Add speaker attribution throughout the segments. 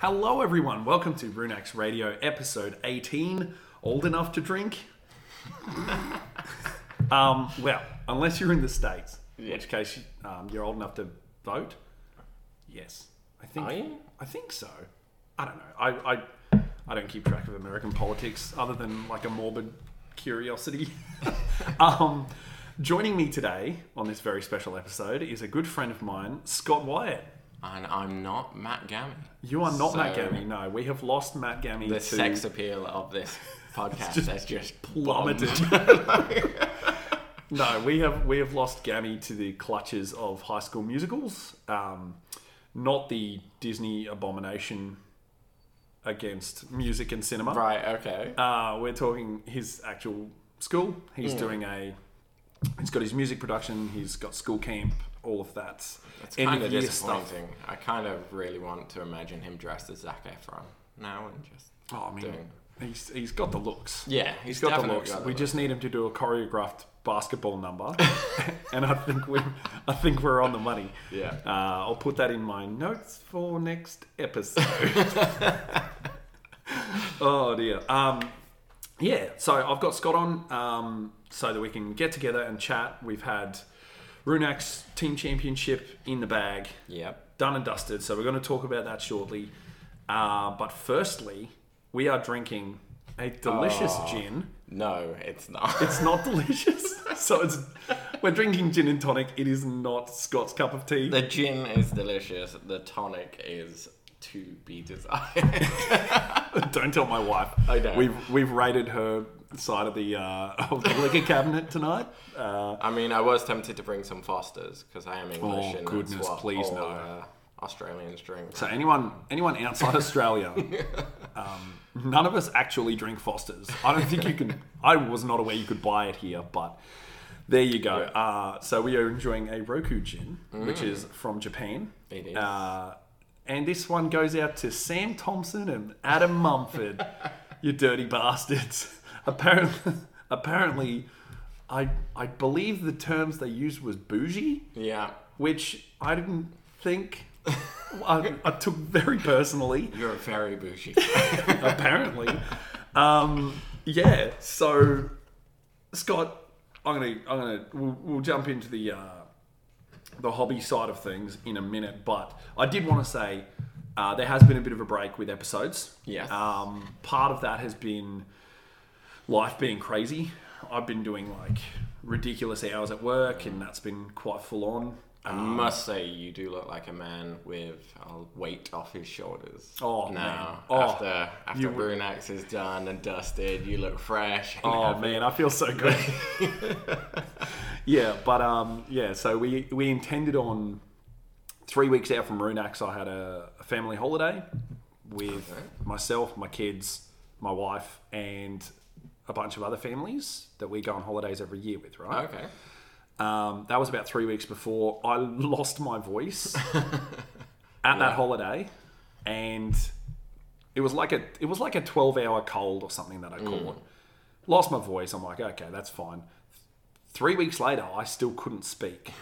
Speaker 1: Hello, everyone. Welcome to Runax Radio, episode 18. Old enough to drink? um, well, unless you're in the States, in which case um, you're old enough to vote. Yes. I think,
Speaker 2: Are you?
Speaker 1: I think so. I don't know. I, I, I don't keep track of American politics other than like a morbid curiosity. um, joining me today on this very special episode is a good friend of mine, Scott Wyatt.
Speaker 2: And I'm not Matt Gammy.
Speaker 1: You are not Matt
Speaker 2: So-
Speaker 1: Gammy. No, we have lost Matt Gammy.
Speaker 2: The
Speaker 1: to
Speaker 2: sex appeal of this podcast
Speaker 1: just
Speaker 2: has just plummeted.
Speaker 1: plummeted. no, we have we have lost Gammy to the clutches of High School Musicals. Um, not the Disney abomination against music and cinema.
Speaker 2: Right, okay.
Speaker 1: Uh, we're talking his actual school.
Speaker 2: Hmm.
Speaker 1: He's doing a. He's got his music production. He's got school camp. All of that.
Speaker 2: It's
Speaker 1: end
Speaker 2: kind of
Speaker 1: year
Speaker 2: disappointing. I kind of really want to imagine him dressed as Zac Efron now and just.
Speaker 1: Oh, I mean,
Speaker 2: Doing-
Speaker 1: he's he's got the looks.
Speaker 2: Yeah,
Speaker 1: He's got the looks. we just need him to do a choreographed basketball number, and I think we, I think we're on the money.
Speaker 2: Yeah.
Speaker 1: Uh, I'll put that in my notes for next episode. oh dear. Um, yeah. So I've got Scott on, um, so that we can get together and chat. We've had Runax Team Championship in the bag,
Speaker 2: Yep.
Speaker 1: done and dusted. So we're going to talk about that shortly. Uh, but firstly, we are drinking a delicious
Speaker 2: Oh.
Speaker 1: gin.
Speaker 2: No, it's not.
Speaker 1: It's not delicious. so it's we're drinking gin and tonic. It is not Scott's cup of tea.
Speaker 2: the gin is delicious. The tonic is to be desired.
Speaker 1: Don't tell my wife.
Speaker 2: I don't.
Speaker 1: We've we've raided her side of the, uh, of the liquor cabinet tonight. Uh,
Speaker 2: I mean, I was tempted to bring some Fosters because I am English.
Speaker 1: Oh,
Speaker 2: and
Speaker 1: goodness,
Speaker 2: that's what
Speaker 1: please
Speaker 2: all,
Speaker 1: no.
Speaker 2: Uh, Australians drink.
Speaker 1: so anyone anyone outside Australia, um, none of us actually drink Fosters. I don't think you can. I was not aware you could buy it here, but there you go. Uh, so we are enjoying a Roku gin, which is from Japan.
Speaker 2: Mm. It is.
Speaker 1: Uh, and this one goes out to Sam Thompson and Adam Mumford, you dirty bastards. Apparently, apparently, I I believe the terms they used was bougie,
Speaker 2: Yeah.
Speaker 1: which I didn't think I, I took very personally.
Speaker 2: You're very bougie.
Speaker 1: Apparently, um, yeah. So, Scott, I'm gonna I'm gonna we'll, we'll jump into the. Uh, the hobby side of things in a minute, but I did want to say uh, there has been a bit of a break with episodes.
Speaker 2: Yes.
Speaker 1: Um, part of that has been life being crazy. I've been doing like ridiculous hours at work, and that's been quite full on.
Speaker 2: I
Speaker 1: Um,
Speaker 2: must say, you do look like a man with a weight off his shoulders.
Speaker 1: Oh, man.
Speaker 2: now
Speaker 1: Oh,
Speaker 2: after after
Speaker 1: you-
Speaker 2: Brunax is done and dusted, you look fresh.
Speaker 1: Oh man, I feel so good. yeah, but um, yeah. So we we intended on three weeks out from Runax. I had a, a family holiday with
Speaker 2: Okay.
Speaker 1: myself, my kids, my wife, and a bunch of other families that we go on holidays every year with. Right.
Speaker 2: okay.
Speaker 1: Um, that was about three weeks before I lost my voice at that holiday, and it was like a it was like a twelve hour cold or something that I
Speaker 2: Mm.
Speaker 1: caught. Lost my voice. I'm like, okay, that's fine. Three weeks later, I still couldn't speak,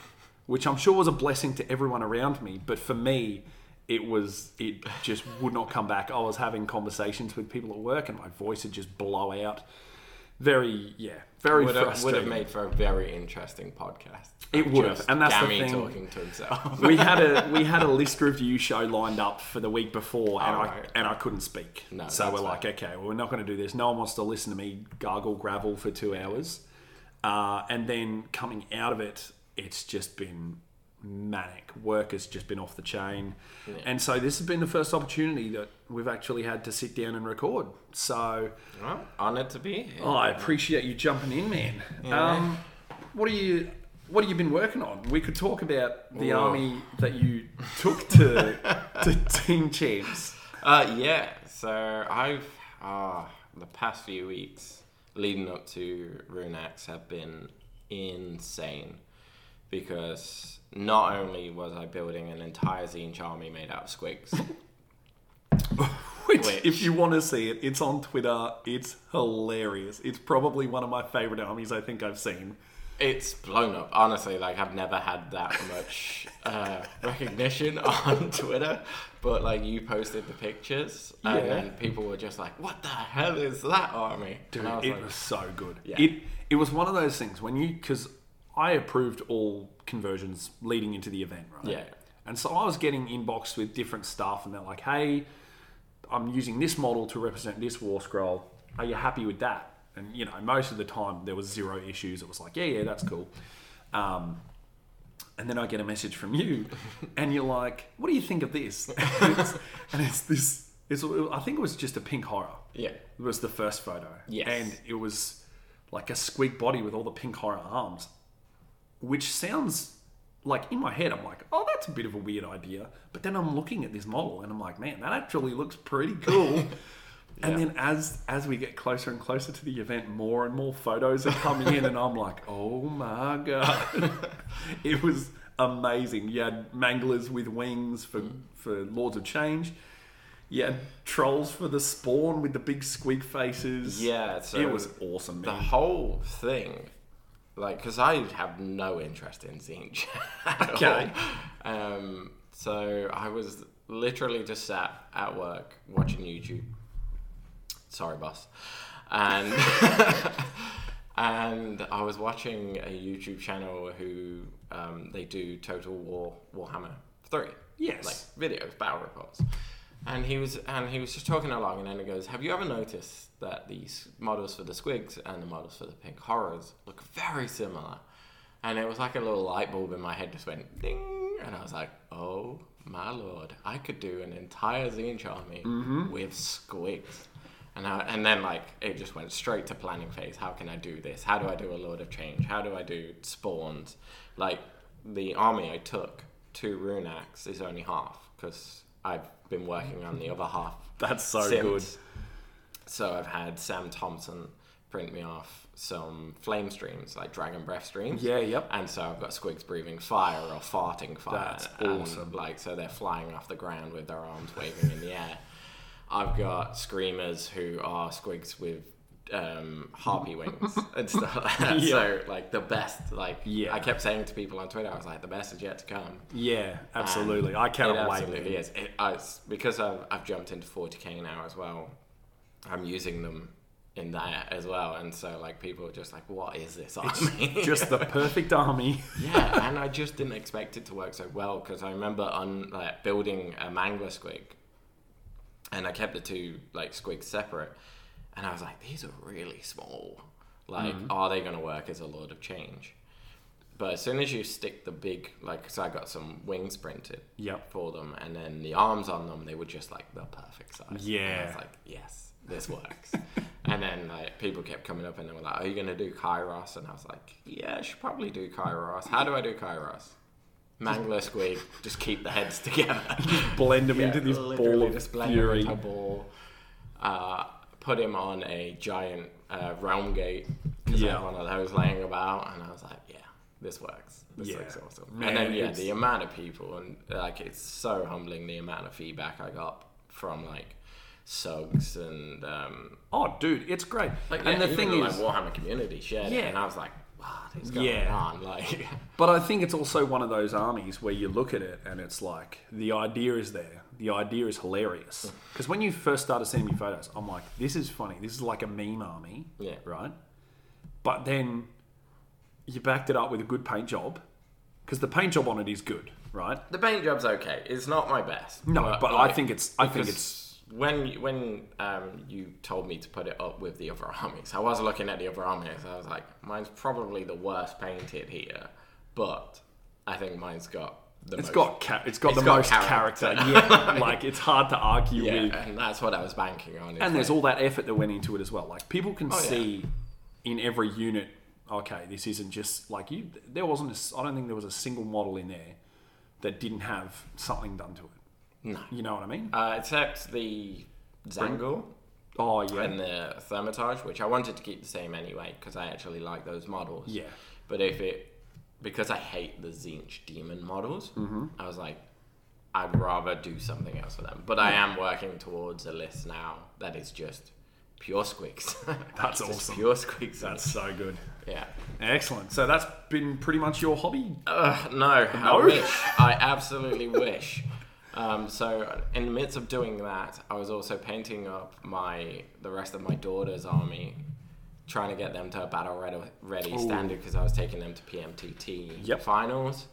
Speaker 1: which I'm sure was a blessing to everyone around me, but for me. It was, it just would not come back. I was having conversations with people at work and my voice would just blow out. Very, yeah, very
Speaker 2: Would have, would
Speaker 1: frustrating.
Speaker 2: have made for a very interesting podcast.
Speaker 1: It
Speaker 2: Of
Speaker 1: would have,
Speaker 2: just
Speaker 1: and that's the
Speaker 2: Gammy
Speaker 1: thing.
Speaker 2: talking to himself.
Speaker 1: we had a we had a list review show lined up for the week before, and I
Speaker 2: Alright.
Speaker 1: and I couldn't speak.
Speaker 2: No,
Speaker 1: so
Speaker 2: that's
Speaker 1: we're like, okay, well, we're not going to do this. No one wants to listen to me gargle gravel for two hours. Uh, and then coming out of it, it's just been manic. Work has just been off the chain, and so this has been the first opportunity that we've actually had to sit down and record. So
Speaker 2: well, honored to be here.
Speaker 1: Oh, I appreciate you jumping in, man. Um, what are you? What have you been working on? We could talk about the
Speaker 2: Ooh.
Speaker 1: army that you took to to team champs.
Speaker 2: Uh, yeah. So I've uh, the past few weeks leading up to Runax have been insane because not only was I building an entire Zinch army made out of squigs,
Speaker 1: Which,
Speaker 2: Which-
Speaker 1: if you want to see it, it's on Twitter. It's hilarious. It's probably one of my favorite armies I think I've seen.
Speaker 2: it's blown up. Honestly, like I've never had that much uh, recognition on Twitter, but like you posted the pictures, and
Speaker 1: Yeah.
Speaker 2: then people were just like, "What the hell is that army?"
Speaker 1: Dude,
Speaker 2: and I was
Speaker 1: it
Speaker 2: like,
Speaker 1: was so good.
Speaker 2: Yeah.
Speaker 1: It it was one of those things when you because I approved all conversions leading into the event, right?
Speaker 2: Yeah.
Speaker 1: And so I was getting inboxed with different stuff, and they're like, "Hey, I'm using this model to represent this war scroll. Are you happy with that?" And you know, most of the time there was zero issues. It was like, "Yeah, yeah, that's cool." Um, and then I get a message from you, and you're like, "What do you think of this?" and, it's, and it's this. It's, I think it was just a pink horror
Speaker 2: "Yeah,
Speaker 1: was the first photo.
Speaker 2: Yes.
Speaker 1: And it was like a squeak body with all the pink horror arms, which sounds like in my head, I'm like, oh, that's a bit of a weird idea. But then I'm looking at this model and I'm like, man, that actually looks pretty cool. And then as as we get closer and closer to the event, more and more photos are coming in, and I'm like, oh my god, it was amazing. You had manglers with wings for
Speaker 2: Mm.
Speaker 1: for Lords of Change. You had trolls for the spawn with the big squeak faces.
Speaker 2: yeah." So
Speaker 1: it was awesome.
Speaker 2: the
Speaker 1: Man.
Speaker 2: whole thing, like, because I have no interest in Zinj at
Speaker 1: Okay.
Speaker 2: all. Um, so I was literally just sat at work watching YouTube. Sorry, boss. And and I was watching a YouTube channel who um, they do Total War Warhammer Three.
Speaker 1: Yes.
Speaker 2: Like videos, battle reports. And he was and he was just talking along, and then he goes, "Have you ever noticed that these models for the squigs and the models for the pink horrors look very similar?" And it was like a little light bulb in my head just went ding, and I was like, "Oh my lord, I could do an entire Zinch army with squigs." And, I, and then like it just went straight to planning phase. How can I do this? How do I do a Lord of Change? How do I do spawns? Like the army I took to Runax is only half because I've been working on the other half.
Speaker 1: That's so
Speaker 2: since.
Speaker 1: good.
Speaker 2: So I've had Sam Thompson print me off some flame streams, like dragon breath streams.
Speaker 1: Yeah, yep.
Speaker 2: And so I've got squigs breathing fire or farting fire.
Speaker 1: That's
Speaker 2: and,
Speaker 1: awesome.
Speaker 2: Like so, they're flying off the ground with their arms waving in the air. I've got screamers who are squigs with um, harpy wings and stuff. Like that. So like the best. Like
Speaker 1: Yeah.
Speaker 2: I kept saying to people on Twitter, I was like, the best is yet to come.
Speaker 1: Yeah, absolutely. I
Speaker 2: Um, It
Speaker 1: cannot wait.
Speaker 2: absolutely is. It, I, it's- because I've, I've jumped into 40k now as well, I'm using them in that as well. And so, like, people are just like, what is this army?
Speaker 1: Just the perfect army.
Speaker 2: yeah, and I just didn't expect it to work so well because I remember on like building a mangler squig, and I kept the two like squigs separate, and I was like, these are really small. Like, are they going to work as a Lord of Change? But as soon as you stick the big, like, so I got some wings printed
Speaker 1: Yep.
Speaker 2: for them, and then the arms on them, they were just like the perfect size. And I
Speaker 1: Yeah.
Speaker 2: was like, yes, this works. and then like people kept coming up and they were like, are you gonna do Kairos? And I was like, yeah, I should probably do Kairos. How do I do Kairos? Mangler squig, just keep the heads together.
Speaker 1: Blend them
Speaker 2: Yeah,
Speaker 1: into this ball
Speaker 2: literally
Speaker 1: of
Speaker 2: just blend them
Speaker 1: fury.
Speaker 2: into a ball. Uh, put him on a giant uh, realm gate because
Speaker 1: Yeah.
Speaker 2: I had one of those laying about, and I was like, yeah, this works. This
Speaker 1: Yeah.
Speaker 2: looks awesome.
Speaker 1: Man,
Speaker 2: and then yeah,
Speaker 1: it's-
Speaker 2: the amount of people and like it's so humbling the amount of feedback I got from like Suggs and um,
Speaker 1: Oh, dude, it's great.
Speaker 2: like
Speaker 1: and
Speaker 2: yeah,
Speaker 1: the
Speaker 2: even
Speaker 1: thing
Speaker 2: the, like,
Speaker 1: is,
Speaker 2: Warhammer community shared
Speaker 1: Yeah.
Speaker 2: it, and I was like, wow, what's going
Speaker 1: Yeah.
Speaker 2: on? Like,
Speaker 1: But I think it's also one of those armies where you look at it and it's like the idea is there. The idea is hilarious. Because when you first started sending me photos, I'm like, this is funny. This is like a meme army,
Speaker 2: yeah,
Speaker 1: right? But then you backed it up with a good paint job because the paint job on it is good, right?
Speaker 2: the paint job's okay. It's not my best.
Speaker 1: No, but, I
Speaker 2: like,
Speaker 1: think it's. I think it's.
Speaker 2: Because when you- when um, you told me to put it up with the other armies, I was looking at the other armies. I was like, mine's probably the worst painted here, but I think mine's got the
Speaker 1: It's
Speaker 2: most.
Speaker 1: got ca- it's got
Speaker 2: it's
Speaker 1: the
Speaker 2: got
Speaker 1: most character.
Speaker 2: character.
Speaker 1: Yeah, like it's hard to argue
Speaker 2: yeah,
Speaker 1: with.
Speaker 2: and that's what I was banking on. is
Speaker 1: And there's
Speaker 2: like-
Speaker 1: all that effort that went into it as well. Like people can
Speaker 2: Oh, yeah.
Speaker 1: see in every unit, okay, this isn't just like you. There wasn't. A, s- I don't think there was a single model in there that didn't have something done to it.
Speaker 2: No.
Speaker 1: You know what I mean?
Speaker 2: uh, except the Zangle
Speaker 1: Oh yeah,
Speaker 2: and the Thermitage, which I wanted to keep the same anyway because I actually like those models.
Speaker 1: yeah,
Speaker 2: But if it, because I hate the Zinch demon models, I was like, I'd rather do something else for them. But I am working towards a list now that is just pure squeaks.
Speaker 1: That's
Speaker 2: Just
Speaker 1: awesome.
Speaker 2: Pure squeaks.
Speaker 1: that's so good.
Speaker 2: yeah.
Speaker 1: Excellent. So that's been pretty much your hobby.
Speaker 2: Uh, no,
Speaker 1: No?
Speaker 2: I wish. I absolutely wish. Um, so in the midst of doing that, I was also painting up my the rest of my daughter's army, trying to get them to a battle ready, ready standard because I was taking them to PMTT
Speaker 1: Yep.
Speaker 2: finals,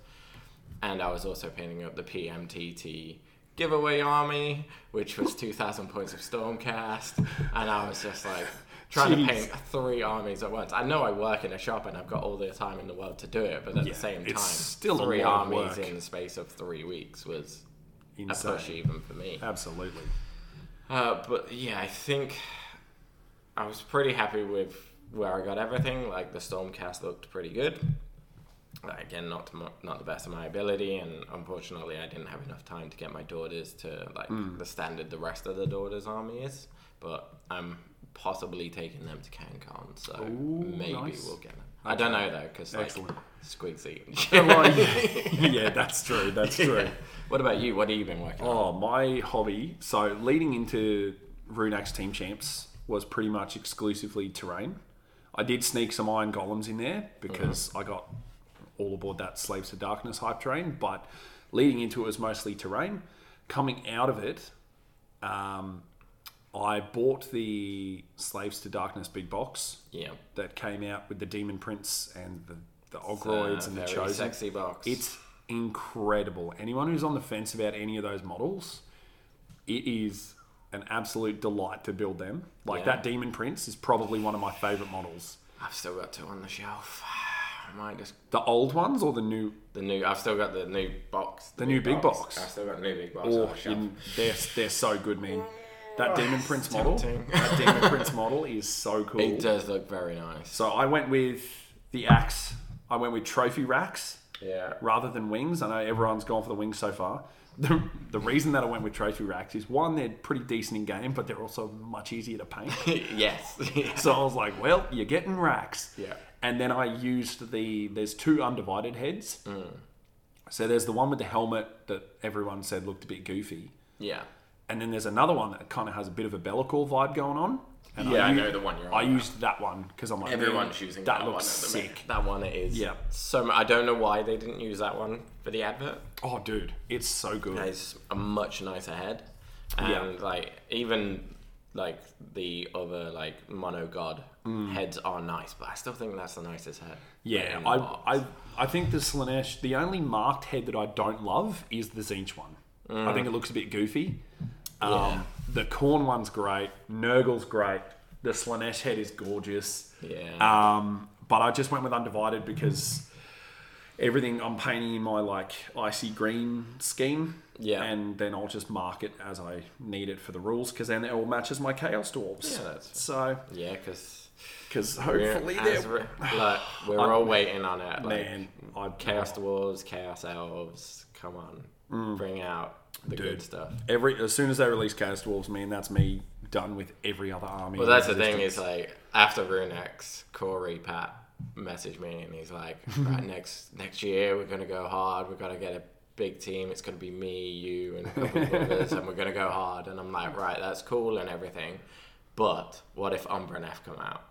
Speaker 2: and I was also painting up the PMTT giveaway army, which was two thousand points of Stormcast, and I was just like. Trying
Speaker 1: Jeez.
Speaker 2: to paint three armies at once. I know I work in a shop and I've got all the time in the world to do it, but at
Speaker 1: Yeah,
Speaker 2: the same time,
Speaker 1: it's still a
Speaker 2: three
Speaker 1: lot of
Speaker 2: armies
Speaker 1: work.
Speaker 2: in the space of three weeks was a
Speaker 1: Insane.
Speaker 2: push even for me.
Speaker 1: Absolutely.
Speaker 2: Uh, but yeah, I think I was pretty happy with where I got everything. Like the Stormcast looked pretty good. Like, again, not to, mo- not the best of my ability, and unfortunately, I didn't have enough time to get my daughters to like
Speaker 1: Hmm.
Speaker 2: the standard the rest of the daughters' army is. But I'm possibly taking them to CanCon, so maybe
Speaker 1: nice.
Speaker 2: we'll get them. I don't know though, because like
Speaker 1: Excellent.
Speaker 2: squeezy.
Speaker 1: Well, yeah, yeah, that's true. That's true.
Speaker 2: what about you? What have you been working on?
Speaker 1: Oh, my hobby. So leading into Runax Team Champs was pretty much exclusively terrain. I did sneak some Iron Golems in there because
Speaker 2: Mm-hmm.
Speaker 1: I got all aboard that Slaves to Darkness hype train. But leading into it was mostly terrain. Coming out of it, um, I bought the Slaves to Darkness big box
Speaker 2: Yeah,
Speaker 1: that came out with the Demon Prince and the, the
Speaker 2: Uh,
Speaker 1: Ogroids and the
Speaker 2: very
Speaker 1: Chosen.
Speaker 2: sexy box.
Speaker 1: It's incredible. Anyone who's on the fence about any of those models, it is an absolute delight to build them. Like
Speaker 2: Yeah.
Speaker 1: that Demon Prince is probably one of my favorite models.
Speaker 2: I've still got two on the shelf. I might just
Speaker 1: The old ones or the new?
Speaker 2: the new. I've still got the new box. The,
Speaker 1: new big box. Oh,
Speaker 2: I've still got the new big box on
Speaker 1: Or
Speaker 2: the shelf.
Speaker 1: in, they're they're so good, man. That Demon Prince model,
Speaker 2: Oh, tempting.
Speaker 1: that Demon Prince model is so cool.
Speaker 2: It does look very nice.
Speaker 1: So I went with the axe. I went with trophy racks.
Speaker 2: Yeah.
Speaker 1: rather than wings. I know everyone's gone for the wings so far. The, the reason that I went with trophy racks is one, they're pretty decent in game, but they're also much easier to paint.
Speaker 2: yes.
Speaker 1: so I was like, well, you're getting racks.
Speaker 2: Yeah.
Speaker 1: And then I used the, there's two undivided heads.
Speaker 2: Mm.
Speaker 1: So there's the one with the helmet that everyone said looked a bit goofy.
Speaker 2: yeah.
Speaker 1: And then there's another one that kind of has a bit of a bellicore vibe going on. And
Speaker 2: Yeah, I
Speaker 1: u-
Speaker 2: know the one you're
Speaker 1: I
Speaker 2: on now.
Speaker 1: used that one because I'm like,
Speaker 2: Everyone's
Speaker 1: man,
Speaker 2: choosing
Speaker 1: that,
Speaker 2: that,
Speaker 1: looks
Speaker 2: one.
Speaker 1: sick.
Speaker 2: At the minute. that one it is.
Speaker 1: Yeah.
Speaker 2: So mu- I don't know why they didn't use that one for the advert.
Speaker 1: Oh, dude, it's so good.
Speaker 2: It's a much nicer head,
Speaker 1: Yeah.
Speaker 2: and like even like the other like mono god heads are nice, but I still think that's the nicest head.
Speaker 1: Mm. Yeah,
Speaker 2: in the box.
Speaker 1: I, I I think the Slanesh, the only marked head that I don't love is the Zinch one. I think it looks a bit goofy. Um,
Speaker 2: Yeah.
Speaker 1: The Corn one's great. Nurgle's great. The Slanesh head is gorgeous.
Speaker 2: yeah.
Speaker 1: Um, but I just went with Undivided because everything I'm painting in my like icy green scheme.
Speaker 2: Yeah.
Speaker 1: And then I'll just mark it as I need it for the rules because then it all matches my Chaos Dwarves.
Speaker 2: Yeah, that's-
Speaker 1: so,
Speaker 2: yeah, because.
Speaker 1: because hopefully they're.
Speaker 2: As we're, like, we're all waiting on it. Like,
Speaker 1: Man, I'd
Speaker 2: Chaos Dwarves, Chaos Elves, come on.
Speaker 1: Mm.
Speaker 2: Bring out the good stuff.
Speaker 1: Every as soon as they release Chaos Dwarves, man, that's me done with every other army.
Speaker 2: Well, that's the thing is like, after Runex, Corey Pat messaged me and he's like, right, next next year we're going to go hard. We're going to get a big team. It's going to be me, you, and a couple of others, and we're going to go hard. And I'm like, right, that's cool and everything. But what if Umbra and F come out?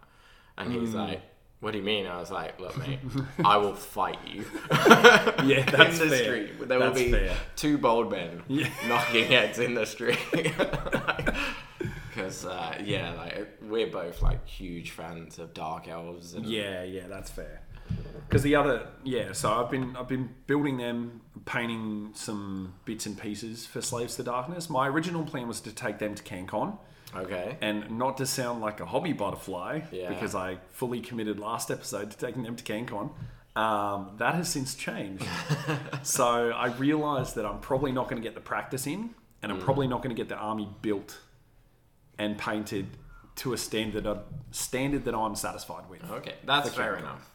Speaker 2: And he's like, what do you mean? I was like, look, mate, I will fight you.
Speaker 1: yeah, that's
Speaker 2: in the
Speaker 1: fair.
Speaker 2: street. There
Speaker 1: that's
Speaker 2: will be
Speaker 1: fair.
Speaker 2: two bold men knocking heads in the street. Because uh, yeah, like we're both like huge fans of Dark Elves and
Speaker 1: Yeah, yeah, that's fair. Because the other, yeah, so I've been I've been building them, painting some bits and pieces for Slaves to Darkness. My original plan was to take them to CanCon,
Speaker 2: okay,
Speaker 1: and not to sound like a hobby butterfly,
Speaker 2: Yeah.
Speaker 1: because I fully committed last episode to taking them to CanCon. Um, that has since changed. so I realised that I'm probably not going to get the practice in, and
Speaker 2: Mm.
Speaker 1: I'm probably not going to get the army built and painted to a standard a standard that I'm satisfied with.
Speaker 2: okay, that's fair
Speaker 1: Camcon.
Speaker 2: enough.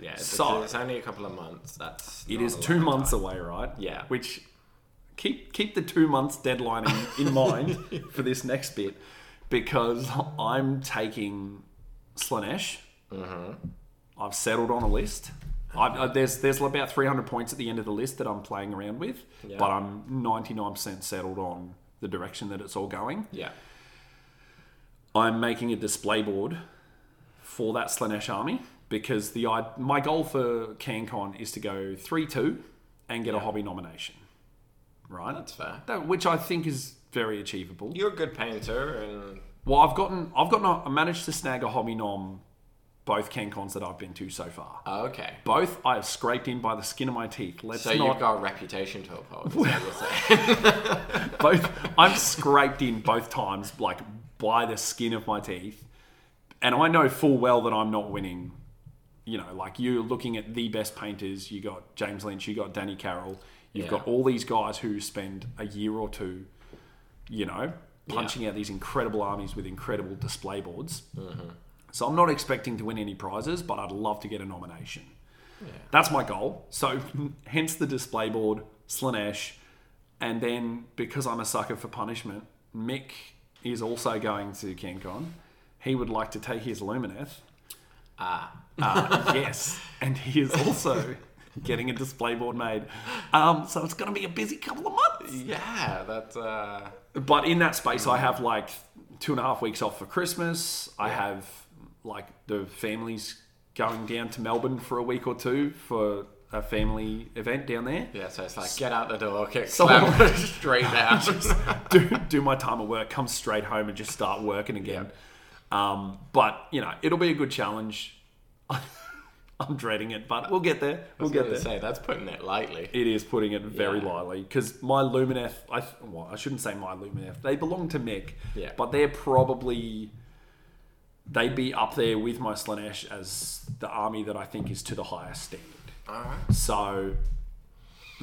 Speaker 2: Yeah, it's,
Speaker 1: So-
Speaker 2: it's only a couple of months. That's
Speaker 1: It
Speaker 2: not
Speaker 1: is
Speaker 2: a
Speaker 1: two
Speaker 2: lot of
Speaker 1: months
Speaker 2: time.
Speaker 1: away, right?
Speaker 2: Yeah.
Speaker 1: Which keep keep the two months deadline in, in mind for this next bit because I'm taking Slanesh.
Speaker 2: Mm-hmm.
Speaker 1: I've settled on a list. I've, uh, there's there's about 300 points at the end of the list that I'm playing around with,
Speaker 2: Yeah.
Speaker 1: but I'm 99% settled on the direction that it's all going.
Speaker 2: Yeah,
Speaker 1: I'm making a display board for that Slanesh army because the I, my goal for CanCon is to go 3 2 and get a hobby nomination. right?
Speaker 2: That's fair.
Speaker 1: That- which I think is very achievable.
Speaker 2: You're a good painter, and
Speaker 1: Well, I've gotten, I've gotten, a, I managed to snag a hobby nom both CanCons that I've been to so far.
Speaker 2: oh, okay.
Speaker 1: Both I have scraped in by the skin of my teeth. Let's
Speaker 2: So
Speaker 1: not
Speaker 2: you've got a reputation to uphold. is that what you're saying?
Speaker 1: both I've scraped in both times like by the skin of my teeth and I know full well that I'm not winning you know like you're looking at the best painters you got James Lynch you got Danny Carroll you've
Speaker 2: Yeah.
Speaker 1: got all these guys who spend a year or two you know punching out these incredible armies with incredible display boards so I'm not expecting to win any prizes but I'd love to get a nomination that's my goal. So, hence the display board, Slanesh, and then because I'm a sucker for punishment, Mick is also going to CanCon. He would like to take his Lumineth.
Speaker 2: ah,
Speaker 1: Uh, yes, and he is also getting a display board made. Um, so it's going to be a busy couple of months.
Speaker 2: yeah, that's uh,
Speaker 1: But in that space, I have like two and a half weeks off for Christmas. I have like the families going down to Melbourne for a week or two for a family event down there.
Speaker 2: yeah. So it's like get out the door, kick
Speaker 1: Someone-
Speaker 2: slam straight down.
Speaker 1: do, do my time at work, come straight home and just start working again. Um, but you know, it'll be a good challenge. I'm dreading it, but we'll get there. We'll
Speaker 2: I was
Speaker 1: get
Speaker 2: gonna
Speaker 1: there.
Speaker 2: say that's putting it lightly.
Speaker 1: It is putting it very
Speaker 2: Yeah.
Speaker 1: lightly because my Lumineth, I th- well, I shouldn't say my Lumineth. They belong to Mick,
Speaker 2: Yeah.
Speaker 1: but they're probably they'd be up there with my Slanesh as the army that I think is to the highest standard.
Speaker 2: All right.
Speaker 1: So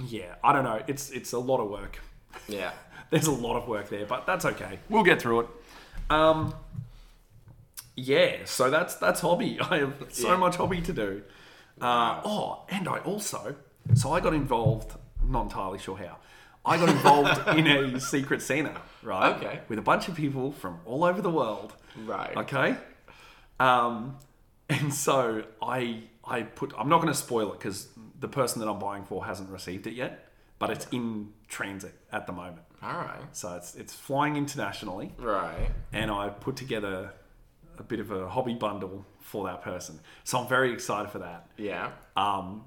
Speaker 1: yeah, I don't know. It's it's a lot of work.
Speaker 2: Yeah.
Speaker 1: There's a lot of work there, but that's okay. We'll get through it. Um, yeah, so that's that's hobby. I have so
Speaker 2: Yeah.
Speaker 1: much hobby to do. Uh, oh, and I also so I got involved. Not entirely sure how. I got involved in a secret Santa, right?
Speaker 2: Okay.
Speaker 1: With a bunch of people from all over the world.
Speaker 2: Right.
Speaker 1: Okay. Um, and so I I put I'm not going to spoil it because the person that I'm buying for hasn't received it yet, but it's in transit at the moment.
Speaker 2: All right.
Speaker 1: So it's it's flying internationally,
Speaker 2: Right.
Speaker 1: and I put together a bit of a hobby bundle for that person. So I'm very excited for that.
Speaker 2: Yeah.
Speaker 1: Um,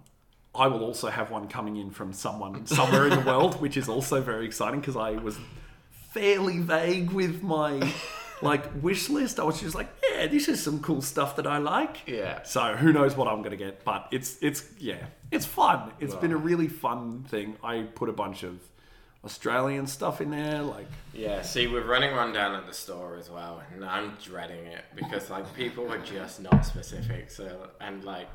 Speaker 1: I will also have one coming in from someone somewhere in the world, which is also very exciting because I was fairly vague with my like wish list. I was just like, yeah, this is some cool stuff that I like.
Speaker 2: Yeah.
Speaker 1: So who knows what I'm gonna get, but it's it's yeah, it's fun. It's been a really fun thing. I put a bunch of Australian stuff in there, like
Speaker 2: Yeah, see, we're running one down at the store as well, and I'm dreading it because like people are just not specific. So and like,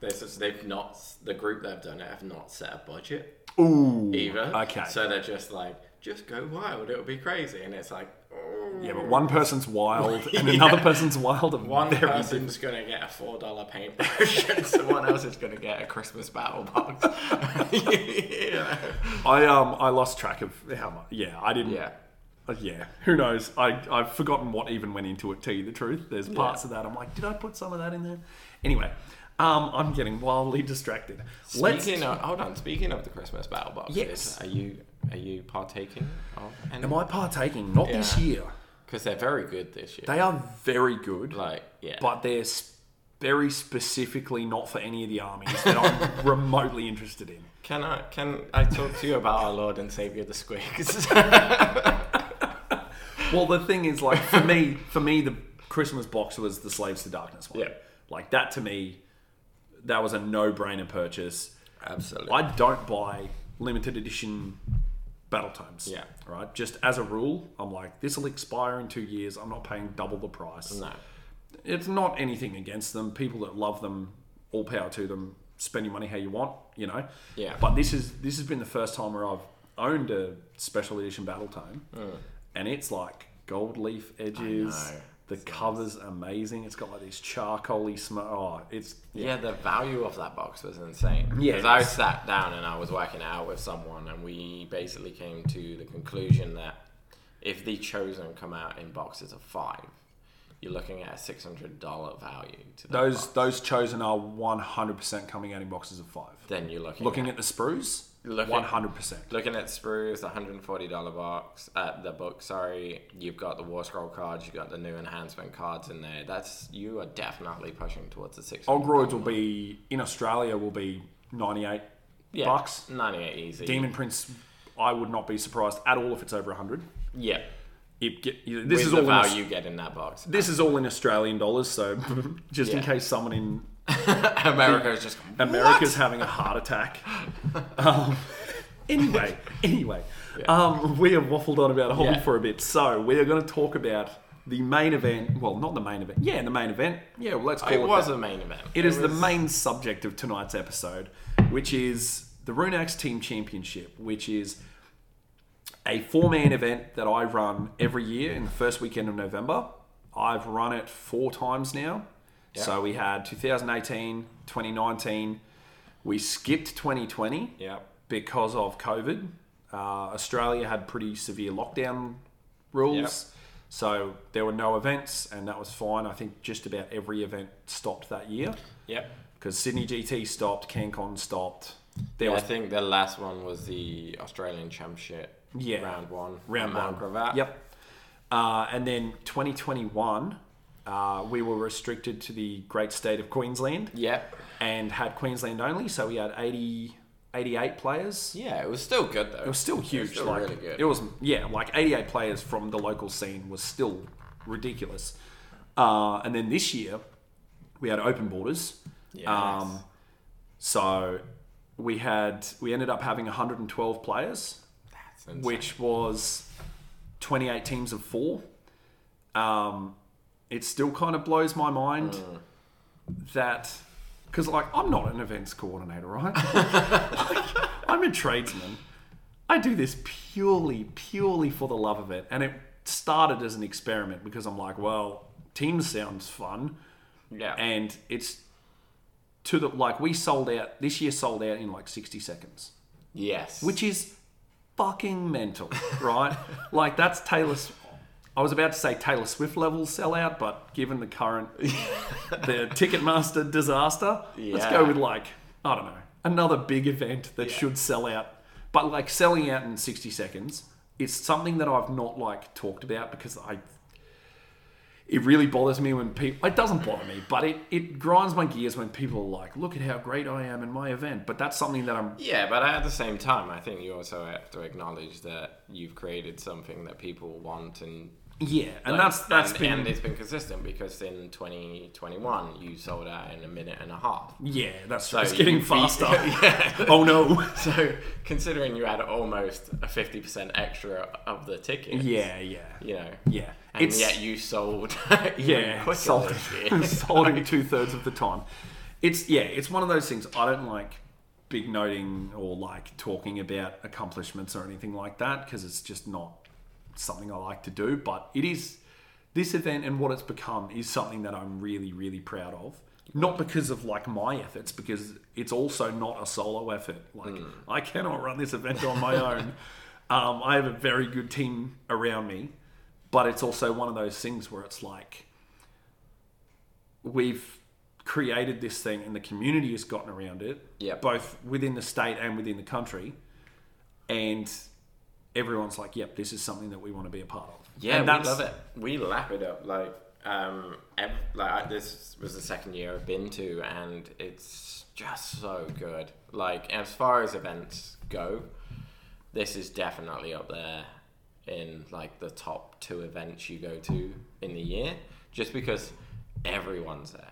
Speaker 2: there's just, they've not the group that have done it have not set a budget
Speaker 1: ooh,
Speaker 2: either.
Speaker 1: Okay.
Speaker 2: So they're just like, just go wild, it'll be crazy, and it's like, oh,
Speaker 1: yeah, but one person's wild and another person's wild and
Speaker 2: one
Speaker 1: very
Speaker 2: person's gonna get a four dollar paintbrush, and someone else is gonna get a Christmas battle box. yeah.
Speaker 1: I um I lost track of how much. Yeah, I didn't.
Speaker 2: yeah.
Speaker 1: Uh, yeah. Who knows? I I've forgotten what even went into it. To you the truth, there's parts of that I'm like, did I put some of that in there? Anyway, um, I'm getting wildly distracted.
Speaker 2: Speaking of, hold on. Speaking of the Christmas battle box,
Speaker 1: Yes.
Speaker 2: are you are you partaking of? Any?
Speaker 1: Am I partaking? Not this
Speaker 2: Yeah.
Speaker 1: year.
Speaker 2: Because they're very good this year.
Speaker 1: They are very good,
Speaker 2: like, yeah.
Speaker 1: but they're s- very specifically not for any of the armies that I'm remotely interested in.
Speaker 2: can I can I talk to you about our Lord and Savior the Squigs?
Speaker 1: Well, the thing is, like for me, for me, the Christmas box was the Slaves to Darkness one.
Speaker 2: Yeah.
Speaker 1: Like that to me, that was a no-brainer purchase.
Speaker 2: Absolutely.
Speaker 1: I don't buy limited edition battle tomes.
Speaker 2: Yeah.
Speaker 1: Right. Just as a rule, I'm like, this will expire in two years. I'm not paying double the price.
Speaker 2: no.
Speaker 1: It's not anything against them. People that love them, all power to them. Spend your money how you want. You know.
Speaker 2: Yeah.
Speaker 1: But this is this has been the first time where I've owned a special edition battle tome, and it's like gold leaf edges.
Speaker 2: Mm. know.
Speaker 1: The cover's amazing. It's got like this charcoaly smell. Oh, it's
Speaker 2: Yeah, the value of that box was insane.
Speaker 1: Yeah,
Speaker 2: Because I
Speaker 1: it's-
Speaker 2: sat down and I was working it out with someone, and we basically came to the conclusion that if the Chosen come out in boxes of five, you're looking at a six hundred dollar value to that
Speaker 1: Those
Speaker 2: box.
Speaker 1: those chosen are one hundred percent coming out in boxes of five.
Speaker 2: Then you're looking
Speaker 1: Looking at the sprues,
Speaker 2: Looking-
Speaker 1: one hundred percent.
Speaker 2: Looking at Spruce, $140 box, uh, the book, sorry. You've got the War Scroll cards, you've got the new enhancement cards in there. That's, you are definitely pushing towards the six.
Speaker 1: Ogroids will be in Australia will be ninety eight bucks.
Speaker 2: 98 easy.
Speaker 1: Demon Prince I would not be surprised at all if it's over 100.
Speaker 2: Yeah.
Speaker 1: It get, you- this
Speaker 2: With
Speaker 1: is
Speaker 2: the
Speaker 1: all in
Speaker 2: value
Speaker 1: Aus-
Speaker 2: you get in that box.
Speaker 1: this is all in Australian dollars, so just in
Speaker 2: Yeah.
Speaker 1: case someone in
Speaker 2: America is just
Speaker 1: America's having a heart attack. Um, anyway, anyway, um, we have waffled on about hobby
Speaker 2: Yeah.
Speaker 1: for a bit, so we are going to talk about the main event. Well, not the main event. Yeah, the main event. Yeah, well, let's call it.
Speaker 2: It was
Speaker 1: that.
Speaker 2: the main event.
Speaker 1: It is the
Speaker 2: was-
Speaker 1: main subject of tonight's episode, which is the Runax Team Championship, which is a four man event that I run every year in the first weekend of November. I've run it four times now. So we had 2018, 2019. We skipped 2020
Speaker 2: Yeah.
Speaker 1: because of COVID. Uh, Australia had pretty severe lockdown rules. So there were no events, and that was fine. I think just about every event stopped that year
Speaker 2: Yep.
Speaker 1: because Sydney
Speaker 2: Hmm.
Speaker 1: GT stopped, CanCon stopped. There
Speaker 2: Yeah, I
Speaker 1: was
Speaker 2: think the last one was the Australian Championship.
Speaker 1: Yeah.
Speaker 2: Round one.
Speaker 1: round
Speaker 2: Mount
Speaker 1: one.
Speaker 2: Gravatt.
Speaker 1: Yep. Uh, and then 2021, uh, we were restricted to the great state of Queensland
Speaker 2: Yep.
Speaker 1: and had Queensland only. So we had 80, 88 players.
Speaker 2: Yeah, it was still good though.
Speaker 1: It was still huge.
Speaker 2: still
Speaker 1: like
Speaker 2: really good.
Speaker 1: it was, yeah, like 88 players from the local scene was still ridiculous. Uh, and then this year, we had open borders.
Speaker 2: Yeah,
Speaker 1: Um,
Speaker 2: nice.
Speaker 1: So we had we ended up having 112 players,
Speaker 2: That's insane.
Speaker 1: which was 28 teams of four. Um, it still kind of blows my mind that because like I'm not an events coordinator, right? Like, I'm a tradesman. I do this purely, purely for the love of it, and it started as an experiment because I'm like, well, teams sounds fun
Speaker 2: yeah.
Speaker 1: and it's to the like we sold out this year sold out in like 60 seconds
Speaker 2: yes.
Speaker 1: which is fucking mental right like that's taylor S- i was about to say taylor swift level sellout but given the current the ticketmaster disaster let's
Speaker 2: Yeah.
Speaker 1: go with like i don't know another big event that should sell out but like selling out in 60 seconds it's something that i've not like talked about because i it really bothers me when people it doesn't bother me but it, it grinds my gears when people are like look at how great i am in my event but that's something that i'm
Speaker 2: Yeah, but at the same time, I think you also have to acknowledge that you've created something that people want, and
Speaker 1: yeah and that's that's
Speaker 2: and,
Speaker 1: been
Speaker 2: and it's been consistent because in 2021 you sold out in a minute and a half.
Speaker 1: yeah that's
Speaker 2: So
Speaker 1: it's
Speaker 2: you
Speaker 1: getting
Speaker 2: beat-
Speaker 1: faster
Speaker 2: yeah.
Speaker 1: oh no
Speaker 2: So considering you had almost a 50% extra of the ticket,
Speaker 1: yeah yeah
Speaker 2: you know,
Speaker 1: yeah
Speaker 2: and
Speaker 1: it's
Speaker 2: yet you sold even
Speaker 1: yeah
Speaker 2: quicker
Speaker 1: sold,
Speaker 2: this year.
Speaker 1: sold in two-thirds of the time it's yeah it's one of those things i don't like big noting or like talking about accomplishments or anything like that because it's just not something i like to do but it is this event and what it's become is something that i'm really really proud of not because of like my efforts because it's also not a solo effort like i cannot run this event on my own um, i have a very good team around me but it's also one of those things where it's like we've created this thing and the community has gotten around it,
Speaker 2: Yeah.
Speaker 1: both within the state and within the country. And everyone's like, yep, this is something that we want to be a part of.
Speaker 2: Yeah,
Speaker 1: and
Speaker 2: we love it. We lap it up. Like, um, ev- like I, this was the second year I've been to, and it's just so good. Like, as far as events go, this is definitely up there in like the top two events you go to in the year, just because everyone's there.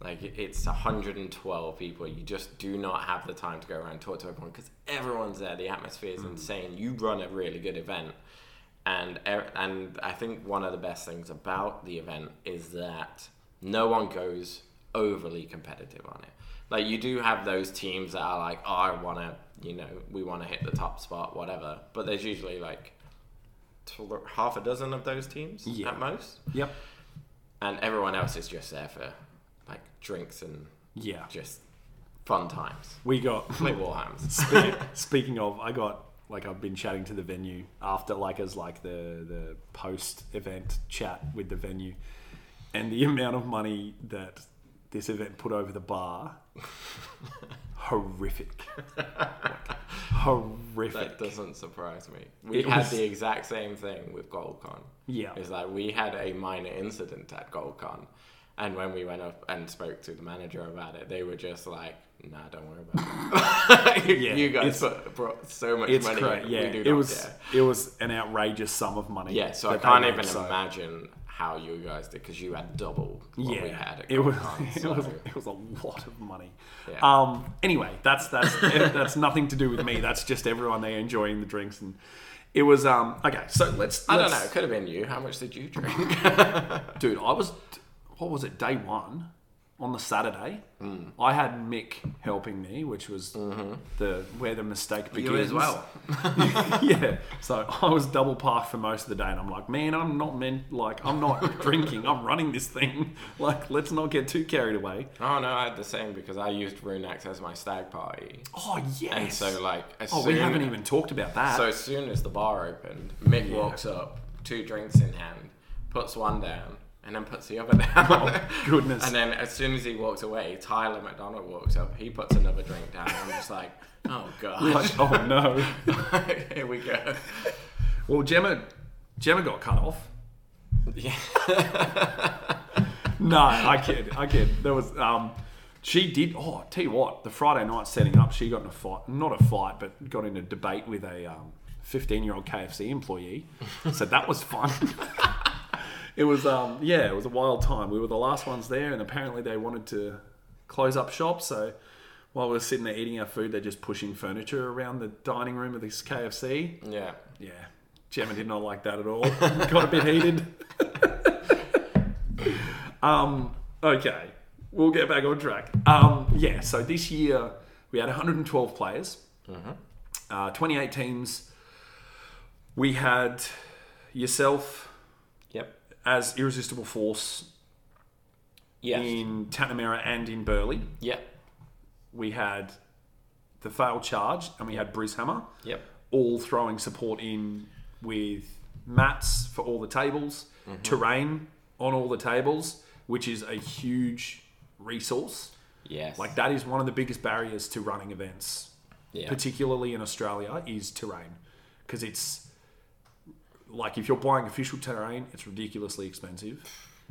Speaker 2: Like it- it's 112 people. You just do not have the time to go around and talk to everyone because everyone's there. The atmosphere is insane. You run a really good event, and e- and I think one of the best things about the event is that no one goes overly competitive on it. Like you do have those teams that are like, oh, I want to, you know, we want to hit the top spot, whatever. But there's usually like tw- half a dozen of those teams
Speaker 1: Yeah.
Speaker 2: at most,
Speaker 1: Yep.
Speaker 2: and everyone else is just there for like drinks and
Speaker 1: Yeah.
Speaker 2: just fun times.
Speaker 1: We got,
Speaker 2: Play Warhams.
Speaker 1: speaking, speaking of, I got, like, I've been chatting to the venue after, like, as, like, the, the post event chat with the venue. And the amount of money that this event put over the bar, horrific. Like, horrific.
Speaker 2: That doesn't surprise me. We
Speaker 1: It
Speaker 2: had
Speaker 1: was-
Speaker 2: the exact same thing with GoldCon.
Speaker 1: Yeah.
Speaker 2: It's like we had a minor incident at GoldCon And when we went up and spoke to the manager about it, they were just like, "Nah, don't worry about it.
Speaker 1: Yeah,
Speaker 2: you guys
Speaker 1: it's-
Speaker 2: put, brought so much
Speaker 1: It's
Speaker 2: money.
Speaker 1: correct.
Speaker 2: in,
Speaker 1: Yeah,
Speaker 2: we do
Speaker 1: it
Speaker 2: not
Speaker 1: was
Speaker 2: care."
Speaker 1: it was an outrageous sum of money.
Speaker 2: Yeah, so I
Speaker 1: that they
Speaker 2: can't
Speaker 1: made,
Speaker 2: even
Speaker 1: so-
Speaker 2: imagine how you guys did because you had double what
Speaker 1: yeah,
Speaker 2: we had. At
Speaker 1: it was
Speaker 2: Comic-Con,
Speaker 1: it
Speaker 2: so-
Speaker 1: was it was a lot of money.
Speaker 2: Yeah.
Speaker 1: Um. Anyway, that's that's that's nothing to do with me. That's just everyone there enjoying the drinks and it was um. Okay, so let's.
Speaker 2: I don't know.
Speaker 1: let's-
Speaker 2: It could have been you. How much did you drink?
Speaker 1: dude. I was what was it day one on the Saturday.
Speaker 2: Mm.
Speaker 1: I had Mick helping me, which was
Speaker 2: Mm-hmm.
Speaker 1: the where the mistake begins. yeah. So I was double parked for most of the day, and I'm like, man, I'm not meant like I'm not drinking. I'm running this thing. Like, let's not get too carried away.
Speaker 2: Oh no, I had the same because I used Runex as my stag party,
Speaker 1: Oh yes.
Speaker 2: and so like as
Speaker 1: oh,
Speaker 2: soon
Speaker 1: we haven't even talked about that.
Speaker 2: so as soon as the bar opened, Mick walks up, two drinks in hand, puts one down, and then puts the other down.
Speaker 1: Oh, goodness.
Speaker 2: And then as soon as he walks away, Tyler McDonald walks up, he puts another drink down. I'm just like, oh
Speaker 1: like,
Speaker 2: god,
Speaker 1: oh no.
Speaker 2: here we go.
Speaker 1: Well, Gemma, Gemma got cut off.
Speaker 2: Yeah.
Speaker 1: No, I kid, I kid. There was um, she did. Oh, tell you what, the Friday night setting up, she got in a fight, not a fight, but got in a debate with a um, fifteen-year-old KFC employee. So that was fun. it was um, yeah, it was a wild time. We were the last ones there, and apparently they wanted to close up shop. So while we were sitting there eating our food, they're just pushing furniture around the dining room of this KFC.
Speaker 2: Yeah.
Speaker 1: Yeah, Gemma did not like that at all. Got a bit heated. um, okay, we'll get back on track. Um, yeah, so this year we had 112 players, uh, 28 teams. We had yourself
Speaker 2: Yep.
Speaker 1: as Irresistible Force
Speaker 2: Yes.
Speaker 1: in Tanamera and in Burley.
Speaker 2: Yep.
Speaker 1: We had the Failed Charge and we had Bruce Hammer.
Speaker 2: Yep.
Speaker 1: all throwing support in with mats for all the tables,
Speaker 2: Mm-hmm.
Speaker 1: terrain on all the tables, which is a huge resource.
Speaker 2: Yes.
Speaker 1: Like that is one of the biggest barriers to running events,
Speaker 2: Yeah.
Speaker 1: particularly in Australia, is terrain because it's like if you're buying official terrain, it's ridiculously expensive.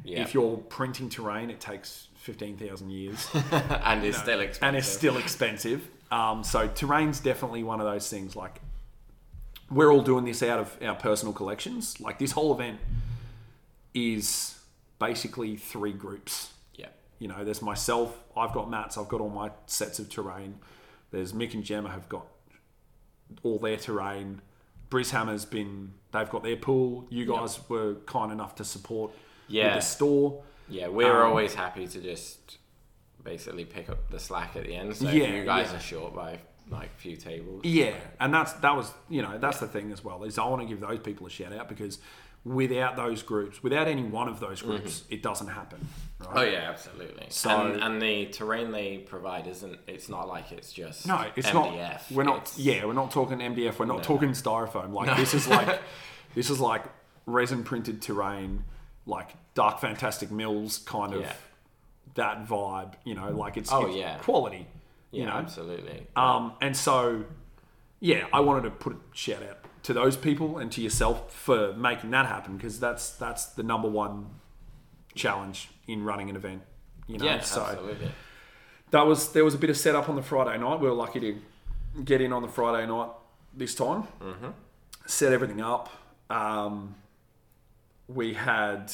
Speaker 2: Yeah.
Speaker 1: If you're printing terrain, it takes fifteen thousand years
Speaker 2: and it's still expensive.
Speaker 1: and it's still expensive. Um, so terrain's definitely one of those things. Like we're all doing this out of our personal collections. Like this whole event is basically three groups.
Speaker 2: Yeah.
Speaker 1: You know, there's myself. I've got mats. I've got all my sets of terrain. There's Mick and Gemma have got all their terrain. Briz Hammer's been. They've got their pool. You guys were kind enough to support with
Speaker 2: Yeah.
Speaker 1: the store.
Speaker 2: Yeah, we're
Speaker 1: Um,
Speaker 2: always happy to just basically pick up the slack at the end. So
Speaker 1: Yeah,
Speaker 2: if you guys
Speaker 1: yeah.
Speaker 2: are short by like a few tables.
Speaker 1: Yeah, and that's that was you know that's the thing as well is I want to give those people a shout out because without those groups, without any one of those groups,
Speaker 2: Mm-hmm.
Speaker 1: it doesn't happen. Right?
Speaker 2: Oh yeah, absolutely.
Speaker 1: So-
Speaker 2: and, and the terrain they provide isn't. It's not like it's just
Speaker 1: No, it's
Speaker 2: MDF.
Speaker 1: not. We're not.
Speaker 2: It's-
Speaker 1: Yeah, we're not talking MDF. We're not talking styrofoam. Like this is like this is like resin printed terrain, like Dark Fantastic Mills kind of
Speaker 2: Yeah.
Speaker 1: that vibe. You know, like it's,
Speaker 2: Oh,
Speaker 1: it's
Speaker 2: yeah.
Speaker 1: quality.
Speaker 2: yeah,
Speaker 1: you know,
Speaker 2: absolutely.
Speaker 1: Um, and so, yeah, I wanted to put a shout out to those people and to yourself for making that happen because that's that's the number one challenge in running an event. You know,
Speaker 2: yeah,
Speaker 1: so
Speaker 2: absolutely.
Speaker 1: that was there was a bit of setup on the Friday night. We were lucky to get in on the Friday night this time. Mm-hmm. Set everything up. Um, we had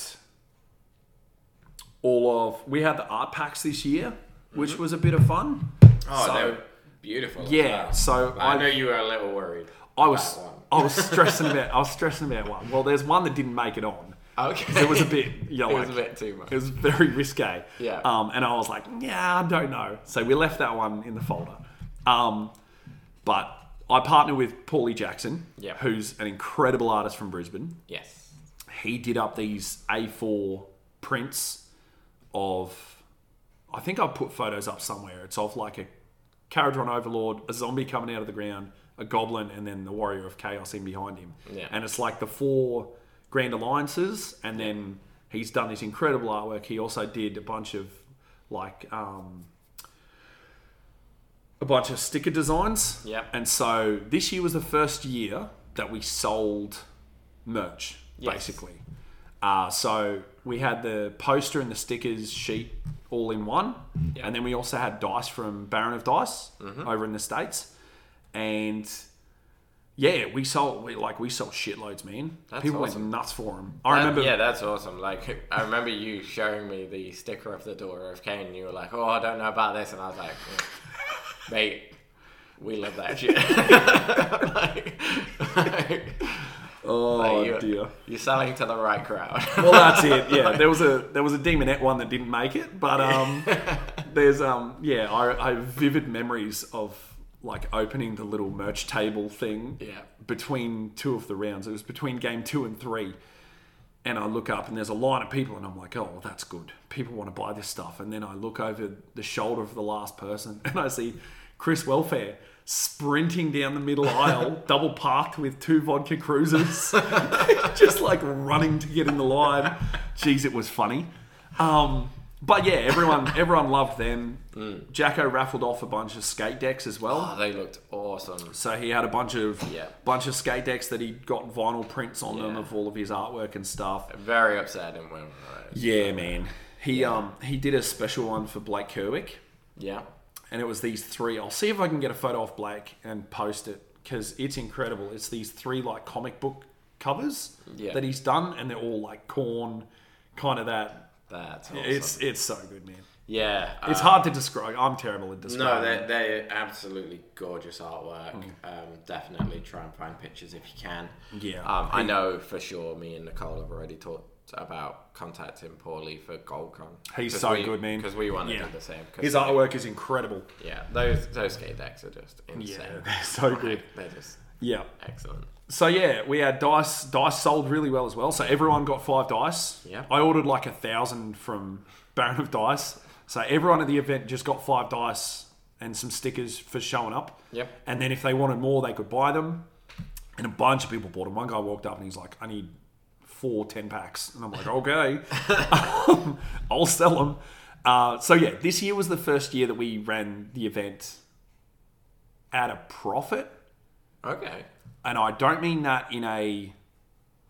Speaker 1: all of we had the art packs this year, which was a bit of fun.
Speaker 2: Mm-hmm. Oh,
Speaker 1: So-
Speaker 2: they were beautiful. as
Speaker 1: yeah,
Speaker 2: well.
Speaker 1: so
Speaker 2: But I,
Speaker 1: I,
Speaker 2: know you were a little worried.
Speaker 1: I was
Speaker 2: about
Speaker 1: I was stressing about I was stressing about one. Well, there's one that didn't make it on.
Speaker 2: one. Okay.
Speaker 1: It was a bit, you know,
Speaker 2: it was a
Speaker 1: like-
Speaker 2: bit too much.
Speaker 1: it was very risque.
Speaker 2: Yeah.
Speaker 1: Um, and I was like, yeah, I don't know. So we left that one in the folder. Um, but I partnered with Paulie Jackson,
Speaker 2: Yeah.
Speaker 1: who's an incredible artist from Brisbane.
Speaker 2: yes.
Speaker 1: He did up these A4 prints of, I think I put photos up somewhere. It's of like a Caradron Overlord, a zombie coming out of the ground, a goblin, and then the Warrior of Chaos in behind him.
Speaker 2: Yeah.
Speaker 1: And it's like the four Grand Alliances, and then he's done this incredible artwork. He also did a bunch of like um, a bunch of sticker designs.
Speaker 2: Yep.
Speaker 1: And so this year was the first year that we sold merch,
Speaker 2: Yes.
Speaker 1: basically. Uh, so we had the poster and the stickers sheet all in one, and then we also had dice from Baron of Dice
Speaker 2: Mm-hmm.
Speaker 1: over in the states, and yeah, we sold we, like we sold shitloads, man.
Speaker 2: That's
Speaker 1: People
Speaker 2: awesome.
Speaker 1: went nuts for them. I remember,
Speaker 2: yeah, that's awesome. Like, I remember you showing me the sticker of the door of Kane. You were like, "Oh, I don't know about this," and I was like, "Mm, "Mate, we love that shit." like, like,
Speaker 1: oh
Speaker 2: you-
Speaker 1: dear.
Speaker 2: You're selling to the right crowd.
Speaker 1: Well, that's it. Yeah, there was a there was a demonette one that didn't make it, but um, there's um, yeah, I, I have vivid memories of like opening the little merch table thing.
Speaker 2: Yeah.
Speaker 1: Between two of the rounds, it was between game two and three, and I look up and there's a line of people, and I'm like, oh, well, that's good. People want to buy this stuff, and then I look over the shoulder of the last person, and I see Chris Welfare. Sprinting down the middle aisle, double parked with two vodka cruisers. just like running to get in the line. Jeez, it was funny. Um, but yeah, everyone everyone loved them. Jacko raffled off a bunch of skate decks as well.
Speaker 2: oh, they looked awesome.
Speaker 1: So he had a bunch of
Speaker 2: Yeah.
Speaker 1: bunch of skate decks that he got vinyl prints on them
Speaker 2: Yeah.
Speaker 1: of all of his artwork and stuff.
Speaker 2: Very upsetting when we were-
Speaker 1: Yeah, man. He um he did a special one for Blake Kerwick,
Speaker 2: Yeah.
Speaker 1: and it was these three. I'll see if I can get a photo of Blake and post it because it's incredible. It's these three like comic book covers
Speaker 2: Yeah.
Speaker 1: that he's done, and they're all like corn, kind of that
Speaker 2: That's awesome.
Speaker 1: It's it's so good, man.
Speaker 2: yeah.
Speaker 1: It's hard to describe. I'm terrible at
Speaker 2: No,
Speaker 1: describing.
Speaker 2: they're, they're absolutely gorgeous artwork.
Speaker 1: Mm.
Speaker 2: Um, definitely try and find pictures if you can.
Speaker 1: Yeah.
Speaker 2: Um, I know for sure me and Nicole have already talked about contacting Paulie for GoldCon.
Speaker 1: He's so good, man.
Speaker 2: Because we want to
Speaker 1: Yeah.
Speaker 2: do the same. 'cause,
Speaker 1: His artwork is incredible.
Speaker 2: yeah, those, those skate decks are just insane.
Speaker 1: Yeah, they're so good.
Speaker 2: They're just
Speaker 1: Yeah.
Speaker 2: excellent.
Speaker 1: So yeah, we had dice. Dice sold really well as well. So everyone got five dice.
Speaker 2: Yeah.
Speaker 1: I ordered like a thousand from Baron of Dice. So everyone at the event just got five dice and some stickers for showing up.
Speaker 2: Yep.
Speaker 1: And then if they wanted more, they could buy them. And a bunch of people bought them. One guy walked up and he's like, "I need four 10 packs," and I'm like, "Okay, I'll sell them." Uh, so yeah, this year was the first year that we ran the event at a profit
Speaker 2: Okay.
Speaker 1: and I don't mean that in a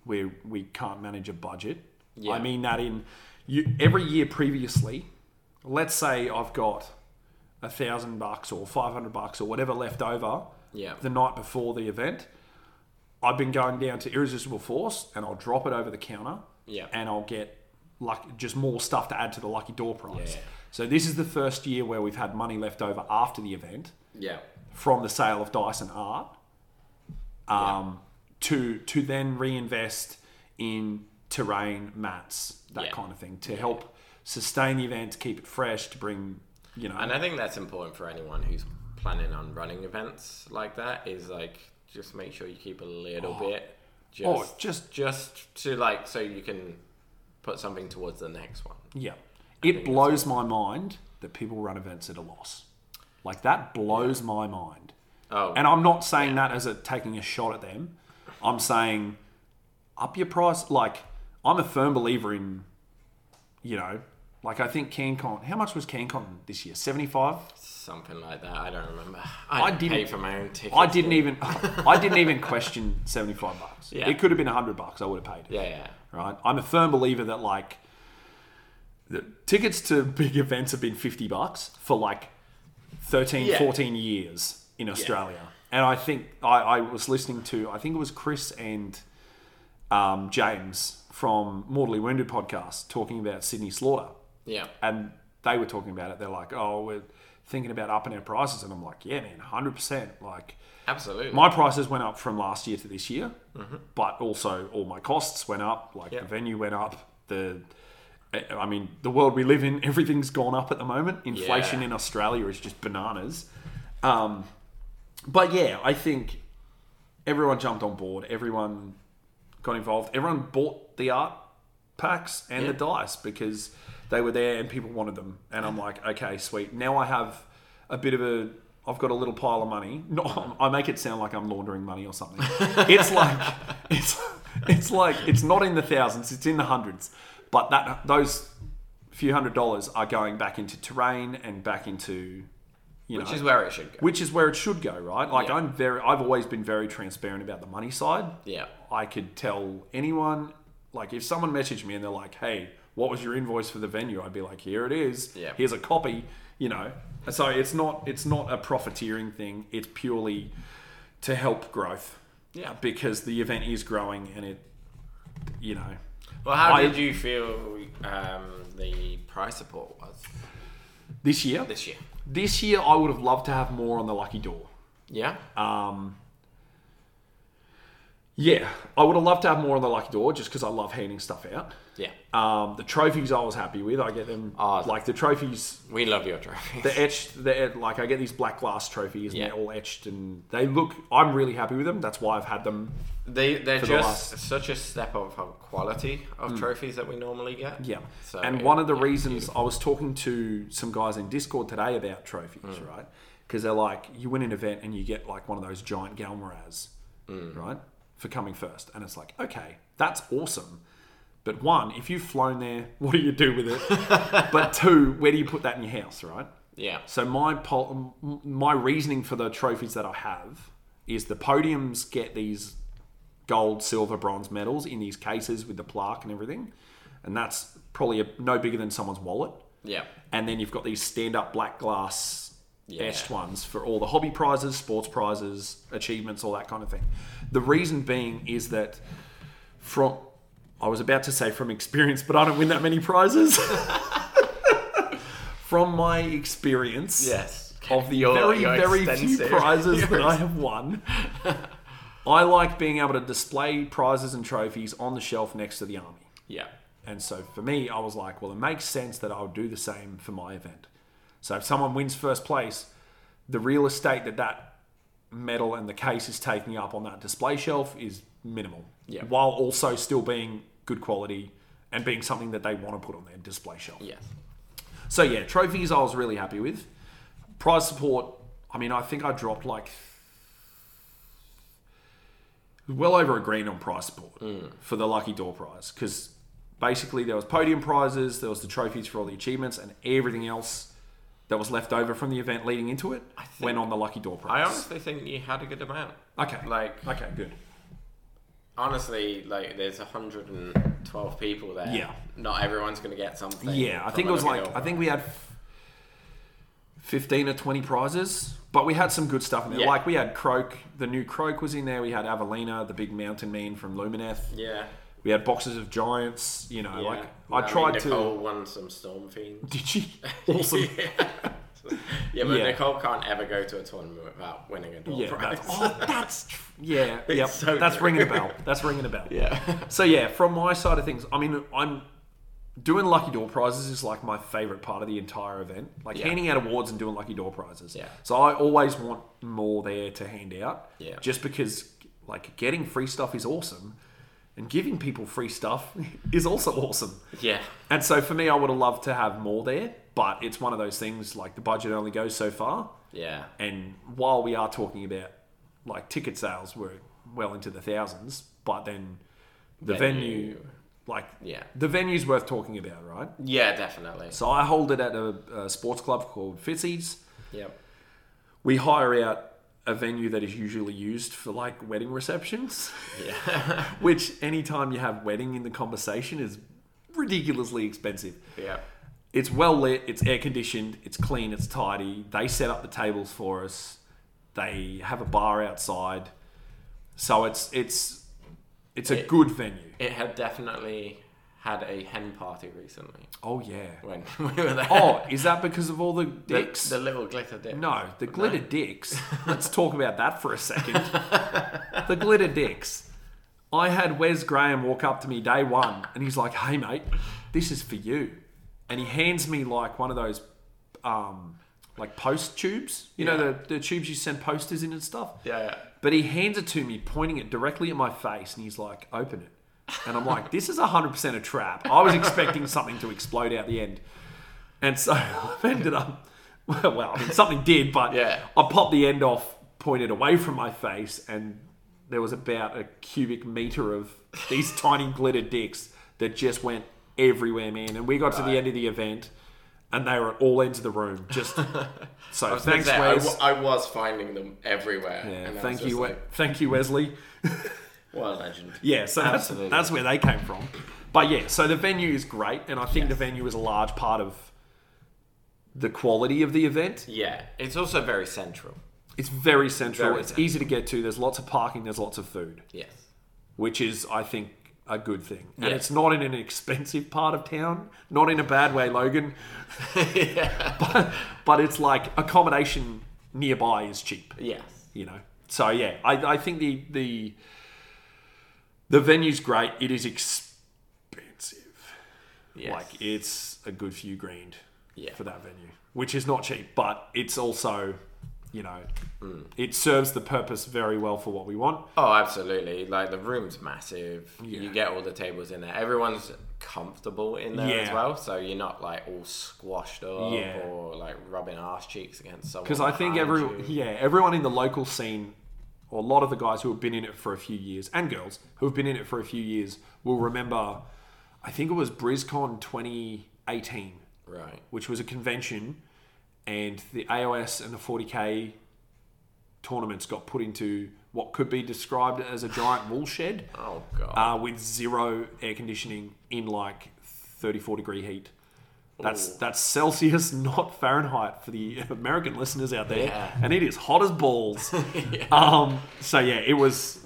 Speaker 1: where we can't manage a budget.
Speaker 2: Yeah.
Speaker 1: I mean that in you every year previously, let's say I've got a thousand bucks or five hundred bucks or whatever left over
Speaker 2: Yeah.
Speaker 1: the night before the event. I've been going down to Irresistible Force and I'll drop it over the counter.
Speaker 2: Yeah.
Speaker 1: And I'll get luck just more stuff to add to the lucky door prize.
Speaker 2: Yeah.
Speaker 1: So this is the first year where we've had money left over after the event
Speaker 2: yeah.
Speaker 1: from the sale of Dyson art um, to to then reinvest in terrain mats that
Speaker 2: Yeah.
Speaker 1: kind of thing to help sustain the event keep it fresh to bring you know
Speaker 2: And I think that's important for anyone who's planning on running events like that is like just make sure you keep a little bit just
Speaker 1: Oh, just-
Speaker 2: just to like so you can put something towards the next one.
Speaker 1: yeah it blows my mind that people run events at a loss like that blows my mind
Speaker 2: Oh,
Speaker 1: and i'm not saying that as a taking a shot at them i'm saying up your price like i'm a firm believer in you know like i think cancon how much was cancon this year 75
Speaker 2: something like that. I don't remember. I, didn't pay
Speaker 1: didn't-
Speaker 2: for my own ticket.
Speaker 1: I didn't even I didn't even question seventy five bucks.
Speaker 2: Yeah.
Speaker 1: It could have been hundred bucks. I would have paid it.
Speaker 2: Yeah, yeah.
Speaker 1: Right. I'm a firm believer that like the tickets to big events have been fifty bucks for like 13,
Speaker 2: Yeah.
Speaker 1: 14 years in Australia. And I think I, I was listening to I think it was Chris and um, James from Mortally Wounded podcast talking about Sydney Slaughter
Speaker 2: Yeah.
Speaker 1: and they were talking about it. They're like, "Oh, we're thinking about upping our prices," and I'm like, "Yeah, man, hundred percent." Like,
Speaker 2: Absolutely. Mm-hmm.
Speaker 1: my prices went up from last year to this year, but also all my costs went up. Like
Speaker 2: Yeah.
Speaker 1: the venue went up. The, I I mean, the world we live in, everything's gone up at the moment. Inflation in Australia is just bananas. Um, but yeah, I think everyone jumped on board. Everyone got involved. Everyone bought the art packs and the dice because they were there and people wanted them. And I'm like, okay, sweet. Now I have a bit of a. I've got a little pile of money. No, I make it sound like I'm laundering money or something. It's like it's it's like it's not in the thousands. It's in the hundreds. But that those few hundred dollars are going back into terrain and back into you
Speaker 2: Which
Speaker 1: know
Speaker 2: is where it should go.
Speaker 1: which is where it should go, right? Like
Speaker 2: Yeah.
Speaker 1: I'm very, I've always been very transparent about the money side.
Speaker 2: yeah.
Speaker 1: I could tell anyone Like if someone messaged me and they're like, "Hey, what was your invoice for the venue?" I'd be like, "Here it is.
Speaker 2: Yeah.
Speaker 1: Here's a copy." You know. So it's not it's not a profiteering thing. It's purely to help growth.
Speaker 2: Yeah.
Speaker 1: Because the event is growing and it, you know,
Speaker 2: Well, how
Speaker 1: I-
Speaker 2: did you feel um, the price support was
Speaker 1: this year.
Speaker 2: this year?
Speaker 1: This year, I would have loved to have more on the lucky door.
Speaker 2: Yeah.
Speaker 1: Um, yeah, I would have loved to have more on the lucky door just because I love handing stuff out.
Speaker 2: yeah.
Speaker 1: Um, the trophies I was happy with. I get them
Speaker 2: Ah.
Speaker 1: like the trophies.
Speaker 2: We love your trophy.
Speaker 1: They're etched. They're like I get these black glass trophies and
Speaker 2: Yeah.
Speaker 1: they're all etched and they look. I'm really happy with them. That's why I've had them.
Speaker 2: They they're
Speaker 1: the Mm.
Speaker 2: just such a step of of quality of trophies that we normally get.
Speaker 1: Yeah.
Speaker 2: So
Speaker 1: and
Speaker 2: it-
Speaker 1: one of the
Speaker 2: yeah,
Speaker 1: reasons I was talking to some guys in Discord today about trophies,
Speaker 2: Mm.
Speaker 1: right? Because they're like, you win an event and you get like one of those giant Galmaraz,
Speaker 2: Mm.
Speaker 1: right? For coming first. And it's like, okay, that's awesome. But one, if you've flown there, what do you do with it? but two, where do you put that in your house, right?
Speaker 2: Yeah.
Speaker 1: So my pol- m- my reasoning for the trophies that I have is the podiums get these gold, silver, bronze medals in these cases with the plaque and everything, and that's probably a, no bigger than someone's wallet.
Speaker 2: Yeah.
Speaker 1: And then you've got these stand-up black glass
Speaker 2: Yeah.
Speaker 1: etched ones for all the hobby prizes, sports prizes, achievements, all that kind of thing. The reason being is that from I was about to say from experience, but I don't win that many prizes. from my experience,
Speaker 2: Yes.
Speaker 1: of the
Speaker 2: Your-
Speaker 1: very,
Speaker 2: your
Speaker 1: very
Speaker 2: extensive-
Speaker 1: few prizes
Speaker 2: your
Speaker 1: that I have won. I like being able to display prizes and trophies on the shelf next to the army.
Speaker 2: Yeah.
Speaker 1: And so for me, I was like, well, it makes sense that I would do the same for my event. So if someone wins first place, the real estate that that medal and the case is taking up on that display shelf is minimal,
Speaker 2: Yeah.
Speaker 1: while also still being good quality and being something that they want to put on their display shelf.
Speaker 2: Yes.
Speaker 1: So yeah, trophies I was really happy with. Prize support, I mean, I think I dropped like well over a grand on prize support
Speaker 2: Hmm.
Speaker 1: for the Lucky Door prize because basically there was podium prizes, there was the trophies for all the achievements, and everything else that was left over from the event leading into it went on the Lucky Door
Speaker 2: I
Speaker 1: prize.
Speaker 2: honestly think you had a good amount.
Speaker 1: okay,
Speaker 2: Like
Speaker 1: okay, good.
Speaker 2: honestly, like there's 112 people there.
Speaker 1: Yeah.
Speaker 2: Not everyone's gonna get something.
Speaker 1: Yeah, I
Speaker 2: from
Speaker 1: think it was
Speaker 2: another
Speaker 1: like
Speaker 2: girl.
Speaker 1: I think we had f- fifteen or twenty prizes, but we had some good stuff in there.
Speaker 2: Yeah.
Speaker 1: Like we had Croak, the new Croak was in there. We had Avelina, the big mountain man from Lumineth.
Speaker 2: Yeah.
Speaker 1: We had boxes of giants. You know,
Speaker 2: yeah.
Speaker 1: like
Speaker 2: I
Speaker 1: I
Speaker 2: mean,
Speaker 1: tried to.
Speaker 2: Nicole won some storm fiends.
Speaker 1: Did she? Awesome.
Speaker 2: yeah. Yeah, but
Speaker 1: Yeah.
Speaker 2: Nicole can't ever go to a tournament without winning a door
Speaker 1: yeah,
Speaker 2: prize.
Speaker 1: that's, oh, that's tr- yeah, yep.
Speaker 2: so
Speaker 1: that's
Speaker 2: true.
Speaker 1: ringing a bell. That's ringing a bell.
Speaker 2: yeah.
Speaker 1: So yeah, from my side of things, I mean, I'm doing lucky door prizes is like my favorite part of the entire event, like
Speaker 2: Yeah.
Speaker 1: handing out awards and doing lucky door prizes.
Speaker 2: Yeah.
Speaker 1: So I always want more there to hand out.
Speaker 2: Yeah.
Speaker 1: Just because, like, getting free stuff is awesome, and giving people free stuff is also awesome.
Speaker 2: Yeah.
Speaker 1: And so for me, I would have loved to have more there, but it's one of those things like the budget only goes so far.
Speaker 2: Yeah.
Speaker 1: And while we are talking about like ticket sales were well into the thousands, but then the venue,
Speaker 2: Venue.
Speaker 1: like
Speaker 2: Yeah.
Speaker 1: the venue's worth talking about, right?
Speaker 2: Yeah, definitely.
Speaker 1: So I hold it at a, a sports club called Fitzy's.
Speaker 2: Yep.
Speaker 1: We hire out a venue that is usually used for like wedding receptions,
Speaker 2: Yeah.
Speaker 1: which anytime you have wedding in the conversation is ridiculously expensive.
Speaker 2: yep.
Speaker 1: It's well lit, it's air conditioned, it's clean, it's tidy. They set up the tables for us. They have a bar outside. So it's it's it's a
Speaker 2: It-
Speaker 1: good venue.
Speaker 2: It had definitely had a hen party recently
Speaker 1: Oh yeah.
Speaker 2: when we were there.
Speaker 1: Oh, is that because of all the dicks?
Speaker 2: the, the little glitter dip.
Speaker 1: no, the glitter dicks. Let's talk about that for a second. the glitter dicks. I had Wes Graham walk up to me day one and he's like, hey, mate, this is for you. And he hands me like one of those, um, like post tubes, you know,
Speaker 2: Yeah.
Speaker 1: the, the tubes you send posters in and stuff.
Speaker 2: Yeah, yeah.
Speaker 1: But he hands it to me, pointing it directly at my face, and he's like, open it. And I'm like, this is 100% a trap. I was expecting something to explode out the end. And so I've ended up, well, I mean, something did, but
Speaker 2: Yeah.
Speaker 1: I popped the end off, pointed away from my face, and there was about a cubic meter of these tiny glitter dicks that just went everywhere, man. And we got to the end of the event, and they were at all ends of the room. Just so
Speaker 2: I was
Speaker 1: thanks,
Speaker 2: there, I,
Speaker 1: Wes.
Speaker 2: wa- I was finding them everywhere.
Speaker 1: Yeah,
Speaker 2: and I was
Speaker 1: thank
Speaker 2: just
Speaker 1: you,
Speaker 2: like,
Speaker 1: like... thank you, Wesley.
Speaker 2: What a legend.
Speaker 1: Yeah, so that's,
Speaker 2: Absolutely.
Speaker 1: that's where they came from. But yeah, so the venue is great, and I think the venue is a large part of the quality of the event.
Speaker 2: Yeah, it's also very central.
Speaker 1: It's very central,
Speaker 2: Very
Speaker 1: it's easy to get to, there's lots of parking, there's lots of food,
Speaker 2: Yes.
Speaker 1: which is, I think, a good thing. And
Speaker 2: Yeah.
Speaker 1: it's not in an expensive part of town, not in a bad way, Logan,
Speaker 2: yeah.
Speaker 1: but, but it's like accommodation nearby is cheap.
Speaker 2: Yes.
Speaker 1: you know. So yeah, I, I think the the the venue's great. It is expensive.
Speaker 2: Yes.
Speaker 1: Like it's a good few grand
Speaker 2: Yeah.
Speaker 1: for that venue, which is not cheap, but it's also, you know,
Speaker 2: Mm.
Speaker 1: it serves the purpose very well for what we want.
Speaker 2: Oh, absolutely. Like the room's massive.
Speaker 1: Yeah.
Speaker 2: You get all the tables in there. Everyone's comfortable in there as
Speaker 1: Yeah.
Speaker 2: well, so you're not like all squashed up
Speaker 1: Yeah.
Speaker 2: or like rubbing ass cheeks against someone.
Speaker 1: Because I think every
Speaker 2: behind you.
Speaker 1: yeah everyone in the local scene, or a lot of the guys who have been in it for a few years and girls who have been in it for a few years will remember. I think it was BrizCon 2018
Speaker 2: Right.
Speaker 1: which was a convention, and the AOS and the 40k tournaments got put into what could be described as a giant wool shed
Speaker 2: Oh god.
Speaker 1: uh, with zero air conditioning in like 34 degree heat. That's that's Celsius, not Fahrenheit, for the American listeners out there,
Speaker 2: Yeah.
Speaker 1: and it is hot as balls. um, so yeah, it was.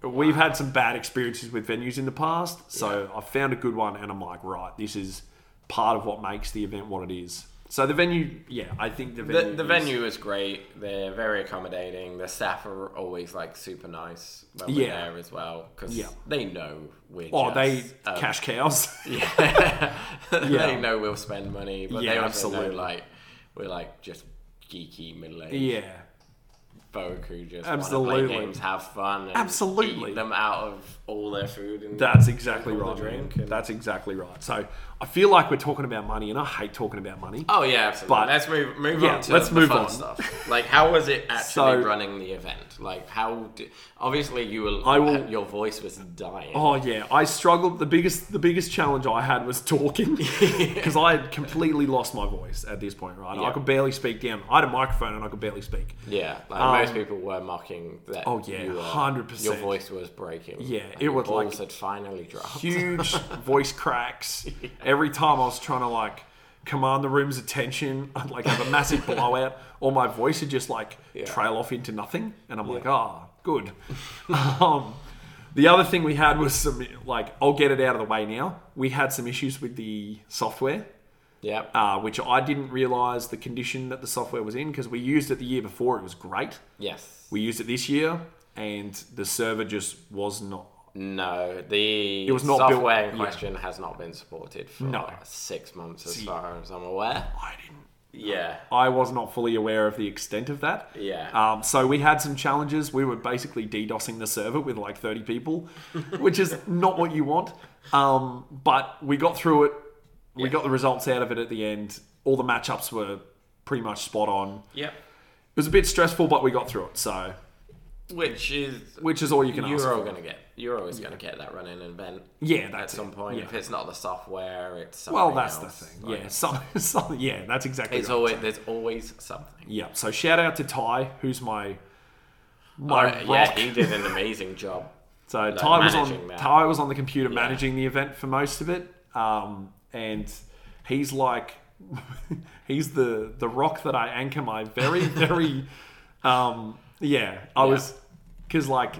Speaker 1: We've had some bad experiences with venues in the past, so I found a good one, and I'm like, right, this is part of what makes the event what it is. So the venue, yeah, I think the
Speaker 2: the,
Speaker 1: venue.
Speaker 2: the
Speaker 1: is-
Speaker 2: venue is great. They're very accommodating. The staff are always like super nice when we're
Speaker 1: Yeah.
Speaker 2: there as well because
Speaker 1: Yeah.
Speaker 2: they know we're.
Speaker 1: Oh, they
Speaker 2: just, um,
Speaker 1: cash cows.
Speaker 2: Yeah.
Speaker 1: Yeah.
Speaker 2: they know we'll spend money, but
Speaker 1: Yeah,
Speaker 2: they also
Speaker 1: absolutely.
Speaker 2: know like we're like just geeky middle aged
Speaker 1: yeah,
Speaker 2: folk who just
Speaker 1: Absolutely.
Speaker 2: want to play games, have fun, and
Speaker 1: Absolutely.
Speaker 2: eat them out of all their food. And
Speaker 1: That's exactly
Speaker 2: Or the
Speaker 1: right.
Speaker 2: drink
Speaker 1: man.
Speaker 2: and-
Speaker 1: That's exactly right. So I feel like we're talking about money, and I hate talking about money.
Speaker 2: oh yeah, absolutely.
Speaker 1: But-
Speaker 2: let's move move
Speaker 1: yeah,
Speaker 2: on to
Speaker 1: let's
Speaker 2: the
Speaker 1: move
Speaker 2: fun
Speaker 1: on.
Speaker 2: stuff. Like, how was it
Speaker 1: So-
Speaker 2: actually running the event? Like, how? Did, obviously, you were. uh,
Speaker 1: I will-
Speaker 2: Your voice was dying.
Speaker 1: Oh yeah, I struggled. The biggest the biggest challenge I had was talking because I had completely lost my voice at this point. Right, I
Speaker 2: Yeah.
Speaker 1: could barely speak down. I had a microphone and I could barely speak.
Speaker 2: Yeah, like
Speaker 1: Um,
Speaker 2: most people were mocking that.
Speaker 1: Oh, yeah,
Speaker 2: you were-
Speaker 1: 100%.
Speaker 2: Your voice was breaking.
Speaker 1: Yeah,
Speaker 2: and
Speaker 1: it
Speaker 2: your
Speaker 1: would, like,
Speaker 2: balls had finally dropped.
Speaker 1: Huge voice cracks every time I was trying to like command the room's attention. I'd like have a massive blowout, or my voice would just like trail off into nothing, and I'm like, ah, good. um, the other thing we had was some like I'll get it out of the way now. We had some issues with the software.
Speaker 2: Yep.
Speaker 1: uh, which I didn't realize the condition that the software was in because we used it the year before. It was great.
Speaker 2: yes.
Speaker 1: We used it this year, and the server just was not.
Speaker 2: No, the it
Speaker 1: was not built-
Speaker 2: software in
Speaker 1: yeah.
Speaker 2: question has not been supported for
Speaker 1: No.
Speaker 2: six months, as far as I'm aware.
Speaker 1: I didn't.
Speaker 2: Yeah.
Speaker 1: I was not fully aware of the extent of that.
Speaker 2: Yeah.
Speaker 1: Um, so we had some challenges. We were basically DDoSing the server with like 30 people, which is not what you want. Um, but we got through it. We got the results out of it at the end. All the matchups were pretty much spot on.
Speaker 2: Yep.
Speaker 1: It was a bit stressful, but we got through it. So,
Speaker 2: Which is
Speaker 1: which is all you can ask.
Speaker 2: you're
Speaker 1: for.
Speaker 2: all gonna get. You're always gonna get that running event
Speaker 1: Yeah,
Speaker 2: at
Speaker 1: that's
Speaker 2: some
Speaker 1: it.
Speaker 2: point.
Speaker 1: Yeah.
Speaker 2: If it's not the software, it's something
Speaker 1: Well, that's
Speaker 2: else.
Speaker 1: the thing.
Speaker 2: Like,
Speaker 1: yeah, so, so, yeah, that's exactly.
Speaker 2: It's
Speaker 1: right.
Speaker 2: always there's always something.
Speaker 1: yeah. So shout out to Ty, who's my
Speaker 2: Uh,
Speaker 1: my
Speaker 2: yeah,
Speaker 1: rock.
Speaker 2: he did an amazing job.
Speaker 1: so Ty was
Speaker 2: managing
Speaker 1: on
Speaker 2: that.
Speaker 1: Ty was on the computer managing the event for most of it, um, and he's like he's the the rock that I anchor my very very um, yeah. I was because like.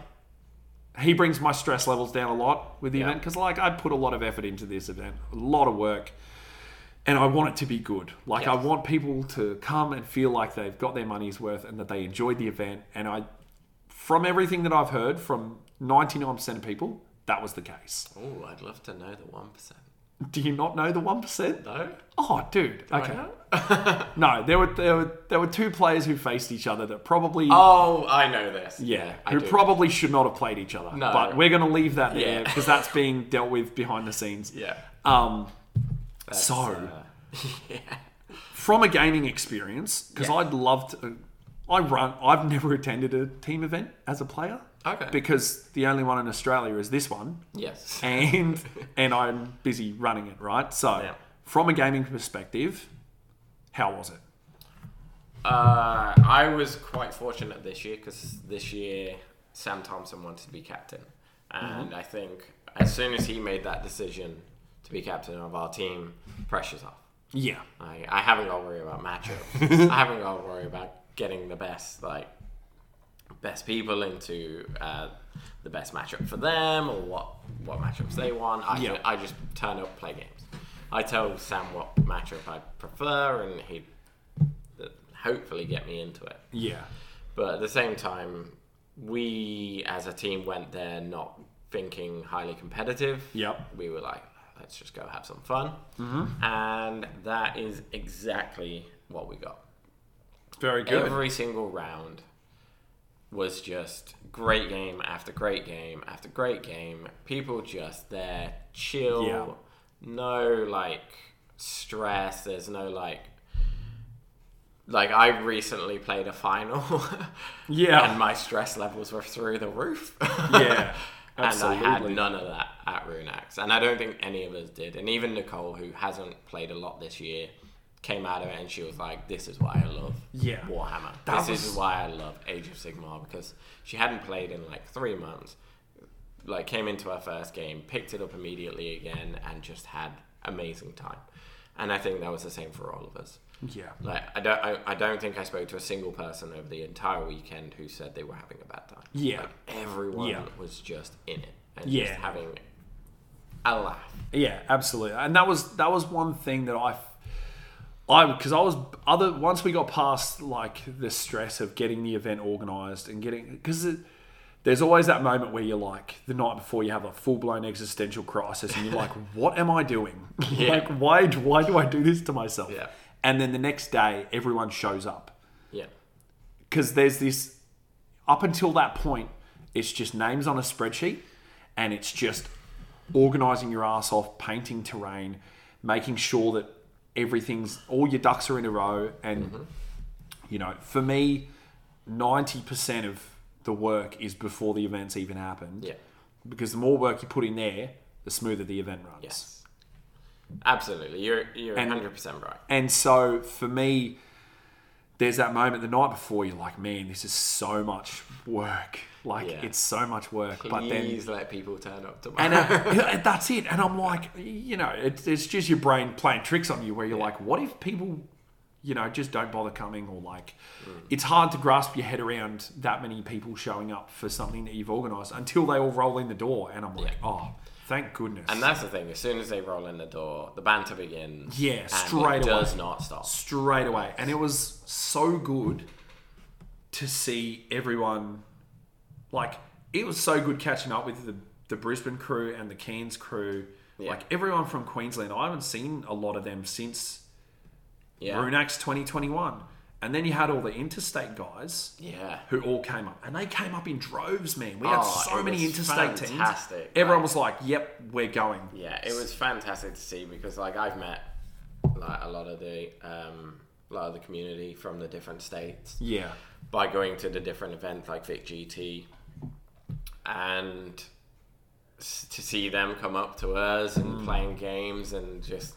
Speaker 1: He brings my stress levels down a lot with the
Speaker 2: Yeah.
Speaker 1: event because, like, I put a lot of effort into this event, a lot of work. and I want it to be good. Like I
Speaker 2: Yes.
Speaker 1: want people to come and feel like they've got their money's worth and that they enjoyed the event. And I, from everything that I've heard from ninety nine percent of people, that was the case.
Speaker 2: Oh, I'd love to know the one percent.
Speaker 1: Do you not know the one percent?
Speaker 2: No.
Speaker 1: Oh, dude. Okay.
Speaker 2: No?
Speaker 1: No, there were there were there were two players who faced each other that probably.
Speaker 2: oh, I know this.
Speaker 1: Yeah,
Speaker 2: I
Speaker 1: who
Speaker 2: do.
Speaker 1: probably should not have played each other.
Speaker 2: No.
Speaker 1: But we're going to leave that there
Speaker 2: Yeah.
Speaker 1: because that's being dealt with behind the scenes.
Speaker 2: Yeah.
Speaker 1: Um,
Speaker 2: That's,
Speaker 1: so,
Speaker 2: uh, yeah.
Speaker 1: from a gaming experience because
Speaker 2: Yeah.
Speaker 1: I'd love to. I run. I've never attended a team event as a player
Speaker 2: Okay.
Speaker 1: because the only one in Australia is this one,
Speaker 2: yes.
Speaker 1: and and I'm busy running it. Right. So
Speaker 2: Yeah.
Speaker 1: from a gaming perspective, how was it?
Speaker 2: Uh, I was quite fortunate this year because this year Sam Thompson wanted to be captain, And
Speaker 1: Mm-hmm.
Speaker 2: I think as soon as he made that decision to be captain of our team, pressure's off.
Speaker 1: Yeah.
Speaker 2: I, I haven't got to worry about matchups. I haven't got to worry about getting the best like best people into uh, the best matchup for them or what what matchups they want. I
Speaker 1: Yeah.
Speaker 2: ju- I just turn up play games. I tell Sam what matchup I prefer, and he hopefully get me into it.
Speaker 1: Yeah.
Speaker 2: But at the same time, we as a team went there not thinking highly competitive.
Speaker 1: Yep. Mm-hmm.
Speaker 2: We were like, let's just go have some fun. And that is exactly what we got.
Speaker 1: Very good.
Speaker 2: Every single round was just great game after great game after great game. People just there, chill.
Speaker 1: Yeah.
Speaker 2: No like stress. There's no like. Like I recently played a final.
Speaker 1: Yeah.
Speaker 2: And my stress levels were through the roof.
Speaker 1: Yeah,
Speaker 2: and I had
Speaker 1: absolutely.
Speaker 2: none of that at Runax. And I don't think any of us did. And even Nicole, who hasn't played a lot this year, came out of it and she was like, This is why I love
Speaker 1: Yeah.
Speaker 2: Warhammer.
Speaker 1: That
Speaker 2: this
Speaker 1: was-
Speaker 2: is why I love Age of Sigmar because she hadn't played in like three months. Like, came into her first game, picked it up immediately again, and just had amazing time. And I think that was the same for all of us.
Speaker 1: yeah.
Speaker 2: Like I don't, I, I don't think I spoke to a single person over the entire weekend who said they were having a bad time.
Speaker 1: Yeah.
Speaker 2: like, everyone
Speaker 1: Yeah.
Speaker 2: was just in it and
Speaker 1: Yeah.
Speaker 2: just having a laugh.
Speaker 1: Yeah, absolutely. And that was that was one thing that I I because I was other once we got past like the stress of getting the event organized and getting because there's always that moment where you're like the night before you have a full blown existential crisis and you're like, what am I doing?
Speaker 2: Yeah.
Speaker 1: like why do- why do I do this to myself?
Speaker 2: Yeah.
Speaker 1: And then the next day everyone shows up
Speaker 2: Yeah,
Speaker 1: because there's this up until that point it's just names on a spreadsheet and it's just organizing your ass off painting terrain making sure that everything's all your ducks are in a row and
Speaker 2: Mm-hmm.
Speaker 1: you know for me 90% of the work is before the events even happened
Speaker 2: yeah,
Speaker 1: because the more work you put in there the smoother the event runs
Speaker 2: yes, absolutely. You're you're
Speaker 1: And-
Speaker 2: hundred percent right.
Speaker 1: And so for me, there's that moment the night before you're like, man, this is so much work. Like
Speaker 2: Yeah.
Speaker 1: it's so much work. But then
Speaker 2: Please let people turn up tomorrow.
Speaker 1: and uh, that's it. And I'm like, you know, it's, it's just your brain playing tricks on you where you're like, what if people, you know, just don't bother coming or like,
Speaker 2: Mm.
Speaker 1: it's hard to grasp your head around that many people showing up for something that you've organized until they all roll in the door. And I'm like, oh, thank goodness.
Speaker 2: and that's the thing. As soon as they roll in the door, the banter begins.
Speaker 1: Yeah,
Speaker 2: and
Speaker 1: straight
Speaker 2: it does
Speaker 1: away.
Speaker 2: not stop.
Speaker 1: straight away. And it was so good to see everyone. Like, it was so good catching up with the, the Brisbane crew and the Cairns crew.
Speaker 2: Yeah.
Speaker 1: Like, everyone from Queensland. I haven't seen a lot of them since
Speaker 2: Yeah,
Speaker 1: Brunax 2021. And then you had all the interstate guys
Speaker 2: yeah.
Speaker 1: who all came up. And they came up in droves, man. We had
Speaker 2: Oh,
Speaker 1: so
Speaker 2: it
Speaker 1: many
Speaker 2: was
Speaker 1: interstate teams.
Speaker 2: fantastic.
Speaker 1: Everyone
Speaker 2: Like-
Speaker 1: was like, yep, we're going.
Speaker 2: Yeah, it was fantastic to see because like I've met like a lot of the um, a lot of the community from the different states
Speaker 1: Yeah.
Speaker 2: by going to the different events like Vic GT, and s- to see them come up to us and
Speaker 1: Mm.
Speaker 2: playing games and just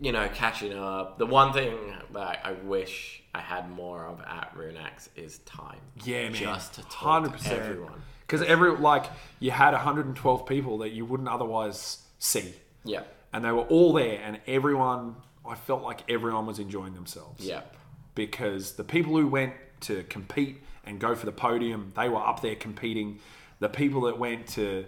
Speaker 2: you know catching up. The one thing that I wish I had more of at Runex is time.
Speaker 1: Yeah, man.
Speaker 2: just to talk to everyone.
Speaker 1: Because every like you had 112 people that you wouldn't otherwise see,
Speaker 2: Yeah,
Speaker 1: and they were all there, and everyone. I felt like everyone was enjoying themselves.
Speaker 2: yeah,
Speaker 1: Because the people who went to compete and go for the podium, they were up there competing. The people that went to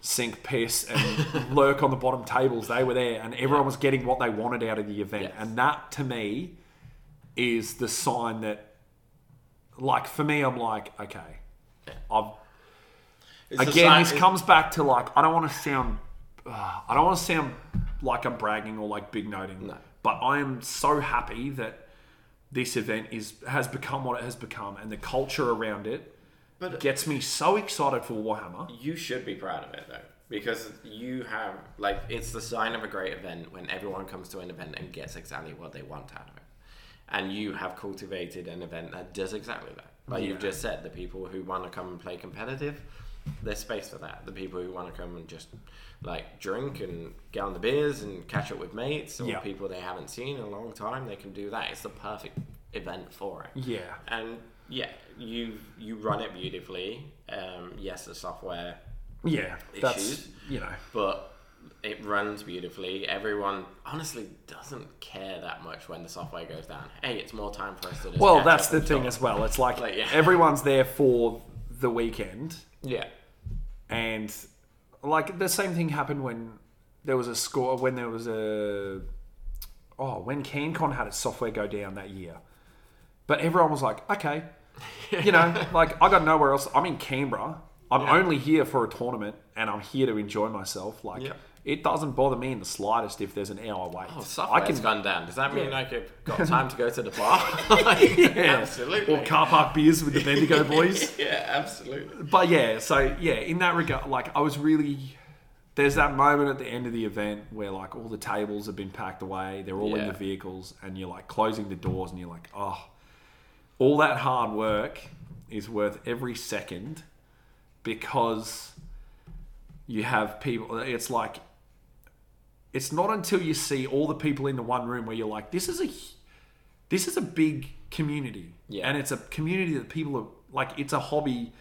Speaker 1: sink piss and lurk on the bottom tables, they were there, and everyone was getting what they wanted out of the event.
Speaker 2: Yes.
Speaker 1: And that to me is the sign that, like for me, I'm like, okay, I've
Speaker 2: It's a
Speaker 1: again
Speaker 2: sign-
Speaker 1: this comes back to like i don't want to sound uh, i don't want to sound like i'm bragging or like big noting but i am so happy that this event is has become what it has become and the culture around it
Speaker 2: But-
Speaker 1: gets me so excited for warhammer
Speaker 2: You should be proud of it though, because you have like it's the sign of a great event when everyone comes to an event and gets exactly what they want out of it, and you have cultivated an event that does exactly that. Like you've
Speaker 1: Yeah.
Speaker 2: just said, the people who want to come and play competitive, there's space for that. The people who want to come and just like drink and get on the beers and catch up with mates or
Speaker 1: Yeah.
Speaker 2: people they haven't seen in a long time, they can do that. It's the perfect event for it.
Speaker 1: yeah
Speaker 2: And yeah, you you run it beautifully. Um, yes, the software,
Speaker 1: Yeah, that's
Speaker 2: Issues.
Speaker 1: you know.
Speaker 2: but it runs beautifully. Everyone honestly doesn't care that much when the software goes down. Hey, it's more time for us to. Just
Speaker 1: Well,
Speaker 2: catch
Speaker 1: that's
Speaker 2: up
Speaker 1: the
Speaker 2: and
Speaker 1: thing
Speaker 2: talk.
Speaker 1: as well. It's like,
Speaker 2: Like, yeah.
Speaker 1: everyone's there for the weekend,
Speaker 2: Yeah,
Speaker 1: and like the same thing happened when there was a score when there was a oh when CanCon had its software go down that year, but everyone was like, okay, you know, like I got nowhere else. I'm in Canberra. I'm only here for a tournament, and I'm here to enjoy myself. Like.
Speaker 2: Yeah.
Speaker 1: It doesn't bother me in the slightest if there's an hour wait.
Speaker 2: oh,
Speaker 1: I
Speaker 2: software's
Speaker 1: can
Speaker 2: gone down. Does that mean like I've got time to go to the bar? Like, absolutely.
Speaker 1: or car park beers with the Bendigo boys.
Speaker 2: yeah, absolutely.
Speaker 1: but yeah, so yeah, in that regard, like I was really there's that moment at the end of the event where like all the tables have been packed away, they're all in
Speaker 2: Yeah.
Speaker 1: the vehicles, and you're like closing the doors, and you're like, oh, all that hard work is worth every second because you have people. It's like it's not until you see all the people in the one room where you're like, this is a hu- this is a big community,
Speaker 2: Yeah.
Speaker 1: and it's a community that people are like. It's a hobby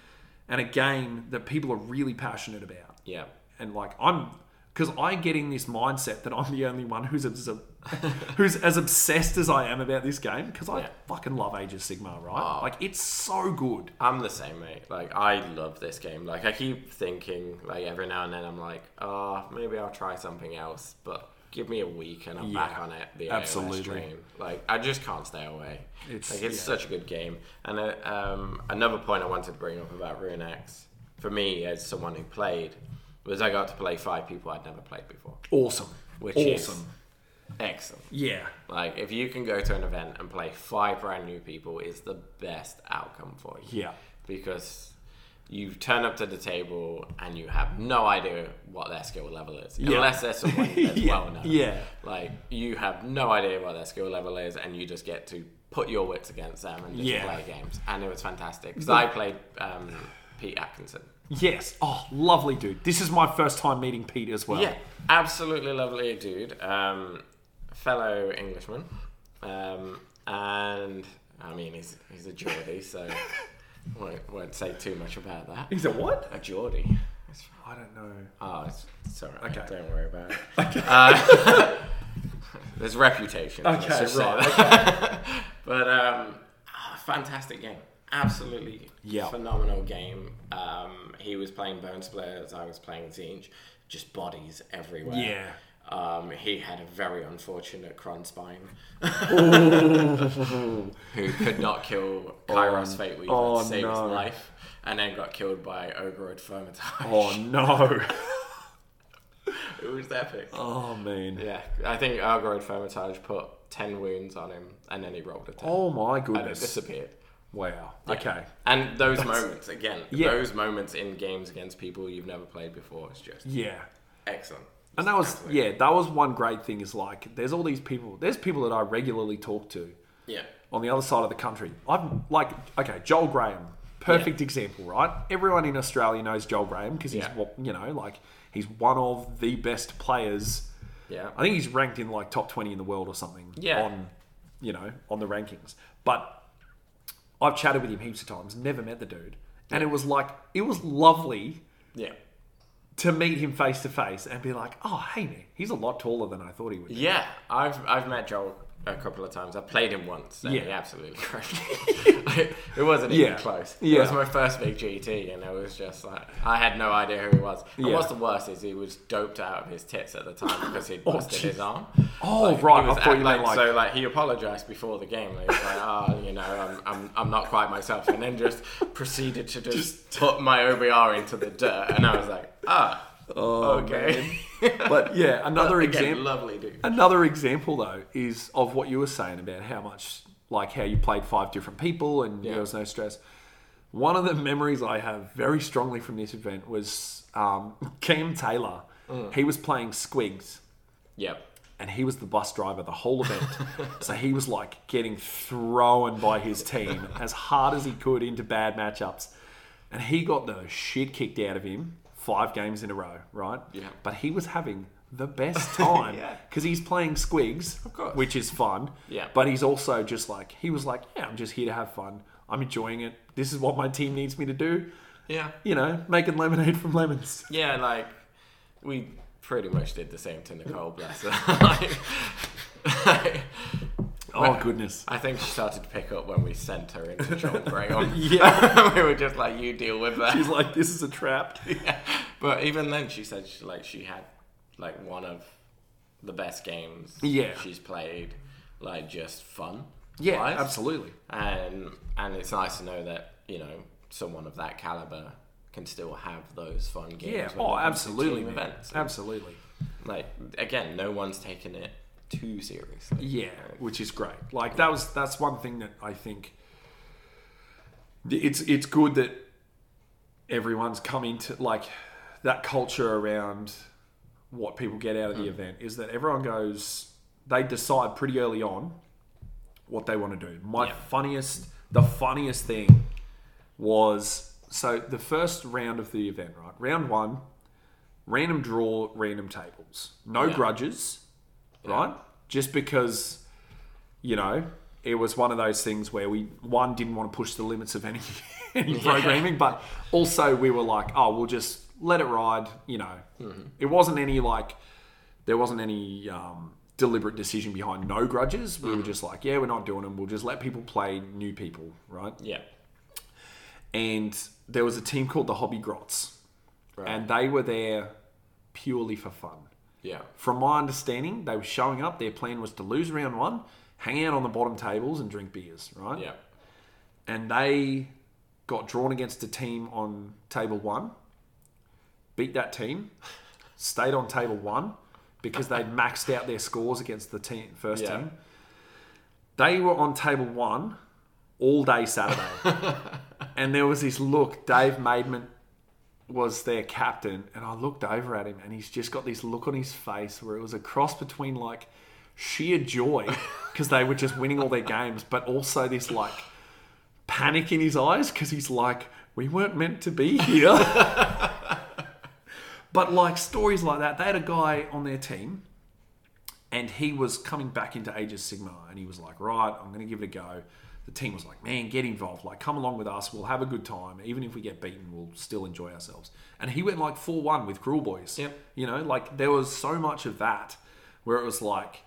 Speaker 1: and a game that people are really passionate about
Speaker 2: Yeah.
Speaker 1: and like I'm because I get in this mindset that I'm the only one who's obs- who's as obsessed as I am about this game because I
Speaker 2: Yeah.
Speaker 1: fucking love Age of Sigmar, right?
Speaker 2: Oh.
Speaker 1: Like it's so good.
Speaker 2: I'm the same, mate. Like I love this game. Like I keep thinking, like every now and then, I'm like, oh, maybe I'll try something else. But give me a week and I'm back
Speaker 1: Yeah,
Speaker 2: on it. The
Speaker 1: absolutely.
Speaker 2: absolutely. Like I just can't stay away.
Speaker 1: It's-
Speaker 2: It's like it's
Speaker 1: yeah.
Speaker 2: such a good game. And uh, um, another point I wanted to bring up about Runex, for me as someone who played, was I got to play five people I'd never played before,
Speaker 1: Awesome.
Speaker 2: which
Speaker 1: awesome.
Speaker 2: is excellent.
Speaker 1: Yeah.
Speaker 2: Like if you can go to an event and play five brand new people, is the best outcome for you
Speaker 1: Yeah.
Speaker 2: because you turn up to the table and you have no idea what their skill level is unless they're someone that's
Speaker 1: Yeah,
Speaker 2: well known.
Speaker 1: yeah.
Speaker 2: Like you have no idea what their skill level is and you just get to put your wits against them and just
Speaker 1: Yeah.
Speaker 2: play games. And it was fantastic. Because I played um, Pete Atkinson.
Speaker 1: Yes. Oh, lovely dude. This is my first time meeting Pete as well.
Speaker 2: Yeah, absolutely lovely dude. Um, fellow Englishman. Um, and I mean, he's, he's a Geordie, so won't, won't say too much about that.
Speaker 1: He's a what?
Speaker 2: A Geordie. It's
Speaker 1: I don't know.
Speaker 2: Oh, it's, it's all right.
Speaker 1: Okay.
Speaker 2: Don't worry about it. Uh, there's reputation. let's
Speaker 1: Okay,
Speaker 2: just say
Speaker 1: right,
Speaker 2: that. but um, ah, fantastic game. Absolutely
Speaker 1: Yeah.
Speaker 2: phenomenal game. Um, he was playing Bone Splitters, I was playing Zinj. Just bodies everywhere.
Speaker 1: Yeah.
Speaker 2: Um, he had a very unfortunate Cron spine who could not kill Kairos Fate Weaver
Speaker 1: oh,
Speaker 2: to save
Speaker 1: no.
Speaker 2: his life and then got killed by Ogrewood Fermitage.
Speaker 1: Oh no.
Speaker 2: It was epic.
Speaker 1: oh man.
Speaker 2: Yeah, I think Algorod Fermitage put 10 wounds on him and then he rolled a 10.
Speaker 1: Oh my
Speaker 2: and it
Speaker 1: goodness.
Speaker 2: disappeared.
Speaker 1: Wow. Okay.
Speaker 2: And those moments, again,
Speaker 1: Yeah.
Speaker 2: those moments in games against people you've never played before, it's just
Speaker 1: Yeah.
Speaker 2: excellent.
Speaker 1: And that was yeah, that was one great thing is like there's all these people there's people that I regularly talk to
Speaker 2: Yeah.
Speaker 1: on the other side of the country. I'm like, okay, Joel Graham, perfect example, right? Everyone in Australia knows Joel Graham because he's,
Speaker 2: Yeah.
Speaker 1: wa- you know, like he's one of the best players.
Speaker 2: Yeah.
Speaker 1: I think he's ranked in like top twenty in the world or something.
Speaker 2: Yeah.
Speaker 1: On, you know, on the rankings. But I've chatted with him heaps of times, never met the dude, and it was like it was lovely
Speaker 2: Yeah.
Speaker 1: to meet him face to face and be like, oh hey man, he's a lot taller than I thought he would. be.
Speaker 2: Yeah, I've, I've met Joel a couple of times. I played him once. And
Speaker 1: Yeah.
Speaker 2: He absolutely crushed me. it wasn't even
Speaker 1: Yeah.
Speaker 2: close.
Speaker 1: Yeah.
Speaker 2: It was my first big GT and it was just like, I had no idea who he was.
Speaker 1: Yeah.
Speaker 2: And what's the worst is he was doped out of his tits at the time because he'd busted his
Speaker 1: Oh, jeez.
Speaker 2: arm.
Speaker 1: Oh
Speaker 2: Like,
Speaker 1: right,
Speaker 2: he
Speaker 1: I
Speaker 2: was
Speaker 1: thought
Speaker 2: at-
Speaker 1: you meant like,
Speaker 2: so. Like he apologized before the game. Like, he was like oh, you know, I'm, I'm, I'm not quite myself, and then just proceeded to just, put my OBR into the dirt, and I was like, ah, okay.
Speaker 1: but yeah, another
Speaker 2: Again,
Speaker 1: Oh, example.
Speaker 2: lovely dude.
Speaker 1: Another example, though, is of what you were saying about how much, like, how you played five different people and
Speaker 2: Yeah.
Speaker 1: there was no stress. One of the memories I have very strongly from this event was um, Cam Taylor. He was playing Squigs
Speaker 2: Yep.
Speaker 1: and he was the bus driver the whole event. so he was like getting thrown by his team as hard as he could into bad matchups. And he got the shit kicked out of him five games in a row, right?
Speaker 2: Yeah.
Speaker 1: But he was having the best time
Speaker 2: Yeah.
Speaker 1: because he's playing squigs,
Speaker 2: course.
Speaker 1: which is fun.
Speaker 2: Yeah.
Speaker 1: But he's also just like, he was like, yeah, I'm just here to have fun. I'm enjoying it. This is what my team needs me to do.
Speaker 2: Yeah.
Speaker 1: You know, making lemonade from lemons.
Speaker 2: Yeah, like we pretty much did the same to Nicole, bless her. like, like,
Speaker 1: Oh goodness.
Speaker 2: I think she started to pick up when we sent her into John Gray.
Speaker 1: Yeah.
Speaker 2: we were just like, you deal with that.
Speaker 1: She's like, this is a trap.
Speaker 2: Yeah. But even then, she said she, like she had like one of the best games.
Speaker 1: Yeah.
Speaker 2: she's played like just fun.
Speaker 1: Yeah,
Speaker 2: wise.
Speaker 1: absolutely.
Speaker 2: And and it's nice to know that you know someone of that caliber can still have those fun games.
Speaker 1: Yeah.
Speaker 2: when it
Speaker 1: Oh,
Speaker 2: comes to
Speaker 1: absolutely.
Speaker 2: team
Speaker 1: man.
Speaker 2: Events.
Speaker 1: Absolutely.
Speaker 2: Like again, no one's taken it too seriously.
Speaker 1: Yeah, which is great. Like that was that's one thing that I think it's it's good that everyone's come into like that culture around what people get out of the event is that everyone goes they decide pretty early on what they want to do. My funniest the funniest thing was so the first round of the event, right? Round 1 random draw, random tables. No
Speaker 2: Yeah.
Speaker 1: grudges, right? Just because, you know, it was one of those things where we, one, didn't want to push the limits of any, any programming, but also we were like, oh, we'll just let it ride, you know. It wasn't any like, there wasn't any um, deliberate decision behind no grudges. We were just like, yeah, we're not doing them. We'll just let people play new people, right?
Speaker 2: Yeah.
Speaker 1: and there was a team called the Hobby Grots,
Speaker 2: Right.
Speaker 1: and they were there purely for fun.
Speaker 2: Yeah.
Speaker 1: From my understanding, they were showing up. Their plan was to lose round one, hang out on the bottom tables, and drink beers. Right?
Speaker 2: Yeah.
Speaker 1: And they got drawn against a team on table one, beat that team, stayed on table one because they'd maxed out their scores against the team first
Speaker 2: Yeah.
Speaker 1: team. They were on table one all day Saturday. and there was this look, Dave Maidment was their captain, and I looked over at him and he's just got this look on his face where it was a cross between like sheer joy because they were just winning all their games, but also this like panic in his eyes because he's like, we weren't meant to be here. but like stories like that, they had a guy on their team and he was coming back into Age of Sigma and he was like, right, I'm going to give it a go. The team was like, man, get involved. Like, come along with us. We'll have a good time. Even if we get beaten, we'll still enjoy ourselves. And he went like 4 1 with Cruel Boys.
Speaker 2: Yep.
Speaker 1: You know, like there was so much of that where it was like,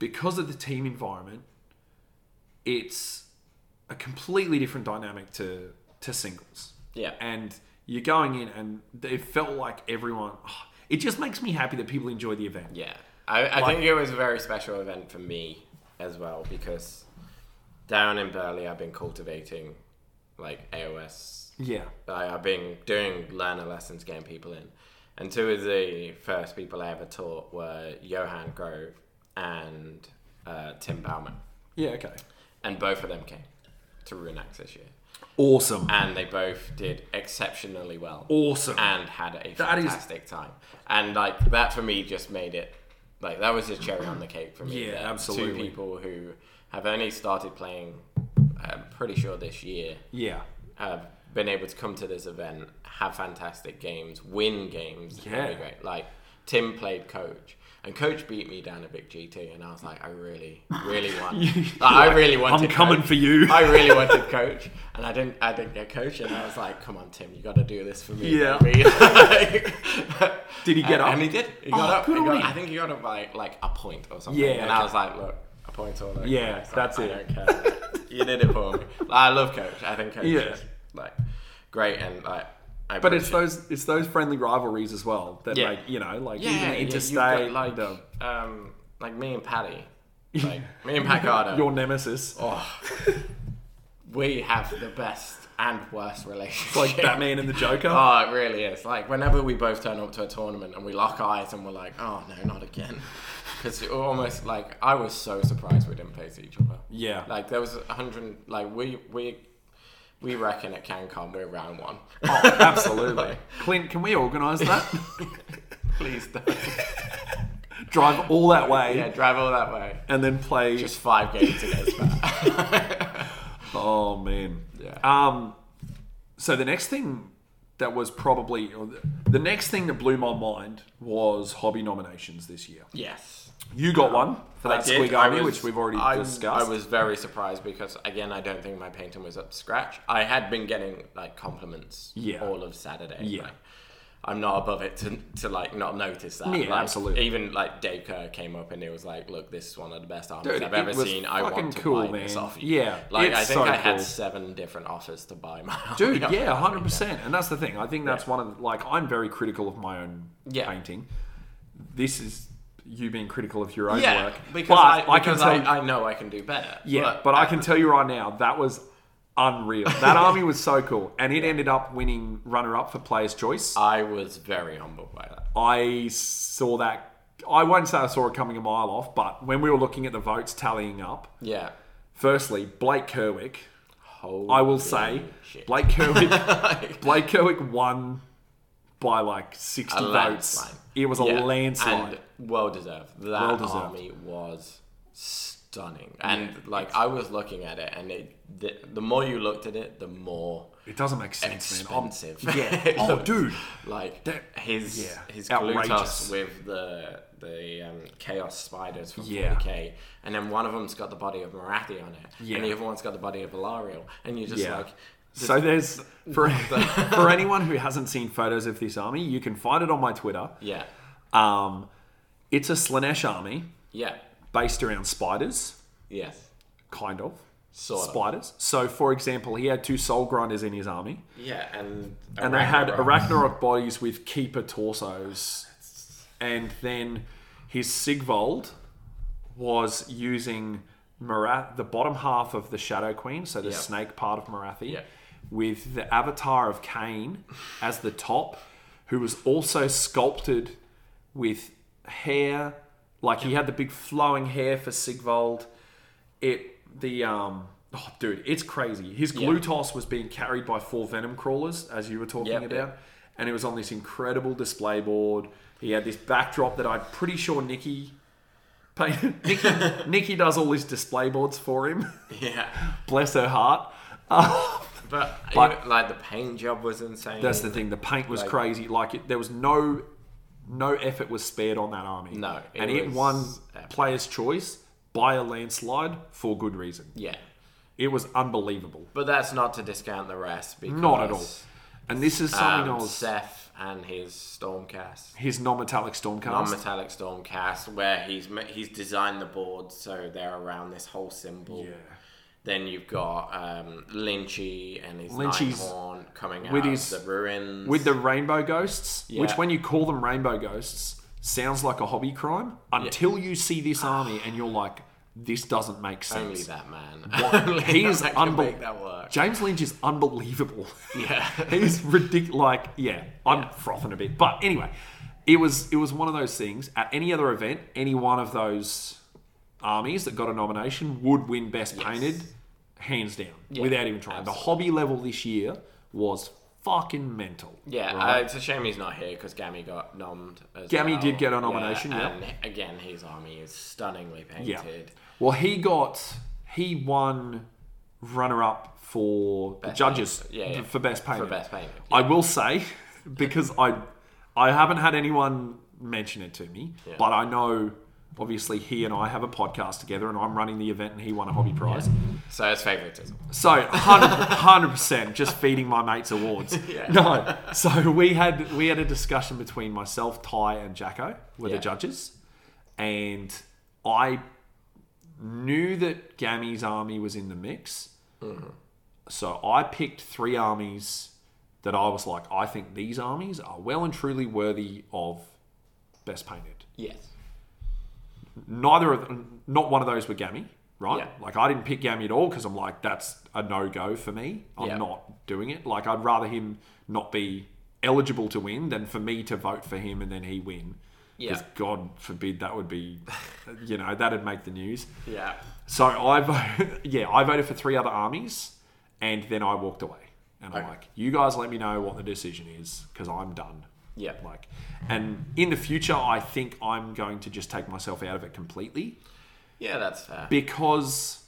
Speaker 1: because of the team environment, it's a completely different dynamic to to singles.
Speaker 2: Yeah.
Speaker 1: And you're going in, and it felt like everyone. oh, it just makes me happy that people enjoy the event.
Speaker 2: Yeah, I, I think it was a very special event for me as well because down in Burley, I've been cultivating like AOS.
Speaker 1: Yeah.
Speaker 2: I, I've been doing learner lessons, getting people in, and two of the first people I ever taught were Johan Grove and uh, Tim Bauman,
Speaker 1: Yeah. Okay.
Speaker 2: and both of them came to Runax this year,
Speaker 1: Awesome.
Speaker 2: and they both did exceptionally well
Speaker 1: Awesome.
Speaker 2: and had a
Speaker 1: That is-
Speaker 2: fantastic time. And like that for me just made it like that was the cherry on the cake for me.
Speaker 1: Yeah,
Speaker 2: that
Speaker 1: absolutely.
Speaker 2: Two people who have only started playing, I'm pretty sure this year,
Speaker 1: yeah.
Speaker 2: have been able to come to this event, have fantastic games, win games.
Speaker 1: Yeah.
Speaker 2: really great. Like Tim played coach. And Coach beat me down at Big GT, and I was like, I really, really want. like, I really wanted.
Speaker 1: I'm coming
Speaker 2: Coach.
Speaker 1: for you.
Speaker 2: I really wanted coach, and I didn't. I didn't get coach, and I was like, "Come on, Tim, you got to do this for me."
Speaker 1: Yeah.
Speaker 2: baby."
Speaker 1: Did he get
Speaker 2: and,
Speaker 1: up?
Speaker 2: And he did. He
Speaker 1: Oh,
Speaker 2: got up.
Speaker 1: good
Speaker 2: he
Speaker 1: on
Speaker 2: got,
Speaker 1: him.
Speaker 2: I think he got up by like a point or something.
Speaker 1: Yeah,
Speaker 2: And I
Speaker 1: okay.
Speaker 2: was like, "Look, a point or no."
Speaker 1: Yeah,
Speaker 2: points,
Speaker 1: that's
Speaker 2: I
Speaker 1: it.
Speaker 2: Don't care. you did it for me. Like, I love coach. I think coach
Speaker 1: Yeah.
Speaker 2: is like great, and like. I
Speaker 1: But it's
Speaker 2: appreciate-
Speaker 1: those it's those friendly rivalries as well that
Speaker 2: Yeah.
Speaker 1: like you know like
Speaker 2: yeah,
Speaker 1: even
Speaker 2: yeah,
Speaker 1: the
Speaker 2: you've
Speaker 1: interstate
Speaker 2: got, like
Speaker 1: the-
Speaker 2: um like me and Patty, like me and Pat Carter.
Speaker 1: your nemesis
Speaker 2: Oh, we have the best and worst relationship.
Speaker 1: like Batman and the Joker.
Speaker 2: Oh, it really is. Like whenever we both turn up to a tournament and we lock eyes and we're like, oh no, not again. Because almost like I was so surprised we didn't face each other.
Speaker 1: Yeah.
Speaker 2: Like there was a hundred. Like we we we reckon at CanCon we're round one.
Speaker 1: Oh, absolutely.
Speaker 2: Like-
Speaker 1: Clint, can we organise that?
Speaker 2: Please don't.
Speaker 1: Drive all that way
Speaker 2: Yeah, drive all that way.
Speaker 1: and then play
Speaker 2: Just five games against that.
Speaker 1: Oh man.
Speaker 2: Yeah.
Speaker 1: Um. So the next thing that was probably or the- the next thing that blew my mind was hobby nominations this year.
Speaker 2: Yes.
Speaker 1: You got one for that
Speaker 2: I did.
Speaker 1: squig
Speaker 2: I
Speaker 1: army,
Speaker 2: was-
Speaker 1: which we've already
Speaker 2: I,
Speaker 1: discussed.
Speaker 2: I was very surprised because again, I don't think my painting was up to scratch. I had been getting like compliments
Speaker 1: Yeah.
Speaker 2: all of Saturday.
Speaker 1: Yeah.
Speaker 2: like, I'm not above it to, to like not notice that.
Speaker 1: Yeah,
Speaker 2: Like,
Speaker 1: absolutely.
Speaker 2: Even like Dave Kerr came up and he was like, "Look, this is one of the best armies
Speaker 1: Dude,
Speaker 2: I've
Speaker 1: it
Speaker 2: ever
Speaker 1: was
Speaker 2: seen. I
Speaker 1: fucking
Speaker 2: want to
Speaker 1: cool,
Speaker 2: buy this
Speaker 1: man.
Speaker 2: off you."
Speaker 1: Yeah,
Speaker 2: like I
Speaker 1: it's
Speaker 2: think
Speaker 1: so
Speaker 2: I had
Speaker 1: cool.
Speaker 2: seven different offers to buy my.
Speaker 1: Dude,
Speaker 2: army.
Speaker 1: yeah, hundred percent, and that's the thing. I think that's one of the, like I'm very critical of my own
Speaker 2: Yeah.
Speaker 1: painting. This is you being critical of your own
Speaker 2: Yeah,
Speaker 1: work,
Speaker 2: because,
Speaker 1: but
Speaker 2: I,
Speaker 1: I can
Speaker 2: because
Speaker 1: tell.
Speaker 2: I, I know I can do better.
Speaker 1: yeah, but, I can tell you right now that was unreal. That army was so cool, and it ended up winning runner-up for Players' Choice.
Speaker 2: I was very humbled by that.
Speaker 1: I saw that. I won't say I saw it coming a mile off, but when we were looking at the votes tallying up,
Speaker 2: Yeah.
Speaker 1: firstly Blake Kerwick,
Speaker 2: Holy
Speaker 1: I will say
Speaker 2: shit.
Speaker 1: Blake Kerwick
Speaker 2: Like,
Speaker 1: Blake Kerwick won by like 60
Speaker 2: a
Speaker 1: votes.
Speaker 2: landslide.
Speaker 1: It was a
Speaker 2: Yeah,
Speaker 1: landslide.
Speaker 2: And well deserved. That
Speaker 1: deserved.
Speaker 2: army was stunning. And like I was looking at it, and it the, the more you looked at it, the more
Speaker 1: it doesn't make sense,
Speaker 2: expensive.
Speaker 1: man. I'm, yeah.
Speaker 2: it
Speaker 1: oh,
Speaker 2: looked.
Speaker 1: dude.
Speaker 2: Like
Speaker 1: That-
Speaker 2: his
Speaker 1: yeah,
Speaker 2: his
Speaker 1: outrageous.
Speaker 2: glutas with the the um, chaos spiders from
Speaker 1: Yeah.
Speaker 2: 40k, and then one of them's got the body of Marathi on it,
Speaker 1: Yeah.
Speaker 2: and the other one's got the body of Valarial, and you're just
Speaker 1: Yeah.
Speaker 2: like,
Speaker 1: So there's for for anyone who hasn't seen photos of this army, you can find it on my Twitter.
Speaker 2: yeah,
Speaker 1: Um, it's a Slanesh army
Speaker 2: yeah,
Speaker 1: based around spiders,
Speaker 2: yes,
Speaker 1: kind of.
Speaker 2: sort of.
Speaker 1: Spiders. So, for example, he had two soul grinders in his army,
Speaker 2: Yeah, and
Speaker 1: and they had
Speaker 2: Arachnoroc.
Speaker 1: Arachnorok bodies with keeper torsos. And then his Sigvold was using Marath, the bottom half of the Shadow Queen, so the
Speaker 2: Yeah.
Speaker 1: snake part of Marathi,
Speaker 2: Yeah.
Speaker 1: with the avatar of Cain as the top, who was also sculpted with hair. Like he had the big flowing hair for Sigvald. It the um oh dude, it's crazy. His glutos was being carried by four venom crawlers, as you were talking
Speaker 2: Yep,
Speaker 1: about
Speaker 2: yep.
Speaker 1: and it was on this incredible display board. He had this backdrop that I'm pretty sure Nikki painted. Nikki, Nikki does all his display boards for him.
Speaker 2: Yeah,
Speaker 1: Bless her heart. Uh,
Speaker 2: but,
Speaker 1: But-
Speaker 2: even, like the paint job was insane.
Speaker 1: that's the thing. The paint was
Speaker 2: Like-
Speaker 1: crazy. Like it, there was no no effort was spared on that army.
Speaker 2: No, it
Speaker 1: and it
Speaker 2: was
Speaker 1: won
Speaker 2: epic.
Speaker 1: player's choice by a landslide for good reason.
Speaker 2: yeah,
Speaker 1: It was unbelievable.
Speaker 2: but that's not to discount the rest. Because,
Speaker 1: Not at all. And this is something
Speaker 2: Um,
Speaker 1: I was
Speaker 2: Seth and his Stormcast,
Speaker 1: his non-metallic stormcast.
Speaker 2: non-metallic Stormcast, where he's ma- he's designed the board so they're around this whole symbol.
Speaker 1: Yeah.
Speaker 2: Then you've got um, Lynchy and his
Speaker 1: Lynchy's-
Speaker 2: Nighthorn coming
Speaker 1: with
Speaker 2: out
Speaker 1: his-
Speaker 2: of the ruins.
Speaker 1: with the rainbow ghosts, which
Speaker 2: Yeah.
Speaker 1: when you call them rainbow ghosts, sounds like a hobby crime until you see this army and you're like, this doesn't make
Speaker 2: only
Speaker 1: sense.
Speaker 2: that man.
Speaker 1: He is
Speaker 2: that can
Speaker 1: unbel-
Speaker 2: make that work.
Speaker 1: James Lynch is unbelievable.
Speaker 2: Yeah.
Speaker 1: He's ridiculous. Like, yeah, I'm frothing a bit. But anyway, it was it was one of those things. At any other event, any one of those armies that got a nomination would win best painted, hands down, without even trying. The hobby level this year was fucking mental.
Speaker 2: Yeah,
Speaker 1: right?
Speaker 2: uh, it's a shame he's not here because Gammy got nommed as
Speaker 1: Gammy
Speaker 2: well.
Speaker 1: did get a nomination, yeah.
Speaker 2: And again, his army is stunningly
Speaker 1: Yeah.
Speaker 2: painted.
Speaker 1: Well, he got he won runner up for the judges
Speaker 2: painter. Yeah, yeah.
Speaker 1: for best painter.
Speaker 2: best painter,
Speaker 1: I will say because I I haven't had anyone mention it to me, but I know obviously he and I have a podcast together and I'm running the event and he won a hobby prize.
Speaker 2: So it's favoritism.
Speaker 1: So 100 percent, just feeding my mates awards. No, so we had we had a discussion between myself, Ty, and Jacko were
Speaker 2: Yeah.
Speaker 1: the judges, and I knew that Gammy's army was in the mix. So I picked three armies that I was like, I think these armies are well and truly worthy of best painted
Speaker 2: Yes.
Speaker 1: neither of them, not one of those were gammy, right?
Speaker 2: Yeah.
Speaker 1: Like I didn't pick gammy at all because I'm like that's a no go for me. I'm
Speaker 2: Yeah.
Speaker 1: not doing it. Like I'd rather him not be eligible to win than for me to vote for him and then he win.
Speaker 2: Yeah.
Speaker 1: God forbid that would be, you know, that'd make the news.
Speaker 2: Yeah.
Speaker 1: So I voted, yeah, I voted for three other armies, and then I walked away. And I'm
Speaker 2: Okay.
Speaker 1: like, you guys let me know what the decision is because I'm done.
Speaker 2: Yeah.
Speaker 1: Like, and in the future, I think I'm going to just take myself out of it completely
Speaker 2: Yeah, that's fair.
Speaker 1: because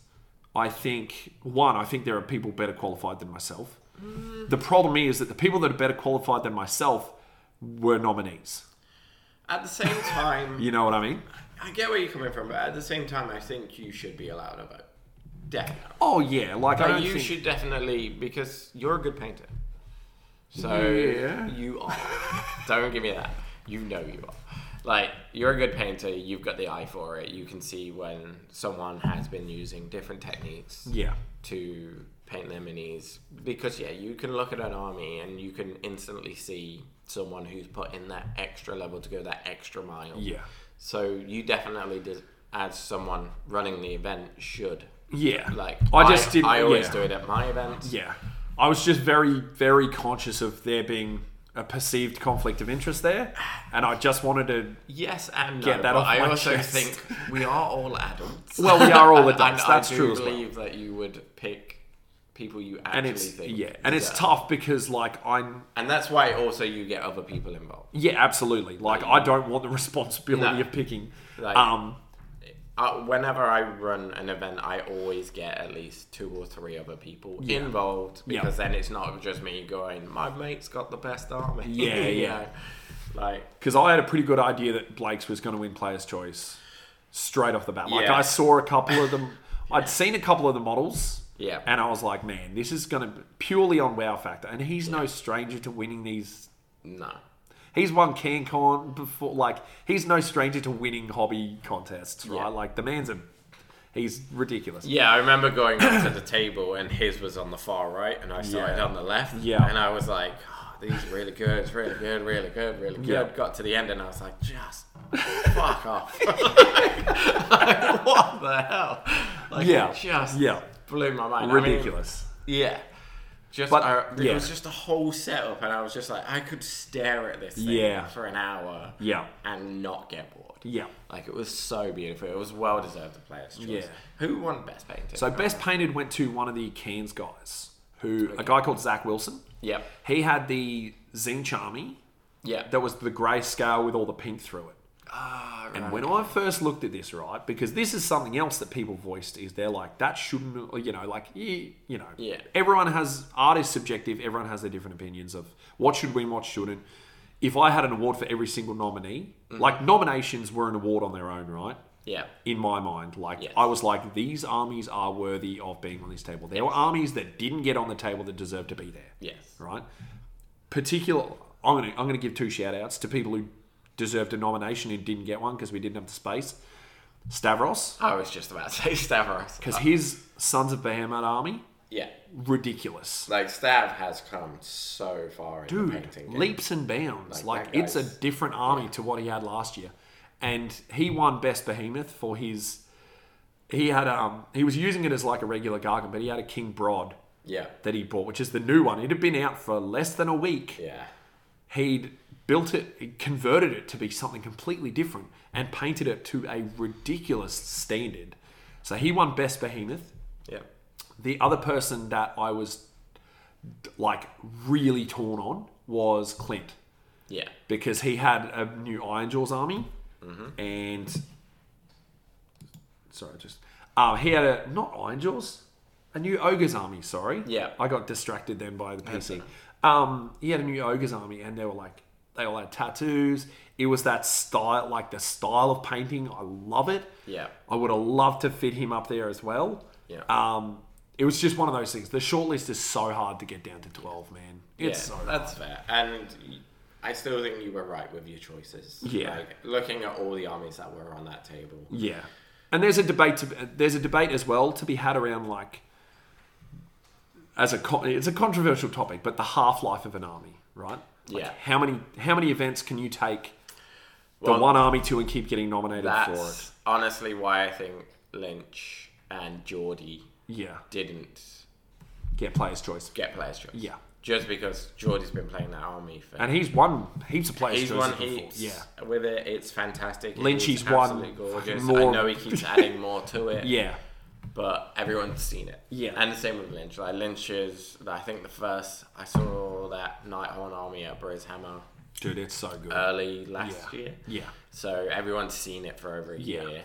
Speaker 1: I think one, I think there are people better qualified than myself,
Speaker 2: Mm.
Speaker 1: The problem is that the people that are better qualified than myself were nominees.
Speaker 2: At the same time,
Speaker 1: You know what I mean?
Speaker 2: I get where you're coming from, but at the same time, I think you should be allowed to vote. Definitely.
Speaker 1: Oh yeah, like I
Speaker 2: But
Speaker 1: don't
Speaker 2: you
Speaker 1: think-
Speaker 2: should definitely because you're a good painter. So
Speaker 1: Yeah.
Speaker 2: you are. Don't give me that. You know you are. Like you're a good painter. You've got the eye for it. You can see when someone has been using different techniques
Speaker 1: Yeah,
Speaker 2: to paint their minis because yeah, you can look at an army and you can instantly see someone who's put in that extra level to go that extra mile.
Speaker 1: yeah,
Speaker 2: So you definitely did, as someone running the event should
Speaker 1: yeah.
Speaker 2: like
Speaker 1: I just didn't.
Speaker 2: I always
Speaker 1: yeah.
Speaker 2: do it at my events.
Speaker 1: Yeah, I was just very, very conscious of there being a perceived conflict of interest there, and I just wanted to.
Speaker 2: Yes and no.
Speaker 1: Get that
Speaker 2: but
Speaker 1: off
Speaker 2: I
Speaker 1: my
Speaker 2: also
Speaker 1: chest.
Speaker 2: think we are all adults.
Speaker 1: Well, we are all
Speaker 2: And-
Speaker 1: adults,
Speaker 2: and
Speaker 1: that's
Speaker 2: I do
Speaker 1: true as well.
Speaker 2: believe that you would pick people you actually
Speaker 1: And it's
Speaker 2: think.
Speaker 1: yeah, and it's
Speaker 2: deserve.
Speaker 1: tough because like I'm
Speaker 2: And that's why also you get other people involved.
Speaker 1: yeah, absolutely. Like I don't want the responsibility
Speaker 2: No.
Speaker 1: of picking.
Speaker 2: Like-
Speaker 1: um,
Speaker 2: Uh, whenever I run an event, I always get at least two or three other people involved
Speaker 1: Yeah.
Speaker 2: because then it's not just me going, my mate's got the best army.
Speaker 1: Yeah,
Speaker 2: You
Speaker 1: yeah.
Speaker 2: know? Like,
Speaker 1: because I had a pretty good idea that Blake's was going to win Player's Choice straight off the bat. Like
Speaker 2: Yeah.
Speaker 1: I saw a couple of them. I'd seen a couple of the models.
Speaker 2: Yeah.
Speaker 1: And I was like, man, this is going to be purely on wow factor. And he's no stranger to winning these
Speaker 2: no.
Speaker 1: He's won CanCon before. Like he's no stranger to winning hobby contests, right?
Speaker 2: Yeah.
Speaker 1: Like the man's a he's ridiculous.
Speaker 2: Yeah, I remember going up to the table and his was on the far right and I started
Speaker 1: Yeah.
Speaker 2: on the left.
Speaker 1: Yeah.
Speaker 2: And I was like, oh, these are really good, it's really good, really good, really good.
Speaker 1: Yeah.
Speaker 2: Got to the end and I was like, just fuck off. Like, what the hell? Like,
Speaker 1: Yeah.
Speaker 2: it just
Speaker 1: Yeah.
Speaker 2: blew my mind. I mean,
Speaker 1: Ridiculous.
Speaker 2: yeah. Just
Speaker 1: But,
Speaker 2: I, it
Speaker 1: yeah.
Speaker 2: was just a whole setup and I was just like, I could stare at this thing
Speaker 1: Yeah.
Speaker 2: for an hour
Speaker 1: yeah.
Speaker 2: and not get bored.
Speaker 1: Yeah.
Speaker 2: Like it was so beautiful. It was well deserved the player's choice.
Speaker 1: Yeah.
Speaker 2: Who won best painting?
Speaker 1: So best painted went to one of the Cairns guys, who a guy called Zach Wilson.
Speaker 2: Yep.
Speaker 1: He had the Zine Charmy
Speaker 2: Yeah.
Speaker 1: that was the grey scale with all the pink through it.
Speaker 2: Ah, right.
Speaker 1: And when I first looked at this, right, because this is something else that people voiced is they're like, that shouldn't, or, you know, like, you, you know,
Speaker 2: Yeah.
Speaker 1: everyone has, art is subjective, everyone has their different opinions of what should win, what shouldn't. If I had an award for every single nominee,
Speaker 2: Mm.
Speaker 1: like nominations were an award on their own, right?
Speaker 2: yeah.
Speaker 1: In my mind, like
Speaker 2: Yes.
Speaker 1: I was like, these armies are worthy of being on this table. There were armies that didn't get on the table that deserved to be there
Speaker 2: Yes.
Speaker 1: right? Particular, I'm gonna I'm gonna give two shout outs to people who deserved a nomination and didn't get one because we didn't have the space. Stavros,
Speaker 2: I was just about to say Stavros.
Speaker 1: because his Sons of Bahamut army,
Speaker 2: yeah.
Speaker 1: ridiculous,
Speaker 2: Like Stav has come so far in the
Speaker 1: dude,
Speaker 2: painting. game.
Speaker 1: leaps and bounds. Like,
Speaker 2: Like, that
Speaker 1: it's a
Speaker 2: guy's-
Speaker 1: different army to what he had last year, and he won Best Behemoth for his. He had um he was using it as like a regular gargan, but he had a King Broad
Speaker 2: Yeah.
Speaker 1: that he bought, which is the new one. It had been out for less than a week.
Speaker 2: Yeah.
Speaker 1: he'd built it, he converted it to be something completely different, and painted it to a ridiculous standard. So he won Best Behemoth.
Speaker 2: Yeah.
Speaker 1: The other person that I was like really torn on was Clint
Speaker 2: Yeah.
Speaker 1: because he had a new Iron Jaws army,
Speaker 2: Mm-hmm.
Speaker 1: and sorry, just um, he had a not Iron Jaws, a new Ogres army. Sorry,
Speaker 2: Yeah.
Speaker 1: I got distracted then by the PC. Um, he had a new Ogres army, and they were like they all had tattoos. It was that style, like the style of painting. I love it.
Speaker 2: Yeah.
Speaker 1: I would have loved to fit him up there as well.
Speaker 2: Yeah.
Speaker 1: Um, it was just one of those things. The shortlist is so hard to get down to twelve, man. It's
Speaker 2: yeah.
Speaker 1: so
Speaker 2: that's fair. And y- I still think you were right with your choices.
Speaker 1: Yeah.
Speaker 2: Like, looking at all the armies that were on that table.
Speaker 1: Yeah, and there's a debate. To, there's a debate as well to be had around like as a con- it's a controversial topic, but the half life of an army, right? Like,
Speaker 2: Yeah.
Speaker 1: How many how many events can you take the
Speaker 2: Well,
Speaker 1: one army to and keep getting nominated for it?
Speaker 2: That's honestly why I think Lynch and Geordie
Speaker 1: Yeah.
Speaker 2: didn't
Speaker 1: Get player's choice.
Speaker 2: get players' choice.
Speaker 1: Yeah.
Speaker 2: Just because Geordie's been playing that army for
Speaker 1: And he's won heaps of players'
Speaker 2: He's
Speaker 1: choices
Speaker 2: won
Speaker 1: before.
Speaker 2: heaps
Speaker 1: Yeah.
Speaker 2: with it. It's fantastic. It
Speaker 1: Lynch,
Speaker 2: is
Speaker 1: he's won
Speaker 2: absolutely gorgeous.
Speaker 1: fucking more.
Speaker 2: I know he keeps adding more to it.
Speaker 1: Yeah.
Speaker 2: But everyone's seen it.
Speaker 1: Yeah.
Speaker 2: And the same with Lynch. Like Lynch is I think the first I saw that Nighthorn army at Briz Hammer
Speaker 1: Dude, it's so
Speaker 2: Uh,
Speaker 1: good.
Speaker 2: early last
Speaker 1: yeah.
Speaker 2: year.
Speaker 1: Yeah.
Speaker 2: So everyone's seen it for over a
Speaker 1: Yeah.
Speaker 2: year.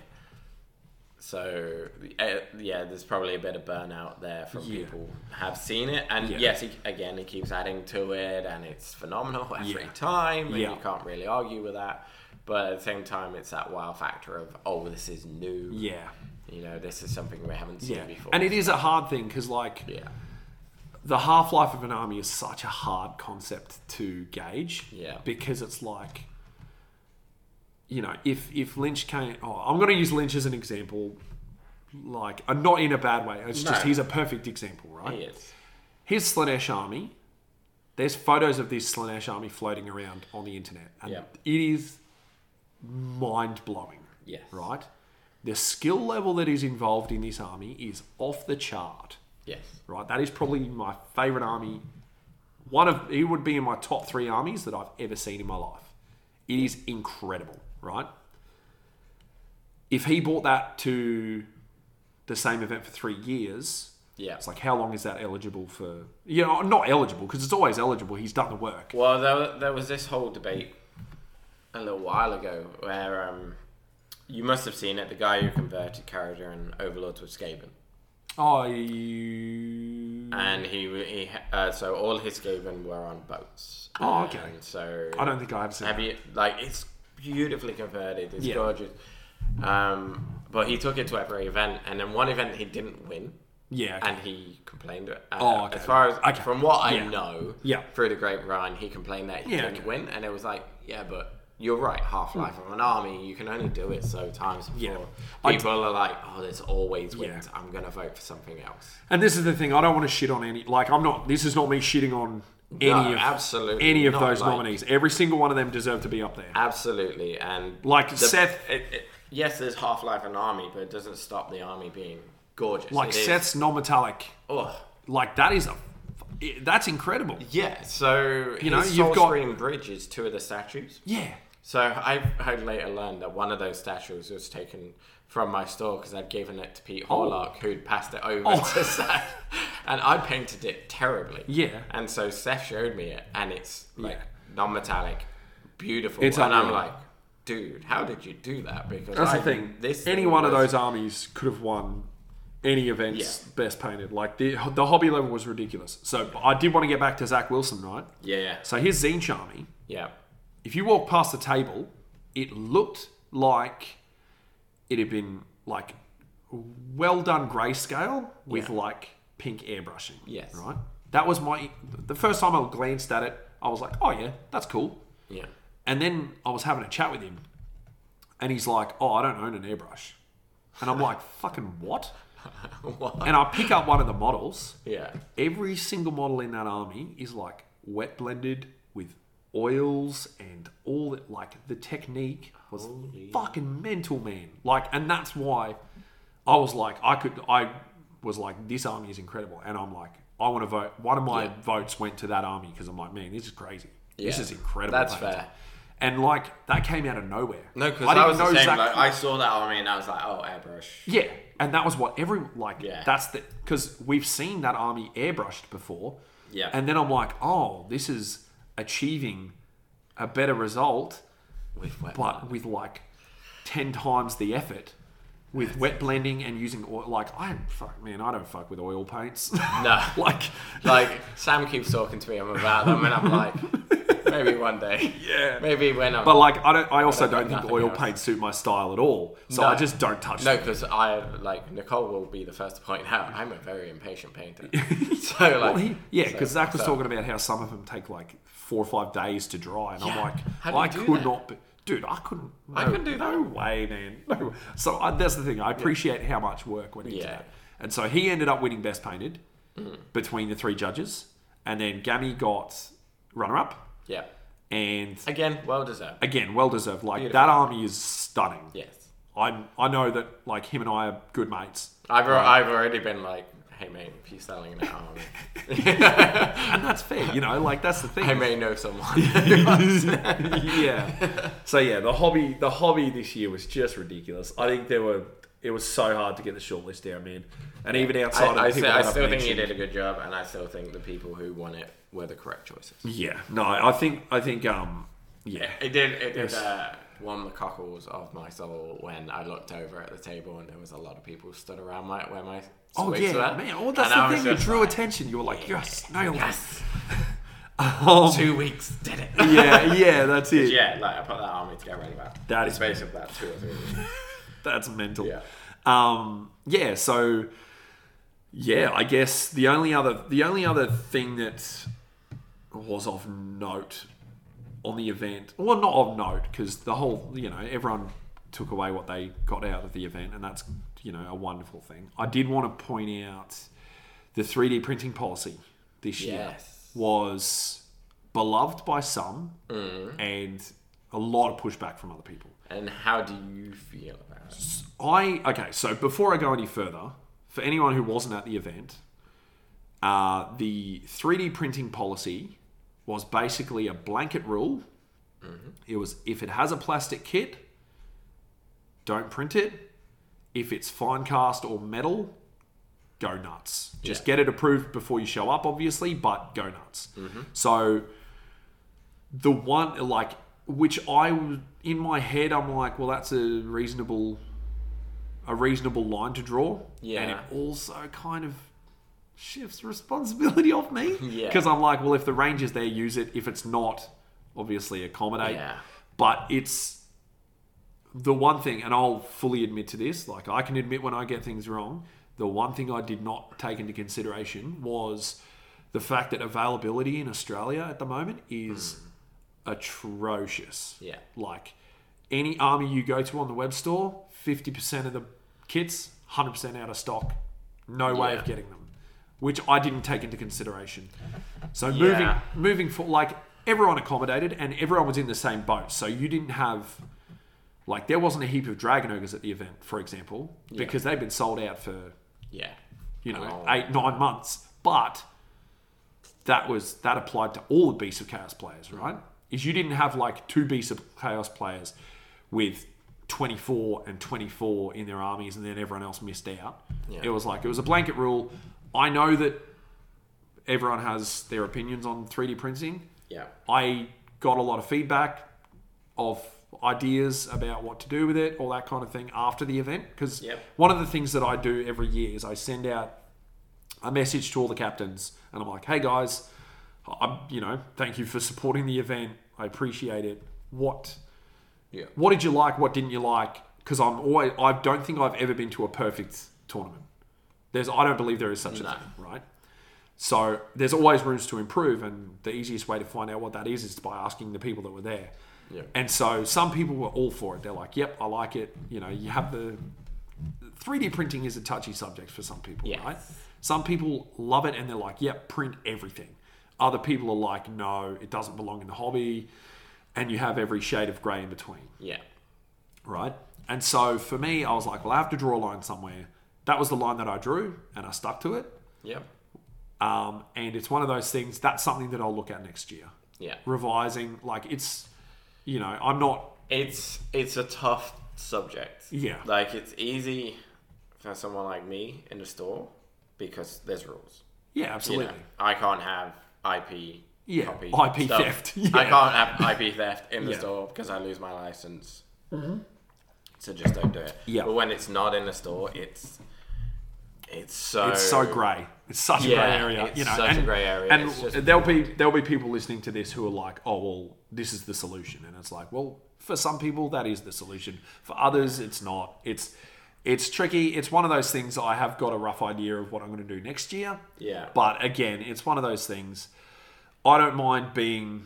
Speaker 2: So uh, yeah, there's probably a bit of burnout there from
Speaker 1: Yeah.
Speaker 2: people have seen it, and
Speaker 1: Yeah.
Speaker 2: yes, he, again, he keeps adding to it, and it's phenomenal every
Speaker 1: Yeah.
Speaker 2: time, and
Speaker 1: Yeah.
Speaker 2: you can't really argue with that. But at the same time, it's that wow factor of oh, this is new.
Speaker 1: Yeah.
Speaker 2: You know, this is something we haven't seen
Speaker 1: Yeah.
Speaker 2: before.
Speaker 1: And it is a hard thing because, like,
Speaker 2: yeah,
Speaker 1: the half life of an army is such a hard concept to gauge.
Speaker 2: Yeah.
Speaker 1: Because it's like, you know, if if Lynch came, oh, I'm going to use Lynch as an example, like, uh, not in a bad way. It's just
Speaker 2: No.
Speaker 1: he's a perfect example, right?
Speaker 2: he is.
Speaker 1: His Slanesh army. There's photos of this Slanesh army floating around on the internet, and
Speaker 2: Yeah.
Speaker 1: it is mind blowing.
Speaker 2: Yes.
Speaker 1: Right. The skill level that is involved in this army is off the chart
Speaker 2: Yes.
Speaker 1: right? That is probably my favorite army. One of it would be in my top three armies that I've ever seen in my life. It is incredible, right? If he bought that to the same event for three years,
Speaker 2: Yeah.
Speaker 1: it's like how long is that eligible for? You know, not eligible because it's always eligible. He's done the work.
Speaker 2: Well, there, there was this whole debate a little while ago where um, you must have seen it. The guy who converted Carriager and Overlords was Skaven.
Speaker 1: I I
Speaker 2: and he he uh, so all his Skaven were on boats.
Speaker 1: Oh, okay.
Speaker 2: And so
Speaker 1: don't think I have seen.
Speaker 2: have you like it's beautifully converted. It's
Speaker 1: Yeah.
Speaker 2: gorgeous. Um, but he took it to every event, and then one event he didn't win,
Speaker 1: Yeah, okay.
Speaker 2: and he complained. Uh,
Speaker 1: Oh, okay.
Speaker 2: As far as
Speaker 1: Okay.
Speaker 2: from what I
Speaker 1: Yeah.
Speaker 2: know,
Speaker 1: Yeah.
Speaker 2: through the grapevine, he complained that he
Speaker 1: Yeah,
Speaker 2: didn't
Speaker 1: okay.
Speaker 2: win, and it was like, yeah, but. You're right. Half life of an army, you can only do it so times
Speaker 1: Yeah.
Speaker 2: before.
Speaker 1: I d-
Speaker 2: People are like, "Oh, there's always
Speaker 1: Yeah.
Speaker 2: wins. I'm gonna vote for something else."
Speaker 1: and this is the thing. I don't want to shit on any. Like I'm not. This is not me shitting on any
Speaker 2: No,
Speaker 1: of
Speaker 2: absolutely
Speaker 1: any of
Speaker 2: not,
Speaker 1: those
Speaker 2: like-
Speaker 1: nominees. Every single one of them deserve to be up there.
Speaker 2: Absolutely, and
Speaker 1: Like
Speaker 2: the-
Speaker 1: Seth-
Speaker 2: It, it, yes, there's Half Life and Army, but it doesn't stop the Army being gorgeous.
Speaker 1: Like
Speaker 2: It is-
Speaker 1: Seth's non-metallic.
Speaker 2: oh
Speaker 1: Like that is a, that's incredible.
Speaker 2: yeah. So you
Speaker 1: know,
Speaker 2: know,
Speaker 1: you've
Speaker 2: you've
Speaker 1: got-
Speaker 2: got Green Bridge is two of the statues.
Speaker 1: Yeah.
Speaker 2: So I I later learned that one of those statues was taken from my store because I'd given it to Pete Horlock, who'd passed it over
Speaker 1: Oh.
Speaker 2: to Seth, and I painted it terribly.
Speaker 1: Yeah.
Speaker 2: and so Seth showed me it, and it's like
Speaker 1: Yeah.
Speaker 2: non-metallic, beautiful,
Speaker 1: It's
Speaker 2: and I'm
Speaker 1: unreal.
Speaker 2: like. Dude, how did you do that? Because
Speaker 1: That's
Speaker 2: I,
Speaker 1: the thing.
Speaker 2: This
Speaker 1: any
Speaker 2: thing
Speaker 1: one of
Speaker 2: was-
Speaker 1: those armies could have won any events
Speaker 2: Yeah.
Speaker 1: best painted. Like the the hobby level was ridiculous. So I did want to get back to Zach Wilson, right?
Speaker 2: Yeah,
Speaker 1: So his Zinch army,
Speaker 2: yeah,
Speaker 1: if you walk past the table, it looked like it had been like well done grayscale with
Speaker 2: Yeah.
Speaker 1: like pink airbrushing.
Speaker 2: Yes.
Speaker 1: Right? That was my the first time I glanced at it, I was like, oh yeah, that's cool.
Speaker 2: yeah,
Speaker 1: And then I was having a chat with him and he's like, Oh, I don't own an airbrush. And I'm like, fucking what?
Speaker 2: yeah. what?
Speaker 1: And I pick up one of the models.
Speaker 2: Yeah,
Speaker 1: Every single model in that army is like wet blended with oils and all that. Like the technique was fucking mental, man. Like, and that's why I was like, I could, I was like, this army is incredible. And I'm like, I want to vote. One of my
Speaker 2: Yeah.
Speaker 1: votes went to that army because I'm like, man, this is crazy. This
Speaker 2: Yeah.
Speaker 1: is incredible.
Speaker 2: That's
Speaker 1: painting."
Speaker 2: fair.
Speaker 1: And like, that came out of nowhere.
Speaker 2: no, because
Speaker 1: I
Speaker 2: I,
Speaker 1: didn't
Speaker 2: was the same.
Speaker 1: Zach-
Speaker 2: Like, I saw that army and I was like, oh, airbrush.
Speaker 1: yeah, and that was what every like.
Speaker 2: Yeah.
Speaker 1: That's the because we've seen that army airbrushed before.
Speaker 2: Yeah.
Speaker 1: And then I'm like, oh, this is achieving a better result,
Speaker 2: With wet.
Speaker 1: but with like ten times the effort, with wet blending and using oil. Like I fuck man, I don't fuck with oil paints.
Speaker 2: no,
Speaker 1: like
Speaker 2: like Sam keeps talking to me about them, and I'm like, maybe one day.
Speaker 1: Yeah.
Speaker 2: Maybe when I'm.
Speaker 1: But like I don't. I also
Speaker 2: I don't
Speaker 1: don't,
Speaker 2: do
Speaker 1: think
Speaker 2: nothing
Speaker 1: oil
Speaker 2: else.
Speaker 1: paints suit my style at all. So
Speaker 2: No.
Speaker 1: I just don't touch
Speaker 2: no,
Speaker 1: them.
Speaker 2: because I like Nicole will be the first to point out I'm a very impatient painter. so like,
Speaker 1: Well, he, yeah, because
Speaker 2: so-
Speaker 1: Zach was
Speaker 2: so-
Speaker 1: talking about how some of them take like four or five days to dry, and I'm
Speaker 2: Yeah.
Speaker 1: like,
Speaker 2: How do you
Speaker 1: I
Speaker 2: do
Speaker 1: could
Speaker 2: that?
Speaker 1: not, be, dude, I couldn't. No,
Speaker 2: I couldn't do
Speaker 1: No way, man. No. So I, that's the thing. I appreciate how much work went into
Speaker 2: Yeah.
Speaker 1: that, and so he ended up winning best painted between the three judges, and then Gammy got runner up,
Speaker 2: Yeah.
Speaker 1: and
Speaker 2: Again, well deserved.
Speaker 1: again, well deserved. Like
Speaker 2: Beautiful.
Speaker 1: that army is stunning.
Speaker 2: Yes.
Speaker 1: I'm, I know that like him and I are good mates.
Speaker 2: I've, al- I've already been like, hey mate, if you're selling that army,
Speaker 1: And that's fair, you know. Like that's the thing.
Speaker 2: I may know someone.
Speaker 1: yeah. So yeah, the hobby the hobby this year was just ridiculous. I think there were it was so hard to get the shortlist down, man. And even
Speaker 2: I,
Speaker 1: outside of
Speaker 2: I
Speaker 1: the people
Speaker 2: still, I
Speaker 1: that I've
Speaker 2: still think you
Speaker 1: mentioned-
Speaker 2: did a good job, and I still think the people who won it were the correct choices.
Speaker 1: Yeah. No, I think I think um yeah.
Speaker 2: It did. It did.
Speaker 1: Yes.
Speaker 2: Uh, warmed the cockles of my soul when I looked over at the table and there was a lot of people stood around my where my
Speaker 1: Oh
Speaker 2: sweets
Speaker 1: yeah,
Speaker 2: were.
Speaker 1: man! Oh, that's
Speaker 2: And I
Speaker 1: the
Speaker 2: was
Speaker 1: thing that
Speaker 2: just
Speaker 1: drew
Speaker 2: like,
Speaker 1: attention. You were like, yes, nailed
Speaker 2: Yes,
Speaker 1: it. Um,
Speaker 2: two weeks did it.
Speaker 1: yeah, yeah, that's it.
Speaker 2: yeah, like I put that army together in about
Speaker 1: That
Speaker 2: the
Speaker 1: is-
Speaker 2: space of about two or three. weeks.
Speaker 1: That's mental.
Speaker 2: Yeah.
Speaker 1: Um, yeah. So, yeah, I guess the only other the only other thing that was of note on the event, well, not of note, because the whole you know everyone took away what they got out of the event, and that's you know a wonderful thing. I did want to point out the 3D printing policy this year
Speaker 2: Yes.
Speaker 1: was beloved by some and a lot of pushback from other people.
Speaker 2: And how do you feel about it?
Speaker 1: I okay. So before I go any further, for anyone who wasn't at the event, uh, the 3D printing policy was basically a blanket rule.
Speaker 2: Mm-hmm.
Speaker 1: It was if it has a plastic kit, don't print it. If it's fine cast or metal, go nuts. Just
Speaker 2: Yeah.
Speaker 1: get it approved before you show up, obviously, but go nuts.
Speaker 2: Mm-hmm.
Speaker 1: So the one like which I w- in my head I'm like, well, that's a reasonable a reasonable line to draw. And it
Speaker 2: Yeah.
Speaker 1: also kind of shifts responsibility off me.
Speaker 2: Yeah.
Speaker 1: Because I'm like, well, if the range is there, use it. If it's not, obviously accommodate.
Speaker 2: Yeah.
Speaker 1: But it's the one thing, and I'll fully admit to this, like I can admit when I get things wrong, the one thing I did not take into consideration was the fact that availability in Australia at the moment is
Speaker 2: Mm.
Speaker 1: atrocious.
Speaker 2: Yeah.
Speaker 1: Like any army you go to on the web store, 50% of the kits, 100% out of stock. No way of
Speaker 2: Yeah.
Speaker 1: getting them, which I didn't take into consideration. So
Speaker 2: Yeah.
Speaker 1: moving moving for like everyone accommodated and everyone was in the same boat. So you didn't have like there wasn't a heap of dragon ogres at the event, for example, because they've been sold out for
Speaker 2: Yeah.
Speaker 1: you know
Speaker 2: Oh.
Speaker 1: eight nine months. But that was that applied to all the Beasts of Chaos players, right? Is you didn't have like two Beasts of Chaos players with 24 and 24 in their armies, and then everyone else missed out.
Speaker 2: Yeah.
Speaker 1: It was like it was a blanket rule. I know that everyone has their opinions on 3D printing.
Speaker 2: Yeah.
Speaker 1: I got a lot of feedback of ideas about what to do with it, all that kind of thing after the event. Because
Speaker 2: Yep.
Speaker 1: one of the things that I do every year is I send out a message to all the captains, and I'm like, "Hey guys, I'm you know, thank you for supporting the event. I appreciate it. What
Speaker 2: Yeah.
Speaker 1: what did you like? What didn't you like? Because I'm always I don't think I've ever been to a perfect tournament. There's I don't believe there is such a
Speaker 2: No.
Speaker 1: thing, right? So there's always rooms to improve, and the easiest way to find out what that is is by asking the people that were there.
Speaker 2: Yeah.
Speaker 1: And so some people were all for it. They're like, "Yep, I like it." You know, you have the 3D printing is a touchy subject for some people,
Speaker 2: Yes.
Speaker 1: right? Some people love it and they're like, "Yep, print everything." Other people are like, "No, it doesn't belong in the hobby," and you have every shade of grey in between
Speaker 2: Yeah.
Speaker 1: right? And so for me, I was like, well, I have to draw a line somewhere. That was the line that I drew, and I stuck to it.
Speaker 2: Yep.
Speaker 1: Um, and it's one of those things. That's something that I'll look at next year,
Speaker 2: Yeah.
Speaker 1: revising. Like it's, you know, I'm not.
Speaker 2: It's it's a tough subject.
Speaker 1: Yeah.
Speaker 2: Like it's easy for someone like me in the store because there's rules.
Speaker 1: Yeah,
Speaker 2: You
Speaker 1: absolutely.
Speaker 2: know, I can't have IP.
Speaker 1: Yeah,
Speaker 2: copy
Speaker 1: IP
Speaker 2: stuff.
Speaker 1: theft, yeah.
Speaker 2: I can't have IP theft in the
Speaker 1: Yeah.
Speaker 2: store because I lose my license. So just don't do it.
Speaker 1: Yeah.
Speaker 2: But when it's not in the store, it's it's so
Speaker 1: It's so grey. It's such a grey
Speaker 2: Yeah,
Speaker 1: area.
Speaker 2: it's
Speaker 1: you know,
Speaker 2: such a
Speaker 1: and,
Speaker 2: grey area.
Speaker 1: And
Speaker 2: It's just-
Speaker 1: there'll be there'll be people listening to this who are like, oh well, this is the solution, and it's like, well, for some people that is the solution. For others, it's not. It's it's tricky. It's one of those things. I have got a rough idea of what I'm going to do next year.
Speaker 2: Yeah.
Speaker 1: But again, it's one of those things. I don't mind being,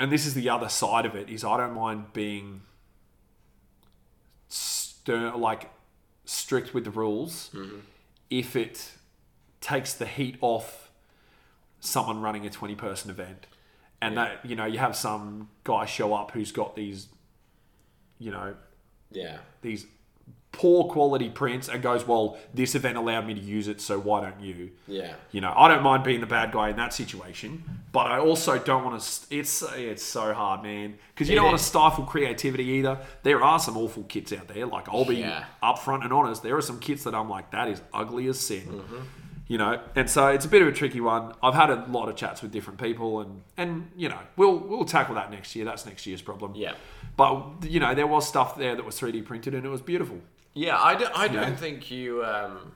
Speaker 1: and this is the other side of it is I don't mind being stern, like strict with the rules if it takes the heat off someone running a 20 person event and that you know you have some guy show up who's got these you know
Speaker 2: yeah.
Speaker 1: these poor quality prints and goes well this event allowed me to use it so why don't you
Speaker 2: Yeah.
Speaker 1: you know, I don't mind being the bad guy in that situation, but I also don't want to. It's it's so hard, man, because you
Speaker 2: It
Speaker 1: don't want to
Speaker 2: is.
Speaker 1: stifle creativity either. There are some awful kits out there. Like I'll be
Speaker 2: Yeah. Mm-hmm.
Speaker 1: upfront and honest. There are some kits that I'm like, that is ugly as sin. You know, and so it's a bit of a tricky one. I've had a lot of chats with different people, and and you know, we'll we'll tackle that next year. That's next year's problem.
Speaker 2: Yeah.
Speaker 1: But you know, there was stuff there that was 3D printed, and it was beautiful.
Speaker 2: Yeah, I don't, I don't think you um,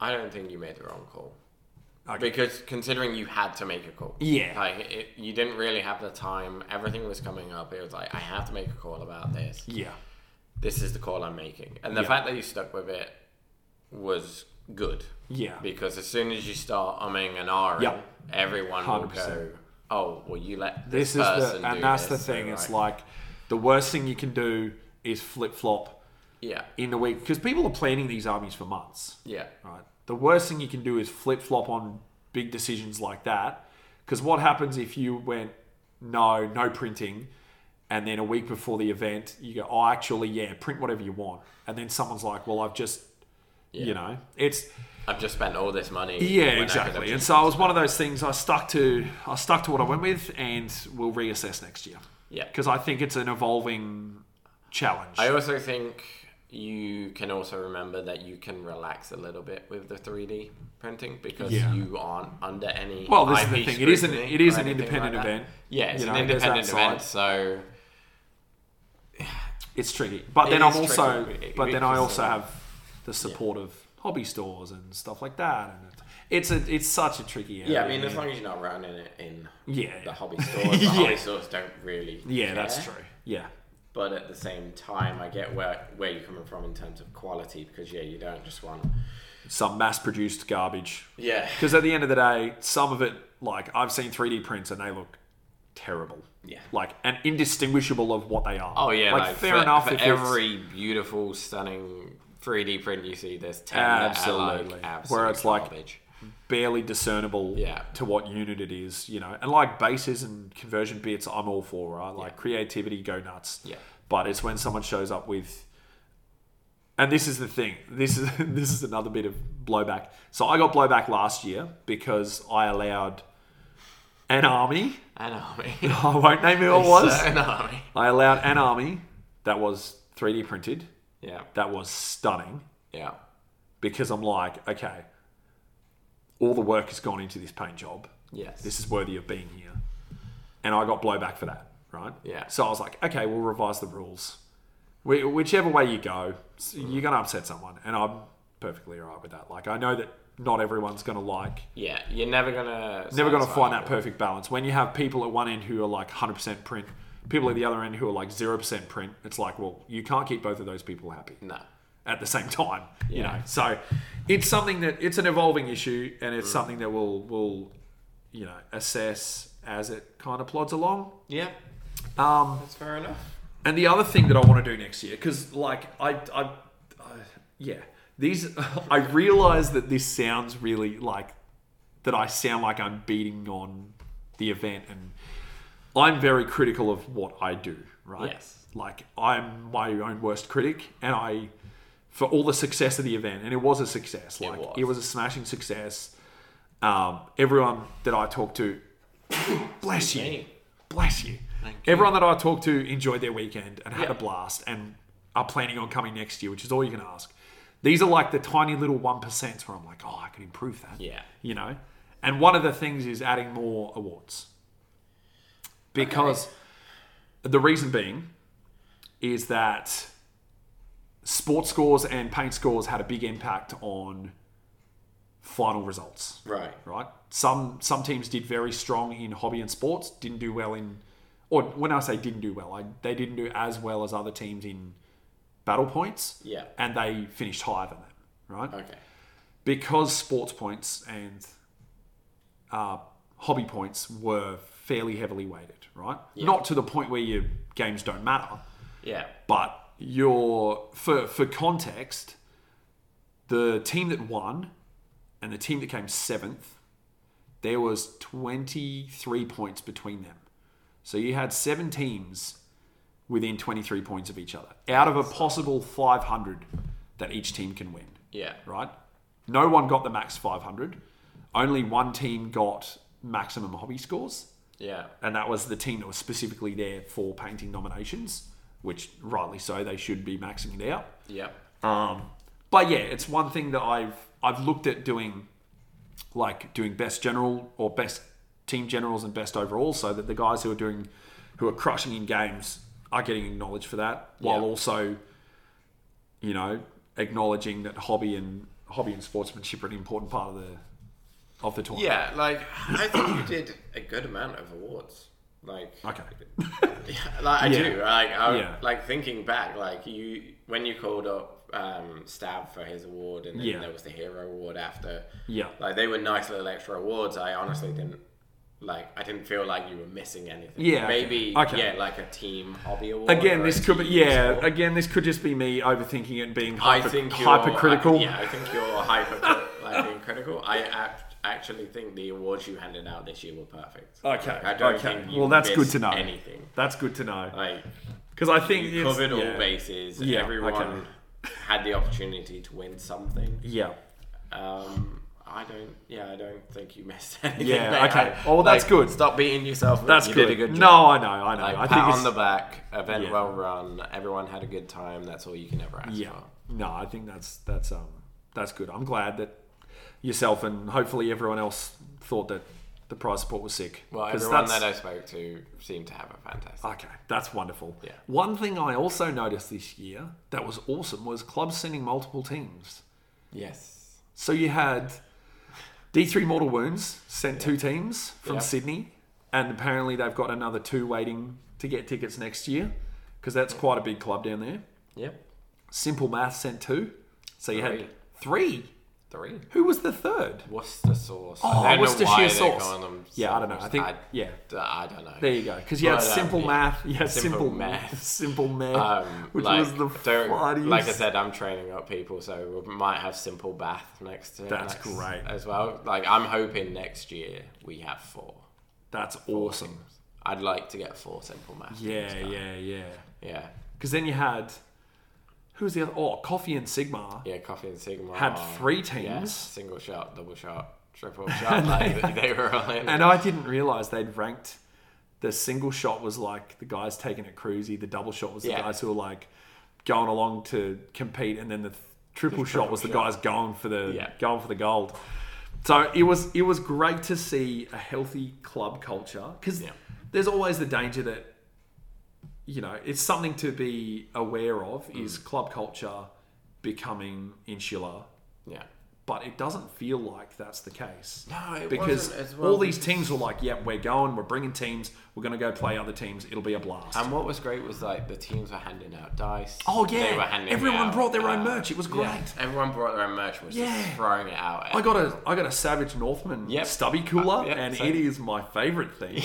Speaker 2: I don't think you made the wrong call.
Speaker 1: Okay.
Speaker 2: Because considering you had to make a call,
Speaker 1: Yeah.
Speaker 2: like it, you didn't really have the time. Everything was coming up. It was like I have to make a call about this.
Speaker 1: Yeah.
Speaker 2: This is the call I'm making, and the
Speaker 1: Yeah.
Speaker 2: fact that you stuck with it was good.
Speaker 1: Yeah.
Speaker 2: Because as soon as you start umming and ahhing,
Speaker 1: Yep.
Speaker 2: everyone will go,
Speaker 1: 100%.
Speaker 2: "Oh, well, you let
Speaker 1: This is
Speaker 2: this,
Speaker 1: the,
Speaker 2: person do
Speaker 1: and that's the
Speaker 2: this," so,
Speaker 1: thing. It's like the worst thing you can do is flip flop
Speaker 2: yeah,
Speaker 1: in the week because people are planning these armies for months.
Speaker 2: yeah,
Speaker 1: Right. The worst thing you can do is flip flop on big decisions like that. Because what happens if you went, no, no printing, and then a week before the event, you go, oh, actually, yeah, print whatever you want. And then someone's like, well, I've just, you know, it's,
Speaker 2: I've just spent all this money.
Speaker 1: yeah,
Speaker 2: when I could have
Speaker 1: exactly. And
Speaker 2: just-
Speaker 1: so it was one of those things I stuck to, I stuck to what I went with, and we'll reassess next year.
Speaker 2: yeah.
Speaker 1: Because I think it's an evolving challenge.
Speaker 2: I also think you can also remember that you can relax a little bit with the 3D printing because
Speaker 1: Yeah.
Speaker 2: you aren't under any.
Speaker 1: Well, this is
Speaker 2: IP
Speaker 1: the thing. It is an-
Speaker 2: scrutiny
Speaker 1: it is
Speaker 2: or
Speaker 1: an
Speaker 2: anything
Speaker 1: independent
Speaker 2: like that.
Speaker 1: event.
Speaker 2: Yeah, it's
Speaker 1: You
Speaker 2: an
Speaker 1: know, there's
Speaker 2: independent
Speaker 1: that
Speaker 2: event, so
Speaker 1: it's tricky. But then
Speaker 2: It
Speaker 1: I'm
Speaker 2: is
Speaker 1: also,
Speaker 2: tricky
Speaker 1: but then I
Speaker 2: because
Speaker 1: also
Speaker 2: of-
Speaker 1: have the support of hobby stores and stuff like that, and it's it's a it's such a tricky area.
Speaker 2: yeah, I mean, as
Speaker 1: man.
Speaker 2: long as you're not running it in
Speaker 1: yeah,
Speaker 2: the hobby stores, the
Speaker 1: yeah,
Speaker 2: hobby stores don't really.
Speaker 1: yeah, that's
Speaker 2: care.
Speaker 1: true. Yeah,
Speaker 2: But at the same time, I get where where you're coming from in terms of quality because yeah, you don't just want
Speaker 1: some mass-produced garbage.
Speaker 2: yeah
Speaker 1: Because at the end of the day, some of it, like I've seen 3D prints and they look terrible.
Speaker 2: yeah.
Speaker 1: Like and indistinguishable of what they are.
Speaker 2: Oh yeah,
Speaker 1: like,
Speaker 2: like,
Speaker 1: fair
Speaker 2: for,
Speaker 1: enough.
Speaker 2: For
Speaker 1: if it's-
Speaker 2: every beautiful, stunning 3D print you see, there's ten
Speaker 1: Absolutely.
Speaker 2: absolutely,
Speaker 1: Where
Speaker 2: absolute
Speaker 1: it's like-
Speaker 2: garbage.
Speaker 1: barely discernible
Speaker 2: Yeah.
Speaker 1: to what unit it is, you know. And like bases and conversion bits, I'm all for, right? Like creativity, go nuts.
Speaker 2: Yeah.
Speaker 1: But it's when someone shows up with and this is the thing. This is this is another bit of blowback. So I got blowback last year because I allowed an army.
Speaker 2: an army.
Speaker 1: I won't name who it was.
Speaker 2: an army.
Speaker 1: I allowed an army that was 3D printed,
Speaker 2: Yeah,
Speaker 1: that was stunning,
Speaker 2: yeah,
Speaker 1: because I'm like, okay, all the work has gone into this paint job
Speaker 2: yes.
Speaker 1: this is worthy of being here. And I got blowback for that, right?
Speaker 2: Yeah.
Speaker 1: So I was like, okay, we'll revise the rules. Whi whichever way you go, s- you're going to upset someone. And I'm perfectly all right with that. Like, I know that not everyone's going to like,
Speaker 2: yeah, you're never gonna
Speaker 1: never going to
Speaker 2: satisfy
Speaker 1: find that
Speaker 2: everyone.
Speaker 1: perfect balance. When you have people at one end who are like 100% print, people at the other end who are like 0% print, it's like, well, you can't keep both of those people happy
Speaker 2: No.
Speaker 1: at the same time. You
Speaker 2: Yeah.
Speaker 1: know, so it's something that it's an evolving issue, and it's something that we'll we'll you know assess as it kind of plods along.
Speaker 2: Yeah,
Speaker 1: Um,
Speaker 2: that's fair enough.
Speaker 1: and the other thing that I want to do next year, because like I, I, I, yeah, these I realize that this sounds really like that I sound like I'm beating on the event, and I'm very critical of what I do, right?
Speaker 2: Yes.
Speaker 1: Like I'm my own worst critic, and I, for all the success of the event, and it was a success. Like
Speaker 2: was.
Speaker 1: it was a smashing success. Um, everyone that I talked to, bless you
Speaker 2: Hey,
Speaker 1: bless you.
Speaker 2: Thank you.
Speaker 1: Everyone that I talked to enjoyed their weekend and had
Speaker 2: Yeah.
Speaker 1: a blast and are planning on coming next year, which is all you can ask. These are like the tiny little 1% where I'm like, oh, I can improve that.
Speaker 2: Yeah.
Speaker 1: You know? And one of the things is adding more awards. Because the reason being is that sports scores and paint scores had a big impact on final results
Speaker 2: Right.
Speaker 1: right? Some some teams did very strong in hobby and sports, didn't do well in, or when I say didn't do well, I, they didn't do as well as other teams in battle points.
Speaker 2: Yeah.
Speaker 1: and they finished higher than them, right?
Speaker 2: Okay.
Speaker 1: Because sports points and uh, hobby points were fairly heavily weighted, right? Not to the point where your games don't matter,
Speaker 2: Yeah.
Speaker 1: but your for for context, the team that won and the team that came seventh, there was twenty three points between them. So you had seven teams within twenty three points of each other out of a possible five hundred that each team can win
Speaker 2: Yeah.
Speaker 1: right? No one got the max 500. Only one team got maximum hobby scores,
Speaker 2: Yeah.
Speaker 1: and that was the team that was specifically there for painting nominations, which rightly so, they should be maxing it out.
Speaker 2: Yeah.
Speaker 1: Um, but yeah, it's one thing that I've I've looked at doing like doing best general or best team generals and best overall, so that the guys who are doing who are crushing in games are getting acknowledged for that, while
Speaker 2: Yeah.
Speaker 1: also, you know, acknowledging that hobby and hobby and sportsmanship are an important part of the of the tournament.
Speaker 2: Yeah, like I think you did a good amount of awards. Like
Speaker 1: Okay.
Speaker 2: Yeah, like I
Speaker 1: Yeah.
Speaker 2: do. Like I,
Speaker 1: Yeah.
Speaker 2: like thinking back, like you when you called up um, Stab for his award, and then
Speaker 1: Yeah.
Speaker 2: there was the Hero Award after.
Speaker 1: yeah.
Speaker 2: Like they were nice little extra awards. I honestly didn't like. I didn't feel like you were missing anything.
Speaker 1: Yeah, okay.
Speaker 2: maybe
Speaker 1: Okay.
Speaker 2: yeah, like a team hobby award.
Speaker 1: Again,
Speaker 2: or
Speaker 1: this
Speaker 2: a
Speaker 1: could be
Speaker 2: team
Speaker 1: yeah.
Speaker 2: sport.
Speaker 1: Again, this could just be me overthinking it and being
Speaker 2: I
Speaker 1: hyper,
Speaker 2: think you're,
Speaker 1: hypercritical.
Speaker 2: I, yeah, I think you're hyper like being critical. I act, actually think the awards you handed out this year were perfect.
Speaker 1: Okay.
Speaker 2: I don't
Speaker 1: okay.
Speaker 2: think you
Speaker 1: well, that's good
Speaker 2: missed
Speaker 1: to know.
Speaker 2: Anything
Speaker 1: That's good to know
Speaker 2: like.
Speaker 1: because I think
Speaker 2: you
Speaker 1: it's-
Speaker 2: covered all
Speaker 1: yeah.
Speaker 2: bases.
Speaker 1: Yeah,
Speaker 2: Everyone
Speaker 1: okay.
Speaker 2: had the opportunity to win something.
Speaker 1: Yeah.
Speaker 2: Um, I don't. Yeah, I don't think you missed anything.
Speaker 1: Yeah,
Speaker 2: mate.
Speaker 1: okay.
Speaker 2: I-
Speaker 1: Oh, well, that's
Speaker 2: like,
Speaker 1: good.
Speaker 2: Stop beating yourself.
Speaker 1: That's
Speaker 2: you
Speaker 1: good.
Speaker 2: Did a good job.
Speaker 1: No, I know, I know.
Speaker 2: Like,
Speaker 1: I
Speaker 2: pat
Speaker 1: think
Speaker 2: on
Speaker 1: it's,
Speaker 2: the back. Event
Speaker 1: Yeah.
Speaker 2: well run. Everyone had a good time. That's all you can ever ask
Speaker 1: yeah.
Speaker 2: for.
Speaker 1: No, I think that's that's um that's good. I'm glad that yourself and hopefully everyone else thought that the prize support was sick.
Speaker 2: Well,
Speaker 1: 'Cause
Speaker 2: everyone
Speaker 1: that's- Ah.
Speaker 2: that I spoke to seemed to have a fantastic.
Speaker 1: Okay, that's wonderful.
Speaker 2: Yeah.
Speaker 1: One thing I also noticed this year that was awesome was clubs sending multiple teams.
Speaker 2: yes.
Speaker 1: So you had D3 Mortal Wounds sent two teams from
Speaker 2: Yeah.
Speaker 1: Sydney, and apparently they've got another two waiting to get tickets next year because that's quite a big club down there.
Speaker 2: Yep.
Speaker 1: Simple Math sent two. So you had
Speaker 2: Three.
Speaker 1: three.
Speaker 2: Three.
Speaker 1: Who was the third?
Speaker 2: Worcester sauce.
Speaker 1: Oh,
Speaker 2: I don't
Speaker 1: Worcestershire
Speaker 2: know why they're
Speaker 1: sauce.
Speaker 2: calling them
Speaker 1: Yeah, I don't know.
Speaker 2: sauce.
Speaker 1: I think-
Speaker 2: I,
Speaker 1: yeah.
Speaker 2: I don't know.
Speaker 1: There you go. Because you had
Speaker 2: But, um,
Speaker 1: Simple
Speaker 2: yeah.
Speaker 1: Math. You had Simple,
Speaker 2: Simple
Speaker 1: Math.
Speaker 2: Math.
Speaker 1: Simple Math.
Speaker 2: Um,
Speaker 1: which
Speaker 2: like,
Speaker 1: was the
Speaker 2: don't-
Speaker 1: funniest.
Speaker 2: Like I said, I'm training up people, so we might have simple bath next. To
Speaker 1: That's
Speaker 2: next
Speaker 1: great.
Speaker 2: as well. Like I'm hoping next year we have four.
Speaker 1: That's awesome.
Speaker 2: I'd like to get four simple math.
Speaker 1: Yeah,
Speaker 2: teams done.
Speaker 1: yeah, yeah.
Speaker 2: yeah,
Speaker 1: Because then you had who was the other? Oh, Coffee and Sigma
Speaker 2: yeah. Coffee and Sigma
Speaker 1: had
Speaker 2: are-
Speaker 1: three
Speaker 2: Yeah,
Speaker 1: teams,
Speaker 2: single shot, double shot, triple shot. like they were all in.
Speaker 1: and I didn't realize they'd ranked. The single shot was like the guys taking it cruisy. The double shot was the
Speaker 2: Yeah.
Speaker 1: guys who were like going along to compete, and then the th- triple shot was the
Speaker 2: triple
Speaker 1: guys going for the
Speaker 2: Yeah.
Speaker 1: going for the gold. So it was it was great to see a healthy club culture because
Speaker 2: Yeah.
Speaker 1: there's always the danger that you know, it's something to be aware of is
Speaker 2: Mm.
Speaker 1: club culture becoming insular,
Speaker 2: yeah.
Speaker 1: but it doesn't feel like that's the case.
Speaker 2: No, it
Speaker 1: because
Speaker 2: wasn't as well
Speaker 1: all these
Speaker 2: because-
Speaker 1: teams were like, "Yep, we're going. We're bringing teams. We're going to go play other teams. It'll be a blast."
Speaker 2: And what was great was like the teams were handing out dice.
Speaker 1: oh
Speaker 2: Um, They were
Speaker 1: yeah,
Speaker 2: handing
Speaker 1: everyone
Speaker 2: out,
Speaker 1: brought their own
Speaker 2: uh,
Speaker 1: merch. It was great.
Speaker 2: Yeah, everyone brought their own merch. Was
Speaker 1: Yeah.
Speaker 2: just throwing it out.
Speaker 1: I got a I got a Savage Northman
Speaker 2: Yep.
Speaker 1: stubby cooler,
Speaker 2: Uh, yep,
Speaker 1: and
Speaker 2: same.
Speaker 1: it is my favorite thing.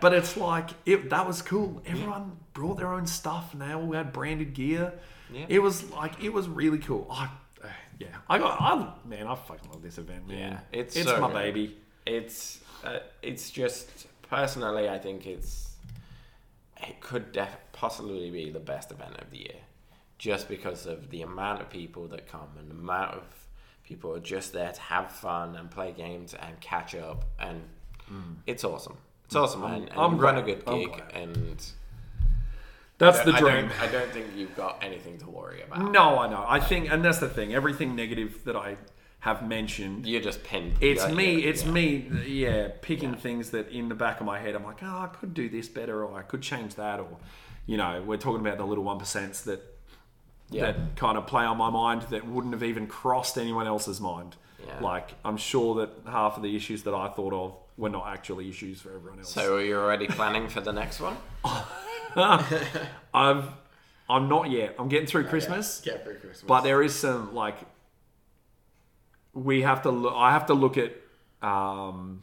Speaker 1: But it's like it, that was cool. Everyone brought their own stuff, and they all had branded gear.
Speaker 2: Yeah.
Speaker 1: It was like it was really cool. I, uh, yeah, I got I man, I fucking love this event, man.
Speaker 2: Yeah, it's
Speaker 1: it's
Speaker 2: so
Speaker 1: my
Speaker 2: good.
Speaker 1: baby.
Speaker 2: it's uh, it's just personally i think it's it could def- possibly be the best event of the year just because of the amount of people that come and the amount of people who are just there to have fun and play games and catch up and it's awesome it's awesome and, and
Speaker 1: Mm. I'm
Speaker 2: you run a
Speaker 1: glad.
Speaker 2: good
Speaker 1: I'm
Speaker 2: gig
Speaker 1: glad.
Speaker 2: and
Speaker 1: That's the
Speaker 2: I
Speaker 1: dream.
Speaker 2: don't, I don't think you've got anything to worry about
Speaker 1: No, I know. I think, and that's the thing. Everything negative that I have mentioned
Speaker 2: you're just pinned
Speaker 1: It's
Speaker 2: Yeah,
Speaker 1: me.
Speaker 2: yeah,
Speaker 1: It's
Speaker 2: yeah.
Speaker 1: me. Yeah, picking things that in the back of my head, I'm like, oh, I could do this better, or I could change that, or you know, we're talking about the little one percents that
Speaker 2: Yeah.
Speaker 1: that kind of play on my mind that wouldn't have even crossed anyone else's mind.
Speaker 2: Yeah.
Speaker 1: Like, I'm sure that half of the issues that I thought of were not actually issues for everyone else.
Speaker 2: so are you already planning for the next one
Speaker 1: I've, I'm not yet. I'm getting through Christmas.
Speaker 2: yeah for christmas
Speaker 1: but there is some like we have to look i have to look at um,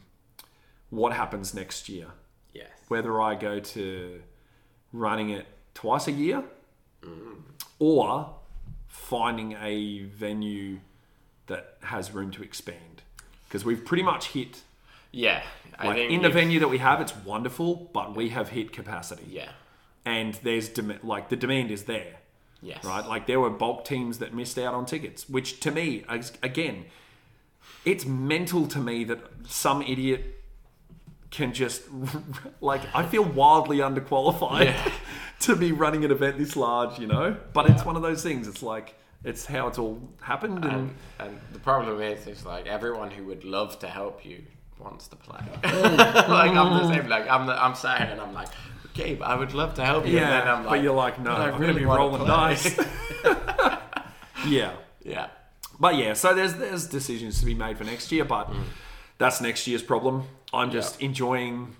Speaker 1: what happens next year
Speaker 2: yes
Speaker 1: whether i go to running it twice a year
Speaker 2: Mm-hmm.
Speaker 1: or finding a venue that has room to expand because we've pretty much hit
Speaker 2: yeah i
Speaker 1: like
Speaker 2: think
Speaker 1: in the
Speaker 2: you've-
Speaker 1: venue that we have it's wonderful but we have hit capacity
Speaker 2: Yeah.
Speaker 1: and there's dem- like the demand is there
Speaker 2: Yes.
Speaker 1: right? Like there were bulk teams that missed out on tickets, which to me, is- again, it's mental to me that some idiot can just like I feel wildly underqualified
Speaker 2: Yeah.
Speaker 1: to be running an event this large, you know. But it's one of those things. It's like It's how it's all happened. And,
Speaker 2: And, and the problem is, is like everyone who would love to help you wants to play.
Speaker 1: Mm.
Speaker 2: like I'm the same. Like I'm, the, I'm sat here and I'm like, Gabe, I would love to help you. and then
Speaker 1: yeah,
Speaker 2: I'm like,
Speaker 1: but you're like, no,
Speaker 2: "But I
Speaker 1: I'm
Speaker 2: really
Speaker 1: gonna be
Speaker 2: wanna
Speaker 1: rolling
Speaker 2: play."
Speaker 1: dice. yeah,
Speaker 2: yeah,
Speaker 1: but yeah. So there's there's decisions to be made for next year, but
Speaker 2: Mm.
Speaker 1: that's next year's problem. I'm just enjoying.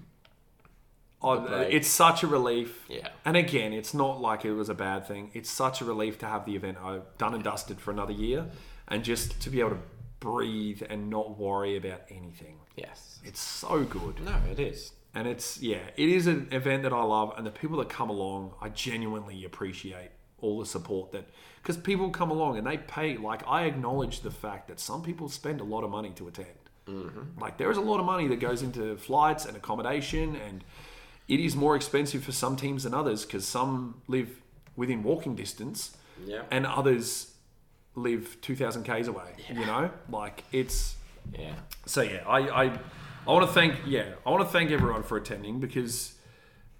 Speaker 1: I-
Speaker 2: break.
Speaker 1: it's such a relief.
Speaker 2: Yeah.
Speaker 1: And again, it's not like it was a bad thing. It's such a relief to have the event o- done and dusted for another year, and just to be able to breathe and not worry about anything.
Speaker 2: yes.
Speaker 1: It's so good.
Speaker 2: No, it is.
Speaker 1: And it's yeah, it is an event that I love, and the people that come along, I genuinely appreciate all the support that because people come along and they pay. Like I acknowledge the fact that some people spend a lot of money to attend. Like there is a lot of money that goes into flights and accommodation, and it is more expensive for some teams than others because some live within walking distance,
Speaker 2: Yeah.
Speaker 1: and others live two thousand k's away. You know, like it's
Speaker 2: Yeah.
Speaker 1: so yeah, I I, I want to thank yeah I want to thank everyone for attending because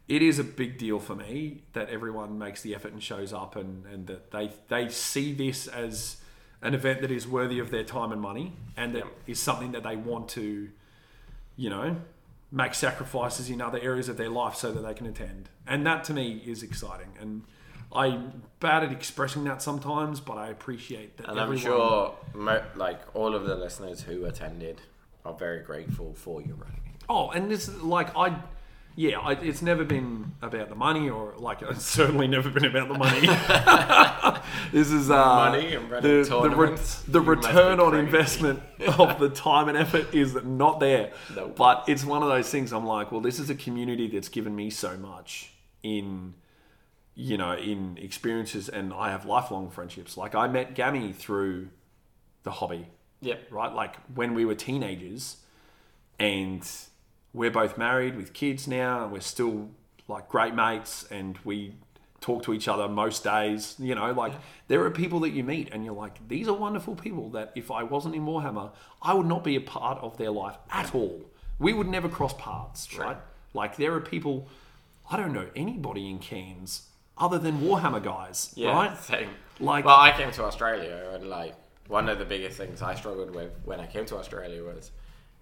Speaker 1: it is a big deal for me that everyone makes the effort and shows up and and that they they see this as an event that is worthy of their time and money and that is something that they want to you know make sacrifices in other areas of their life so that they can attend and that to me is exciting and I'm bad at expressing that sometimes but I appreciate that
Speaker 2: And I'm
Speaker 1: everyone-
Speaker 2: sure, mo- like all of the listeners who attended, are very grateful for you running.
Speaker 1: Oh, and this like I, yeah, I, it's never been about the money, or like it's certainly never been about the money. this is uh,
Speaker 2: Money and
Speaker 1: the, the,
Speaker 2: running
Speaker 1: re-
Speaker 2: tournaments.
Speaker 1: the
Speaker 2: You must be
Speaker 1: return on
Speaker 2: crazy.
Speaker 1: investment of the time and effort is not there.
Speaker 2: Nope.
Speaker 1: But it's one of those things. I'm like, well, this is a community that's given me so much in. You know, in experiences, and I have lifelong friendships. Like I met Gammy through the hobby
Speaker 2: Yep.
Speaker 1: right? Like when we were teenagers and we're both married with kids now and we're still like great mates and we talk to each other most days, you know, like there are people that you meet and you're like, these are wonderful people that if I wasn't in Warhammer, I would not be a part of their life at all. We would never cross paths, right? Like there are people, I don't know anybody in Cairns other than Warhammer guys,
Speaker 2: Yeah,
Speaker 1: right?
Speaker 2: same.
Speaker 1: Like-
Speaker 2: well, I came to Australia, and like one of the biggest things I struggled with when I came to Australia was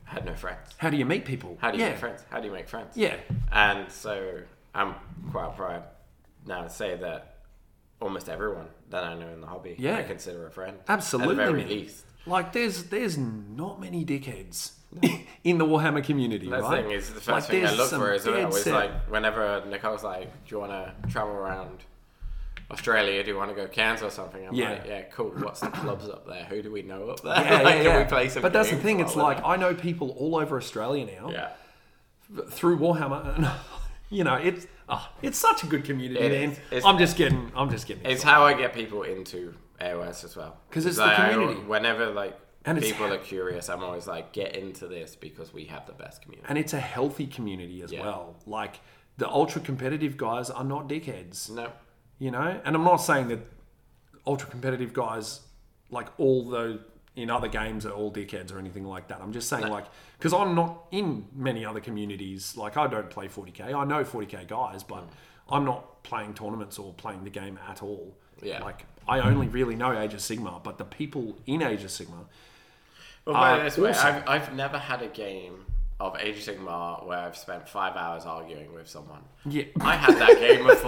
Speaker 2: I had no friends.
Speaker 1: How do you meet people?
Speaker 2: How do you
Speaker 1: yeah.
Speaker 2: make friends? How do you make friends?
Speaker 1: Yeah.
Speaker 2: And so I'm quite proud now to say that almost everyone that I know in the hobby, I
Speaker 1: Yeah.
Speaker 2: consider a friend.
Speaker 1: Absolutely.
Speaker 2: At the very
Speaker 1: man.
Speaker 2: least.
Speaker 1: Like there's there's not many dickheads in the Warhammer community,
Speaker 2: The
Speaker 1: right?
Speaker 2: thing is, the first
Speaker 1: Like,
Speaker 2: thing I
Speaker 1: there's
Speaker 2: look
Speaker 1: some
Speaker 2: for is
Speaker 1: dead
Speaker 2: always
Speaker 1: set-
Speaker 2: like whenever Nicole's like, "Do you want to travel around Australia? Do you want to go Cairns or something?" I'm
Speaker 1: Yeah.
Speaker 2: like, "Yeah, cool. What's the clubs up there? Who do we know up there?
Speaker 1: yeah,
Speaker 2: like,
Speaker 1: yeah,
Speaker 2: Can
Speaker 1: yeah.
Speaker 2: we play some?"
Speaker 1: but that's the
Speaker 2: games
Speaker 1: thing.
Speaker 2: while
Speaker 1: It's
Speaker 2: we're
Speaker 1: like I know people all over Australia now
Speaker 2: there?" yeah,
Speaker 1: through Warhammer, and you know it's ah, it's such a good community.
Speaker 2: It
Speaker 1: man.
Speaker 2: is. It's-
Speaker 1: I'm just getting I'm just getting
Speaker 2: it's how I get people into AOS as well
Speaker 1: 'Cause it's the
Speaker 2: like, I-
Speaker 1: community.
Speaker 2: whenever like
Speaker 1: And it's
Speaker 2: people
Speaker 1: how-
Speaker 2: are curious, I'm always like, "Get into this because we have the best community."
Speaker 1: and it's a healthy community as well. Like the ultra competitive guys are not dickheads.
Speaker 2: No,
Speaker 1: you know and i'm not saying that ultra competitive guys like all those in other games are all dickheads or anything like that i'm just saying like because i'm not in many other communities like i don't play 40k i know 40k guys but
Speaker 2: Mm.
Speaker 1: i'm not playing tournaments or playing the game at all
Speaker 2: Yeah.
Speaker 1: like i only really know age of sigma but the people in age of sigma
Speaker 2: Well, put
Speaker 1: Uh,
Speaker 2: it this way,
Speaker 1: also-
Speaker 2: I've, I've never had a game of Age of Sigmar where I've spent five hours arguing with someone.
Speaker 1: Yeah.
Speaker 2: I had that game of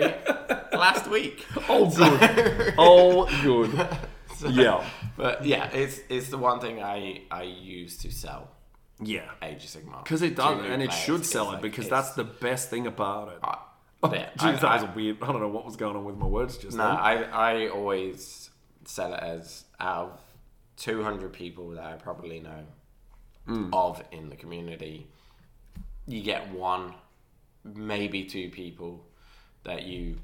Speaker 2: 40k last week.
Speaker 1: oh good oh good yeah
Speaker 2: But yeah, it's it's the one thing I, I use to sell
Speaker 1: yeah
Speaker 2: Age of Sigmar.
Speaker 1: because it does
Speaker 2: to new
Speaker 1: and it
Speaker 2: players.
Speaker 1: should
Speaker 2: It's
Speaker 1: sell it
Speaker 2: like-
Speaker 1: because
Speaker 2: it's-
Speaker 1: that's Oh, the best thing about it
Speaker 2: I- yeah,
Speaker 1: Jeez, that
Speaker 2: I-
Speaker 1: was a weird. I don't know what was going on with my words just
Speaker 2: No,
Speaker 1: now.
Speaker 2: I, I always sell it as out of 200 people that I probably know
Speaker 1: Hmm.
Speaker 2: of in the community, you get one, maybe two people that you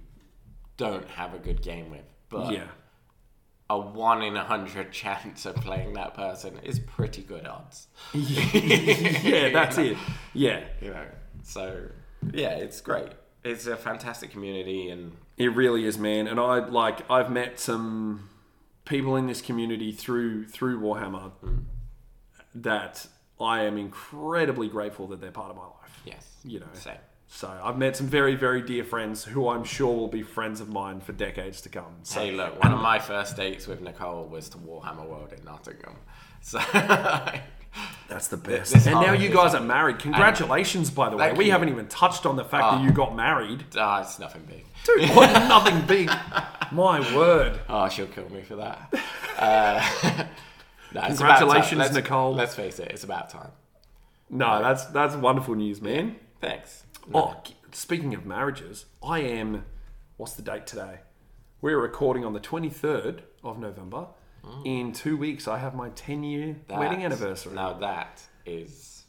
Speaker 2: don't have a good game with. But
Speaker 1: yeah,
Speaker 2: a one in a hundred chance of playing that person is pretty good odds.
Speaker 1: yeah, that's it. Yeah,
Speaker 2: You know, so yeah, it's great. It's a fantastic community, and
Speaker 1: it really is, man. And I like I've met some people in this community through through Warhammer
Speaker 2: Mm.
Speaker 1: that I am incredibly grateful that they're part of my life.
Speaker 2: yes,
Speaker 1: You know.
Speaker 2: same.
Speaker 1: So I've met some very, very dear friends who I'm sure will be friends of mine for decades to come. So
Speaker 2: Hey, look, one of my first dates with Nicole was to Warhammer World in Nottingham. So,
Speaker 1: that's the best.
Speaker 2: This
Speaker 1: and now
Speaker 2: holiday
Speaker 1: you
Speaker 2: is-
Speaker 1: guys are married. Congratulations, by the way.
Speaker 2: Thank
Speaker 1: We
Speaker 2: you.
Speaker 1: haven't even touched on the fact that you got married.
Speaker 2: ah, it's nothing big.
Speaker 1: Dude, what nothing big. My word.
Speaker 2: Oh, she'll kill me for that. Uh, no, it's about time.
Speaker 1: Congratulations,
Speaker 2: Let's-
Speaker 1: Nicole.
Speaker 2: Let's face it, it's about time.
Speaker 1: No, that's that's wonderful news, man.
Speaker 2: Thanks.
Speaker 1: Oh, g- speaking of marriages, I am. What's the date today? We're recording on the 23rd of November. In two weeks, I have my 10 year wedding
Speaker 2: That-
Speaker 1: anniversary.
Speaker 2: Now that is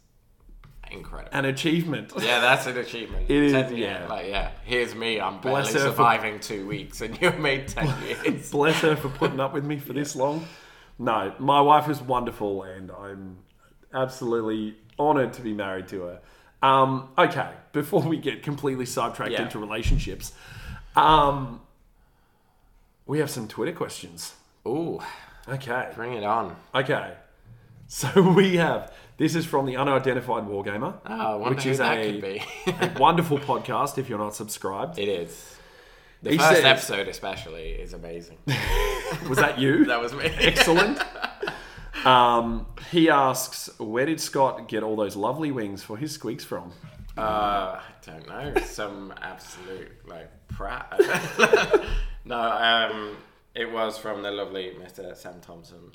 Speaker 2: incredible.
Speaker 1: An achievement.
Speaker 2: yeah, that's an achievement.
Speaker 1: It is,
Speaker 2: Ten year-
Speaker 1: yeah.
Speaker 2: Like, yeah, here's me. I'm
Speaker 1: Bless
Speaker 2: barely
Speaker 1: her for-
Speaker 2: surviving two weeks, and you made ten years.
Speaker 1: Bless her for putting up with me for this long. No, my wife is wonderful, and I'm absolutely honoured to be married to her. Um, okay, before we get completely sidetracked
Speaker 2: Yeah.
Speaker 1: into relationships, um, we have some Twitter questions.
Speaker 2: Ooh,
Speaker 1: Okay.
Speaker 2: bring it on.
Speaker 1: Okay. So we have this is from the unidentified wargamer,
Speaker 2: Oh, I wonder
Speaker 1: Which
Speaker 2: who
Speaker 1: is
Speaker 2: that
Speaker 1: a-
Speaker 2: could be.
Speaker 1: a wonderful podcast. If you're not subscribed,
Speaker 2: it is. The
Speaker 1: He
Speaker 2: first
Speaker 1: says-
Speaker 2: episode, especially, is amazing.
Speaker 1: was that you?
Speaker 2: That was me.
Speaker 1: Excellent. Um, he asks, where did Scott get all those lovely wings for his squeaks from?
Speaker 2: Uh, I don't know. Some absolute like prat. no, um, it was from the lovely Mr. Sam Thompson.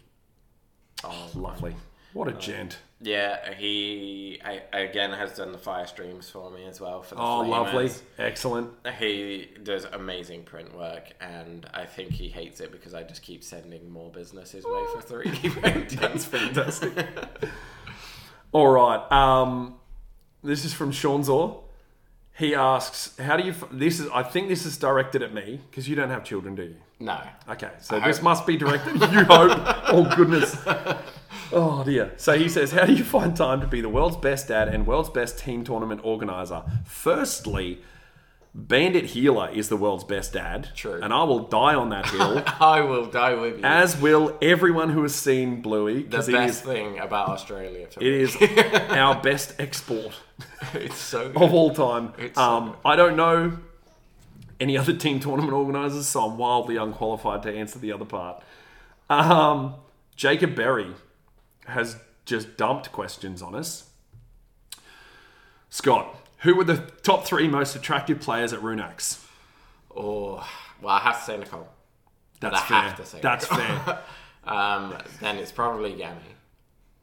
Speaker 2: Oh,
Speaker 1: Lovely. What a gent.
Speaker 2: Yeah, he I, again has done the fire streams for me as well for the
Speaker 1: Oh, lovely.
Speaker 2: Flamers.
Speaker 1: Excellent.
Speaker 2: He does amazing print work, and I think he hates it because I just keep sending more business his way for three D printing. That's
Speaker 1: fantastic. All right. Um, this is from Sean Zor. He asks, how do you, f- this is, I think this is directed at me because you don't have children, do you?
Speaker 2: no,
Speaker 1: Okay, so this must be directed. You hope. Oh goodness. Oh dear. So he says, "How do you find time to be the world's best dad and world's best team tournament organizer?" Firstly, Bandit Healer is the world's best dad.
Speaker 2: True.
Speaker 1: And I will die on that hill,
Speaker 2: I will die with you.
Speaker 1: as will everyone who has seen Bluey,
Speaker 2: the
Speaker 1: because it is
Speaker 2: best thing about Australia, for
Speaker 1: it
Speaker 2: me.
Speaker 1: is our best export
Speaker 2: it's so
Speaker 1: of all time.
Speaker 2: It's so
Speaker 1: Um, I don't know any other team tournament organisers, so I'm wildly unqualified to answer the other part. Um, Jacob Berry has just dumped questions on us. Scott, who were the top three most attractive players at Runax?
Speaker 2: Oh, well, I have to say Nicole.
Speaker 1: That's
Speaker 2: I
Speaker 1: fair.
Speaker 2: have to say
Speaker 1: That's fair.
Speaker 2: Um, then it's probably Gammy.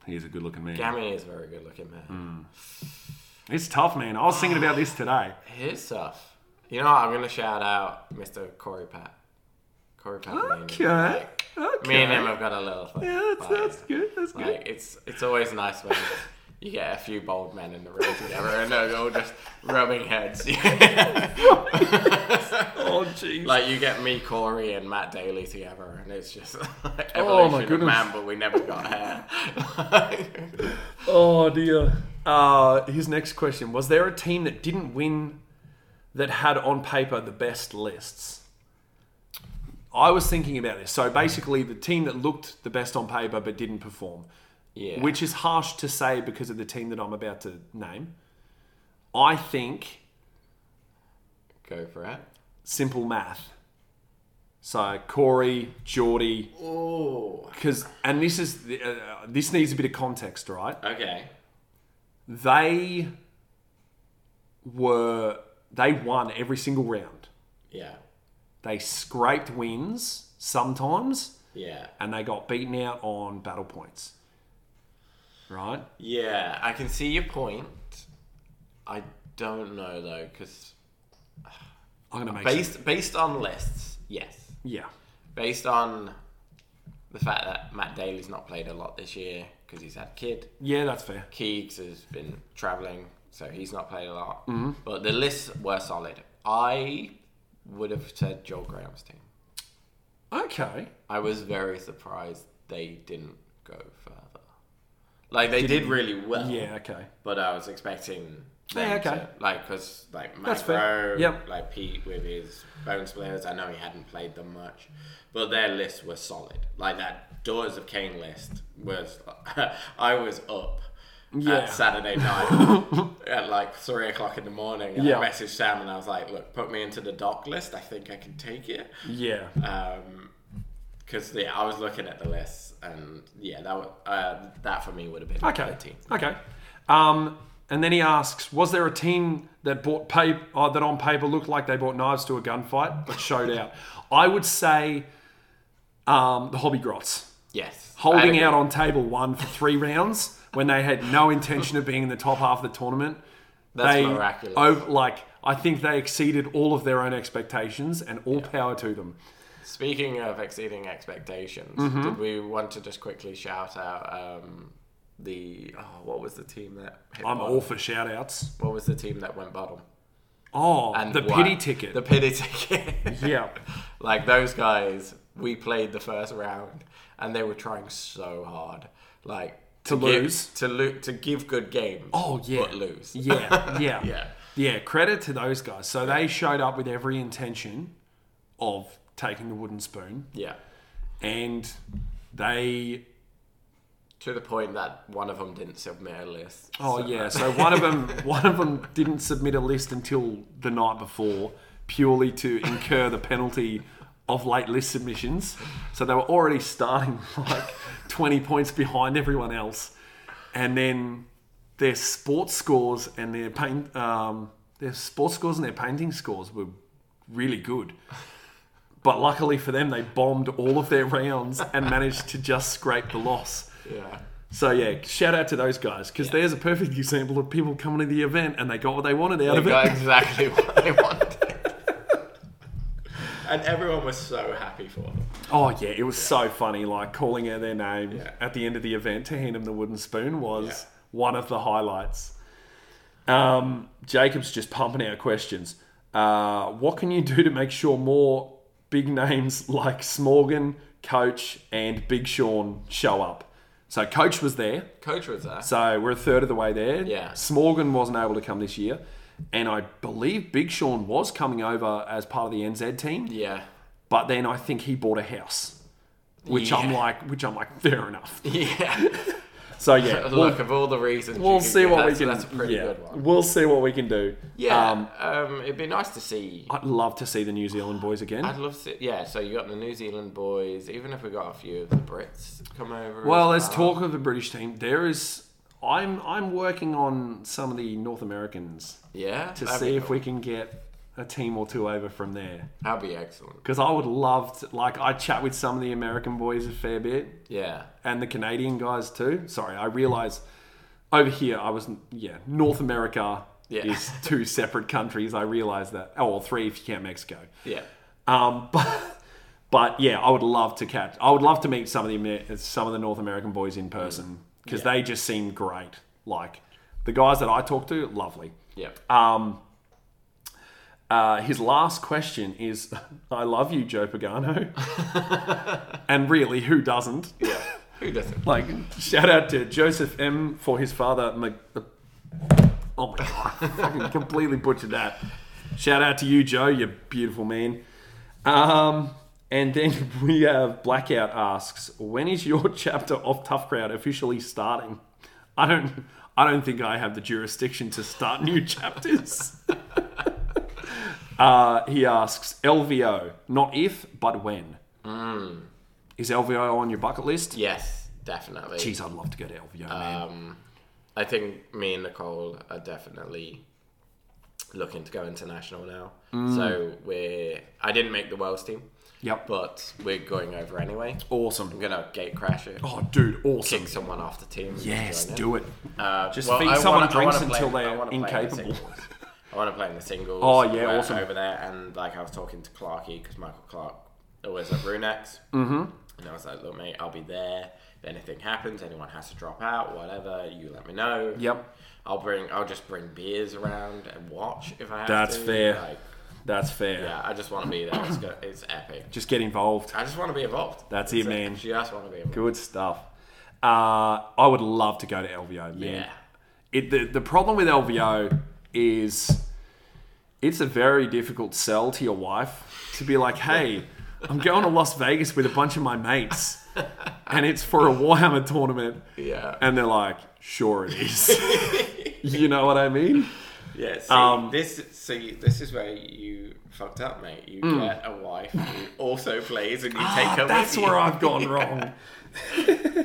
Speaker 1: He's a good-looking man.
Speaker 2: Gammy is a very good looking
Speaker 1: Hmm.
Speaker 2: man.
Speaker 1: It's tough, man. I was thinking about this today.
Speaker 2: His stuff. You know what? I'm going to shout out Mr. Corey Pat. Corey Pat. Lehman.
Speaker 1: Okay.
Speaker 2: Like,
Speaker 1: Okay.
Speaker 2: Me and him have got a little thing.
Speaker 1: Yeah, that's,
Speaker 2: Like,
Speaker 1: that's good. That's good.
Speaker 2: Like, it's, it's always nice when you get a few bold men in the room together and they're all just rubbing heads.
Speaker 1: Oh, jeez.
Speaker 2: like, you get me, Corey, and Matt Daly together, and it's just like evolution
Speaker 1: Oh, my
Speaker 2: of
Speaker 1: goodness.
Speaker 2: man, but we never got hair.
Speaker 1: Oh dear. Uh, his next question was: There a team that didn't win that had on paper the best lists? I was thinking about this. So basically, the team that looked the best on paper but didn't perform,
Speaker 2: yeah.
Speaker 1: which is harsh to say because of the team that I'm about to name. I think
Speaker 2: Go for it.
Speaker 1: simple math. So Corey, Geordie,
Speaker 2: Oh.
Speaker 1: because and this is the- uh, this needs a bit of context, right?
Speaker 2: Okay.
Speaker 1: they were they won every single round.
Speaker 2: Yeah.
Speaker 1: They scraped wins sometimes,
Speaker 2: Yeah.
Speaker 1: and they got beaten out on battle points. Right?
Speaker 2: Yeah. I can see your point. I don't know though, because
Speaker 1: I'm gonna make some-
Speaker 2: based based on lists, yes.
Speaker 1: yeah.
Speaker 2: Based on the fact that Matt Daly's not played a lot this year because he's had a kid.
Speaker 1: Yeah, that's fair.
Speaker 2: Keegs has been traveling, so he's not played a lot. But the lists were solid. I would have said Joel Graham's team.
Speaker 1: Okay.
Speaker 2: I was very surprised they didn't go further. Like they did really well.
Speaker 1: Yeah, okay.
Speaker 2: but I was expecting. them
Speaker 1: Yeah, okay.
Speaker 2: To, like, because like
Speaker 1: That's fair.
Speaker 2: Macro,
Speaker 1: Yep.
Speaker 2: like Pete with his bone splitters. I know he hadn't played them much, but their lists were solid. Like that Daughters of Cain list was. I was up
Speaker 1: Yeah.
Speaker 2: at Saturday night at like three o'clock in the morning. And
Speaker 1: Yeah.
Speaker 2: I messaged Sam and I was like, look, put me into the doc list. I think I can take it.
Speaker 1: Yeah.
Speaker 2: Because yeah, I was looking at the list and yeah, that would, uh, that for me would have been
Speaker 1: Okay.
Speaker 2: 13.
Speaker 1: Okay. Um, and then he asks, was there a team that bought paper uh, that on paper looked like they bought knives to a gunfight but showed out? I would say um, the Hobby Grots
Speaker 2: Yes. I'd
Speaker 1: holding
Speaker 2: agree.
Speaker 1: out on table one for three rounds when they had no intention of being in the top half of the tournament.
Speaker 2: That's
Speaker 1: they
Speaker 2: miraculous.
Speaker 1: ov- like I think they exceeded all of their own expectations, and all power to them.
Speaker 2: Speaking of exceeding expectations,
Speaker 1: Mm-hmm.
Speaker 2: did we want to just quickly shout out um, the oh, what was the team that hit
Speaker 1: I'm
Speaker 2: bottom?
Speaker 1: all for shout outs.
Speaker 2: What was the team that went bottom?
Speaker 1: Oh,
Speaker 2: And
Speaker 1: the
Speaker 2: won?
Speaker 1: pity ticket.
Speaker 2: The pity ticket.
Speaker 1: yeah,
Speaker 2: like those guys, we played the first round, and they were trying so hard, like
Speaker 1: To
Speaker 2: give-
Speaker 1: lose?
Speaker 2: to lo- to give good games.
Speaker 1: Oh, yeah.
Speaker 2: but lose.
Speaker 1: yeah, yeah,
Speaker 2: Yeah.
Speaker 1: yeah. Credit to those guys. So they showed up with every intention of taking the wooden spoon,
Speaker 2: yeah.
Speaker 1: and they
Speaker 2: To the point that one of them didn't submit a list.
Speaker 1: Oh
Speaker 2: so-
Speaker 1: yeah, so one of them one of them didn't submit a list until the night before, purely to incur the penalty of late list submissions. So they were already starting like twenty points behind everyone else, and then their sports scores and their paint um, their sports scores and their painting scores were really good. But luckily for them, they bombed all of their rounds and managed to just scrape the loss.
Speaker 2: yeah.
Speaker 1: So yeah, shout out to those guys because there's a perfect example of people coming to the event and they got what they wanted out
Speaker 2: They
Speaker 1: of
Speaker 2: got
Speaker 1: it.
Speaker 2: exactly what they wanted. and everyone was so happy for them.
Speaker 1: Oh yeah, it was so funny. Like calling out their name
Speaker 2: Yeah.
Speaker 1: at the end of the event to hand them the wooden spoon was
Speaker 2: Yeah.
Speaker 1: one of the highlights. Um, Jacob's just pumping out questions. Uh, what can you do to make sure more big names like Smorgan, Coach, and Big Sean show up? So Coach was there.
Speaker 2: Coach was there.
Speaker 1: So we're a third of the way there.
Speaker 2: Yeah.
Speaker 1: Smorgan wasn't able to come this year. And I believe Big Sean was coming over as part of the NZ team.
Speaker 2: Yeah.
Speaker 1: But then I think he bought a house. Which I'm
Speaker 2: Yeah.
Speaker 1: like which I'm like, fair enough.
Speaker 2: Yeah.
Speaker 1: So yeah. we'll-
Speaker 2: Look, of all the reasons, you
Speaker 1: We'll
Speaker 2: could
Speaker 1: see
Speaker 2: give,
Speaker 1: what we
Speaker 2: that's,
Speaker 1: can.
Speaker 2: That's a pretty
Speaker 1: yeah,
Speaker 2: good one.
Speaker 1: We'll see what we can do.
Speaker 2: Yeah.
Speaker 1: Um,
Speaker 2: Um, it'd be nice to see.
Speaker 1: I'd love to see the New Zealand boys again.
Speaker 2: I'd love to. See, yeah. So you got the New Zealand boys. Even if we got a few of the Brits come over.
Speaker 1: Well,
Speaker 2: as
Speaker 1: there's talk of the British team. There is. I'm I'm working on some of the North Americans
Speaker 2: Yeah.
Speaker 1: to see if we can get a team or two over from there.
Speaker 2: That'd be excellent.
Speaker 1: Because I would love to, like, I chat with some of the American boys a fair bit
Speaker 2: Yeah.
Speaker 1: and the Canadian guys too. Sorry, I realize over here I was, yeah, North America
Speaker 2: Yeah.
Speaker 1: is two separate countries. I realize that. Oh, or three if you count Mexico.
Speaker 2: Yeah.
Speaker 1: Um, but, but yeah, I would love to catch, I would love to meet some of the, Amer- some of the North American boys in person because they just seem great. Like, the guys that I talk to, lovely.
Speaker 2: Yep.
Speaker 1: Uh, his last question is, "I love you, Joe Pagano," and really, who doesn't?
Speaker 2: yeah. Who doesn't?
Speaker 1: Like, shout out to Joseph M for his father. Mc- oh my god, I fucking completely butchered that. Shout out to you, Joe. You beautiful man. Um, and then we have Blackout asks, "When is your chapter of Tough Crowd officially starting?" I don't. I don't think I have the jurisdiction to start new chapters. Uh, he asks, LVO, not if, but when. Is LVO on your bucket list?
Speaker 2: Yes. Definitely.
Speaker 1: Jeez, I'd love to go to LVO, man.
Speaker 2: Um, I think me and Nicole are definitely looking to go international now. So we're. I didn't make the world's team,
Speaker 1: Mm. Yep.
Speaker 2: but we're going over anyway. I'm
Speaker 1: awesome.
Speaker 2: gonna gate crash it,
Speaker 1: Oh, dude, awesome.
Speaker 2: kick someone off the team. and just
Speaker 1: Yes,
Speaker 2: join in.
Speaker 1: do it.
Speaker 2: Uh,
Speaker 1: Just
Speaker 2: well,
Speaker 1: feed
Speaker 2: I
Speaker 1: someone
Speaker 2: wanna- I
Speaker 1: drinks
Speaker 2: wanna play-
Speaker 1: until
Speaker 2: I
Speaker 1: they're
Speaker 2: wanna play in the
Speaker 1: incapable.
Speaker 2: singles. I want to play in the singles.
Speaker 1: Oh, yeah,
Speaker 2: where-
Speaker 1: awesome.
Speaker 2: Over there, and like I was talking to Clarky because Michael Clark always at Runex, mm-hmm. and I was like, "Look, mate, I'll be there. If anything happens, anyone has to drop out, whatever, you let me know.
Speaker 1: Yep.
Speaker 2: I'll bring. I'll just bring beers around and watch if I have
Speaker 1: That's
Speaker 2: to.
Speaker 1: fair.
Speaker 2: Like,
Speaker 1: That's fair.
Speaker 2: yeah, I just want to be there. It's, go- it's epic.
Speaker 1: Just get involved.
Speaker 2: I just want to be involved.
Speaker 1: That's it,
Speaker 2: That's
Speaker 1: man.
Speaker 2: She just want to be involved.
Speaker 1: Good stuff. Uh, I would love to go to LVO, man.
Speaker 2: Yeah.
Speaker 1: It, the, the problem with LVO is it's a very difficult sell to your wife to be like, hey, I'm going to Las Vegas with a bunch of my mates. and it's for a Warhammer tournament,
Speaker 2: Yeah.
Speaker 1: and they're like, sure it is. you know what I mean?
Speaker 2: Yeah, see,
Speaker 1: Um,
Speaker 2: this see, this is where you fucked up, mate. You get a wife who also plays, and you take her.
Speaker 1: Hmm. Ah, That's
Speaker 2: with
Speaker 1: where
Speaker 2: you.
Speaker 1: I've gone wrong.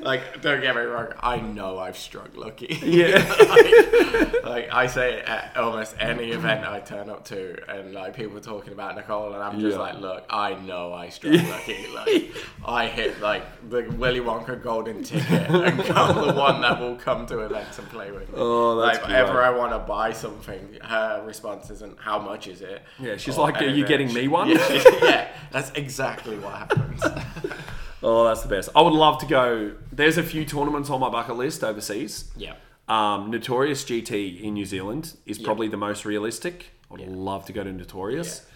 Speaker 2: Like, don't get me wrong. I know I've struck lucky.
Speaker 1: Yeah.
Speaker 2: like, like, I say it at almost any event I turn up to, and like people are talking about Nicole, and I'm just
Speaker 1: Yeah.
Speaker 2: like, look, I know I struck lucky. Like I hit like the Willy Wonka golden ticket, and I'm the one that will come to events and play with. Me.
Speaker 1: Oh, that's
Speaker 2: like
Speaker 1: great.
Speaker 2: whenever I want to buy something, her response isn't how much is it.
Speaker 1: Yeah, she's
Speaker 2: Or
Speaker 1: like, "Are you
Speaker 2: anything.
Speaker 1: getting me one?"
Speaker 2: Yeah, yeah, that's exactly what happens.
Speaker 1: Oh, that's the best. I would love to go. There's a few tournaments on my bucket list overseas.
Speaker 2: yeah.
Speaker 1: Um, Notorious GT in New Zealand is probably the most realistic. I'd love to go to Notorious.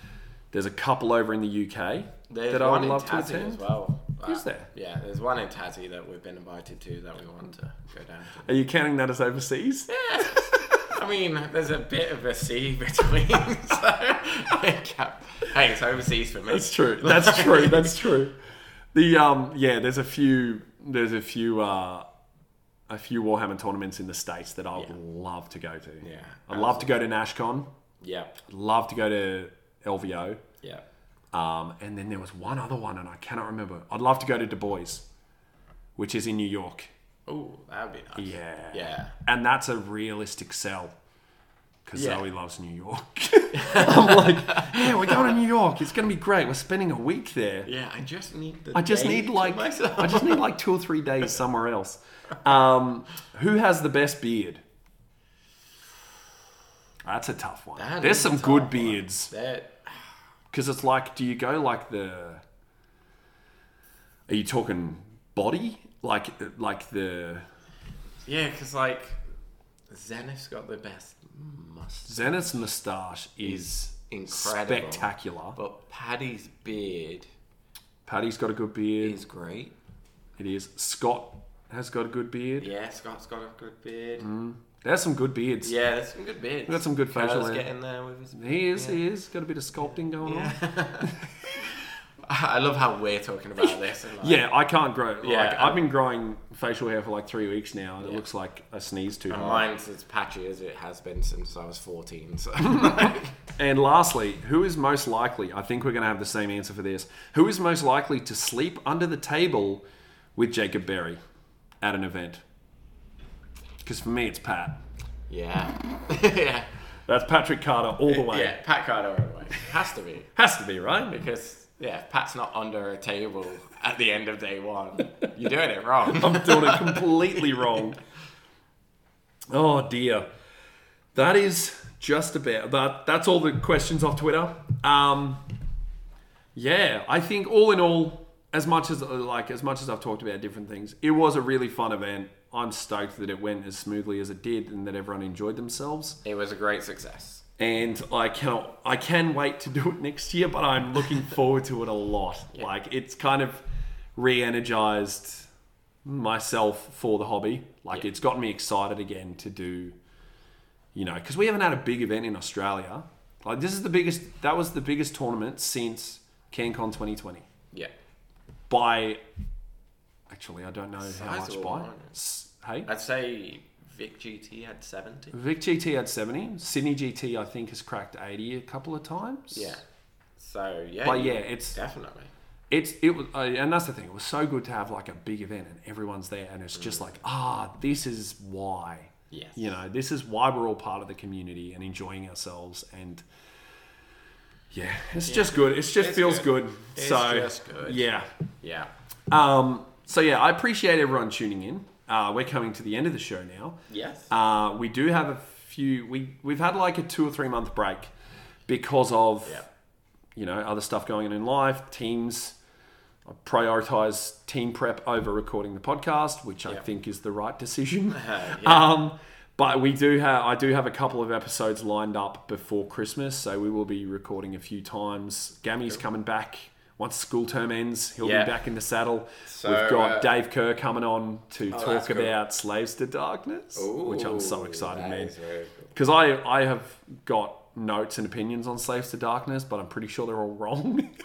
Speaker 1: There's a couple over in the UK
Speaker 2: There's
Speaker 1: that I
Speaker 2: one
Speaker 1: would
Speaker 2: in
Speaker 1: love to
Speaker 2: Tassie
Speaker 1: attend.
Speaker 2: as well. Uh,
Speaker 1: Is there?
Speaker 2: Yeah, there's one in Tassie that we've been invited to that we want to go down
Speaker 1: Are you counting that as overseas?
Speaker 2: to. I mean, there's a bit of a sea between, so uh, hey, it's overseas for me.
Speaker 1: That's true. That's true. That's true. The um yeah, there's a few there's a few uh a few Warhammer tournaments in the states that I would love to go to.
Speaker 2: Yeah,
Speaker 1: I'd love to go to Nashcon.
Speaker 2: Yep.
Speaker 1: I'd love to go to LVO.
Speaker 2: Yep.
Speaker 1: Um, and then there was one other one, and I cannot remember. I'd love to go to Du Bois, which is in New York.
Speaker 2: Oh, that'd be nice.
Speaker 1: Yeah.
Speaker 2: Yeah.
Speaker 1: And that's a realistic sell. Because
Speaker 2: Yeah.
Speaker 1: Zoe loves New York. I'm like, yeah, we're going to New York. It's going to be great. We're spending a week there.
Speaker 2: Yeah, I just need the.
Speaker 1: I just
Speaker 2: day
Speaker 1: need
Speaker 2: to
Speaker 1: like
Speaker 2: myself.
Speaker 1: I just need like two or three days somewhere else. Um, who has the best beard? That's a tough one.
Speaker 2: That
Speaker 1: There's
Speaker 2: is
Speaker 1: some
Speaker 2: a tough
Speaker 1: good
Speaker 2: one.
Speaker 1: beards
Speaker 2: That,
Speaker 1: because it's like, do you go like the? Are you talking body? Like like the
Speaker 2: yeah, because like, Zenith's got the best must.
Speaker 1: Zenith's moustache is
Speaker 2: Incredible.
Speaker 1: spectacular.
Speaker 2: But Paddy's beard
Speaker 1: Paddy's got a good beard.
Speaker 2: is great.
Speaker 1: It is. Scott has got a good beard.
Speaker 2: Yeah, Scott's got a good beard.
Speaker 1: There's some good beards.
Speaker 2: Yeah, there's some good beards.
Speaker 1: We've got some good facial
Speaker 2: Curls
Speaker 1: hair.
Speaker 2: getting there with his.
Speaker 1: He is. He is. Got a bit of sculpting going on.
Speaker 2: I love how we're talking about this. and, like,
Speaker 1: Yeah, I can't grow. Like,
Speaker 2: Yeah.
Speaker 1: I've been growing facial hair for like three weeks now, and it looks like I sneezed
Speaker 2: Oh,
Speaker 1: too hard.
Speaker 2: Mine's as patchy as it has been since I was 14. So.
Speaker 1: And lastly, who is most likely? I think we're going to have the same answer for this. Who is most likely to sleep under the table with Jacob Berry at an event? Because for me, it's Pat.
Speaker 2: yeah. yeah.
Speaker 1: That's Patrick Carter all the way.
Speaker 2: Yeah, Pat Carter anyway. Has to be.
Speaker 1: Has to be right.
Speaker 2: Because, yeah, if Pat's not under a table at the end of day one. You're doing it wrong.
Speaker 1: I'm doing it completely wrong. Oh dear. That is just about that that's all the questions off Twitter. Um yeah, I think all in all as much as like as much as I've talked about different things, it was a really fun event. I'm stoked that it went as smoothly as it did and that everyone enjoyed themselves.
Speaker 2: it was a great success.
Speaker 1: And I cannot I can wait to do it next year, but I'm looking forward to it a lot. Like it's kind of re-energized myself for the hobby. Like it's gotten me excited again to do, you know, because we haven't had a big event in Australia. Like this is the biggest. That was the biggest tournament since CanCon 2020
Speaker 2: Yeah.
Speaker 1: by. Actually, I don't know how much
Speaker 2: Sizable,
Speaker 1: by.
Speaker 2: aren't it?
Speaker 1: S- Hey,
Speaker 2: I'd say Vic GT had 70.
Speaker 1: Vic GT had 70. Sydney GT I think has cracked 80 a couple of times.
Speaker 2: Yeah. So, yeah.
Speaker 1: But
Speaker 2: you-
Speaker 1: yeah, it's
Speaker 2: Definitely.
Speaker 1: it's it was, uh, and that's the thing. It was so good to have like a big event and everyone's there, and it's just like, ah, this is why.
Speaker 2: Mm. Yes.
Speaker 1: You know, this is why we're all part of the community and enjoying ourselves, and yeah, it's just good. It just
Speaker 2: It's
Speaker 1: feels good.
Speaker 2: good. It's
Speaker 1: so
Speaker 2: just good.
Speaker 1: yeah.
Speaker 2: Yeah.
Speaker 1: Um. So yeah, I appreciate everyone tuning in. Uh, we're coming to the end of the show now.
Speaker 2: Yes.
Speaker 1: Uh, we do have a few. We we've had like a two or three month break because of
Speaker 2: Yeah.
Speaker 1: you know other stuff going on in life. Teams I prioritize team prep over recording the podcast, which I
Speaker 2: Yeah.
Speaker 1: think is the right decision.
Speaker 2: yeah.
Speaker 1: Um, but we do have I do have a couple of episodes lined up before Christmas, so we will be recording a few times. Gammy's coming back. Once school term ends, he'll
Speaker 2: Yeah.
Speaker 1: be back in the saddle.
Speaker 2: So,
Speaker 1: We've got
Speaker 2: uh, oh,
Speaker 1: Dave Kerr coming on to talk
Speaker 2: that's cool.
Speaker 1: about Slaves to Darkness, which I'm so
Speaker 2: Ooh,
Speaker 1: excited,
Speaker 2: that
Speaker 1: man.
Speaker 2: is very cool.
Speaker 1: Because I I have got got notes and opinions on Slaves to Darkness, but I'm pretty sure they're all wrong.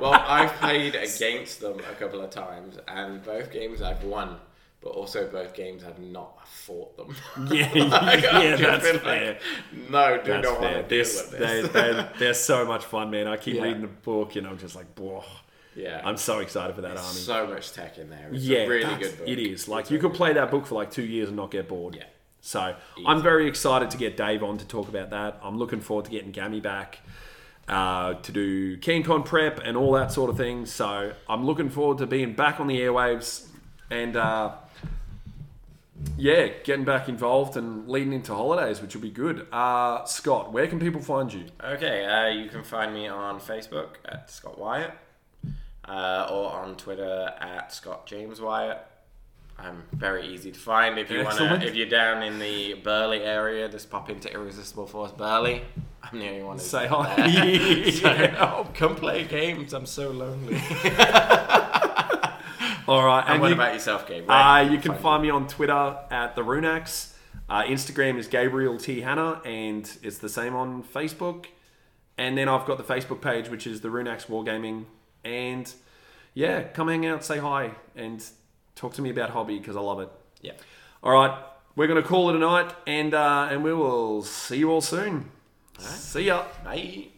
Speaker 2: Well, I've played against them a couple of times, and both games I've won, but also both games I've not fought them.
Speaker 1: Yeah,
Speaker 2: Like,
Speaker 1: yeah,
Speaker 2: I've just
Speaker 1: that's
Speaker 2: been like,
Speaker 1: fair.
Speaker 2: No, do
Speaker 1: That's
Speaker 2: not
Speaker 1: fair.
Speaker 2: want to deal
Speaker 1: This-
Speaker 2: with
Speaker 1: they,
Speaker 2: this.
Speaker 1: they, they're so much fun, man. I keep
Speaker 2: Yeah.
Speaker 1: reading the book and I'm just like, whoa.
Speaker 2: yeah,
Speaker 1: I'm so excited for that army.
Speaker 2: so much tech in there. It's
Speaker 1: yeah,
Speaker 2: a really
Speaker 1: that's-
Speaker 2: good book.
Speaker 1: it is. Like you could play that book for like two years and not get bored.
Speaker 2: Yeah.
Speaker 1: So I'm very excited to get Dave on to talk about that. I'm looking forward to getting Gammy back uh, to do KeenCon prep and all that sort of thing. So I'm looking forward to being back on the airwaves and uh, yeah, getting back involved and leading into holidays, which will be good. Uh, Scott, where can people find you?
Speaker 2: Okay, uh, you can find me on Facebook at Scott Wyatt, uh, or on Twitter at Scott James Wyatt. I'm very easy to find if you want
Speaker 1: Excellent.
Speaker 2: to. If you're down in the Burley area, just pop into Irresistible Force Burley. I'm the only one. who's
Speaker 1: Say
Speaker 2: there.
Speaker 1: hi.
Speaker 2: So,
Speaker 1: Yeah.
Speaker 2: Come play games. I'm so lonely.
Speaker 1: All right.
Speaker 2: and what
Speaker 1: you-
Speaker 2: about yourself, Gabe? Where
Speaker 1: Uh, you can
Speaker 2: find
Speaker 1: find me on Twitter at the Runax. Uh, Instagram is Gabriel T Hannah, and it's the same on Facebook. And then I've got the Facebook page, which is the Runax Wargaming. And yeah, come hang out, say hi, and talk to me about hobby because I love it.
Speaker 2: Yeah.
Speaker 1: All right, we're gonna call it a night, and uh, and we will see you all soon. See ya.
Speaker 2: Bye.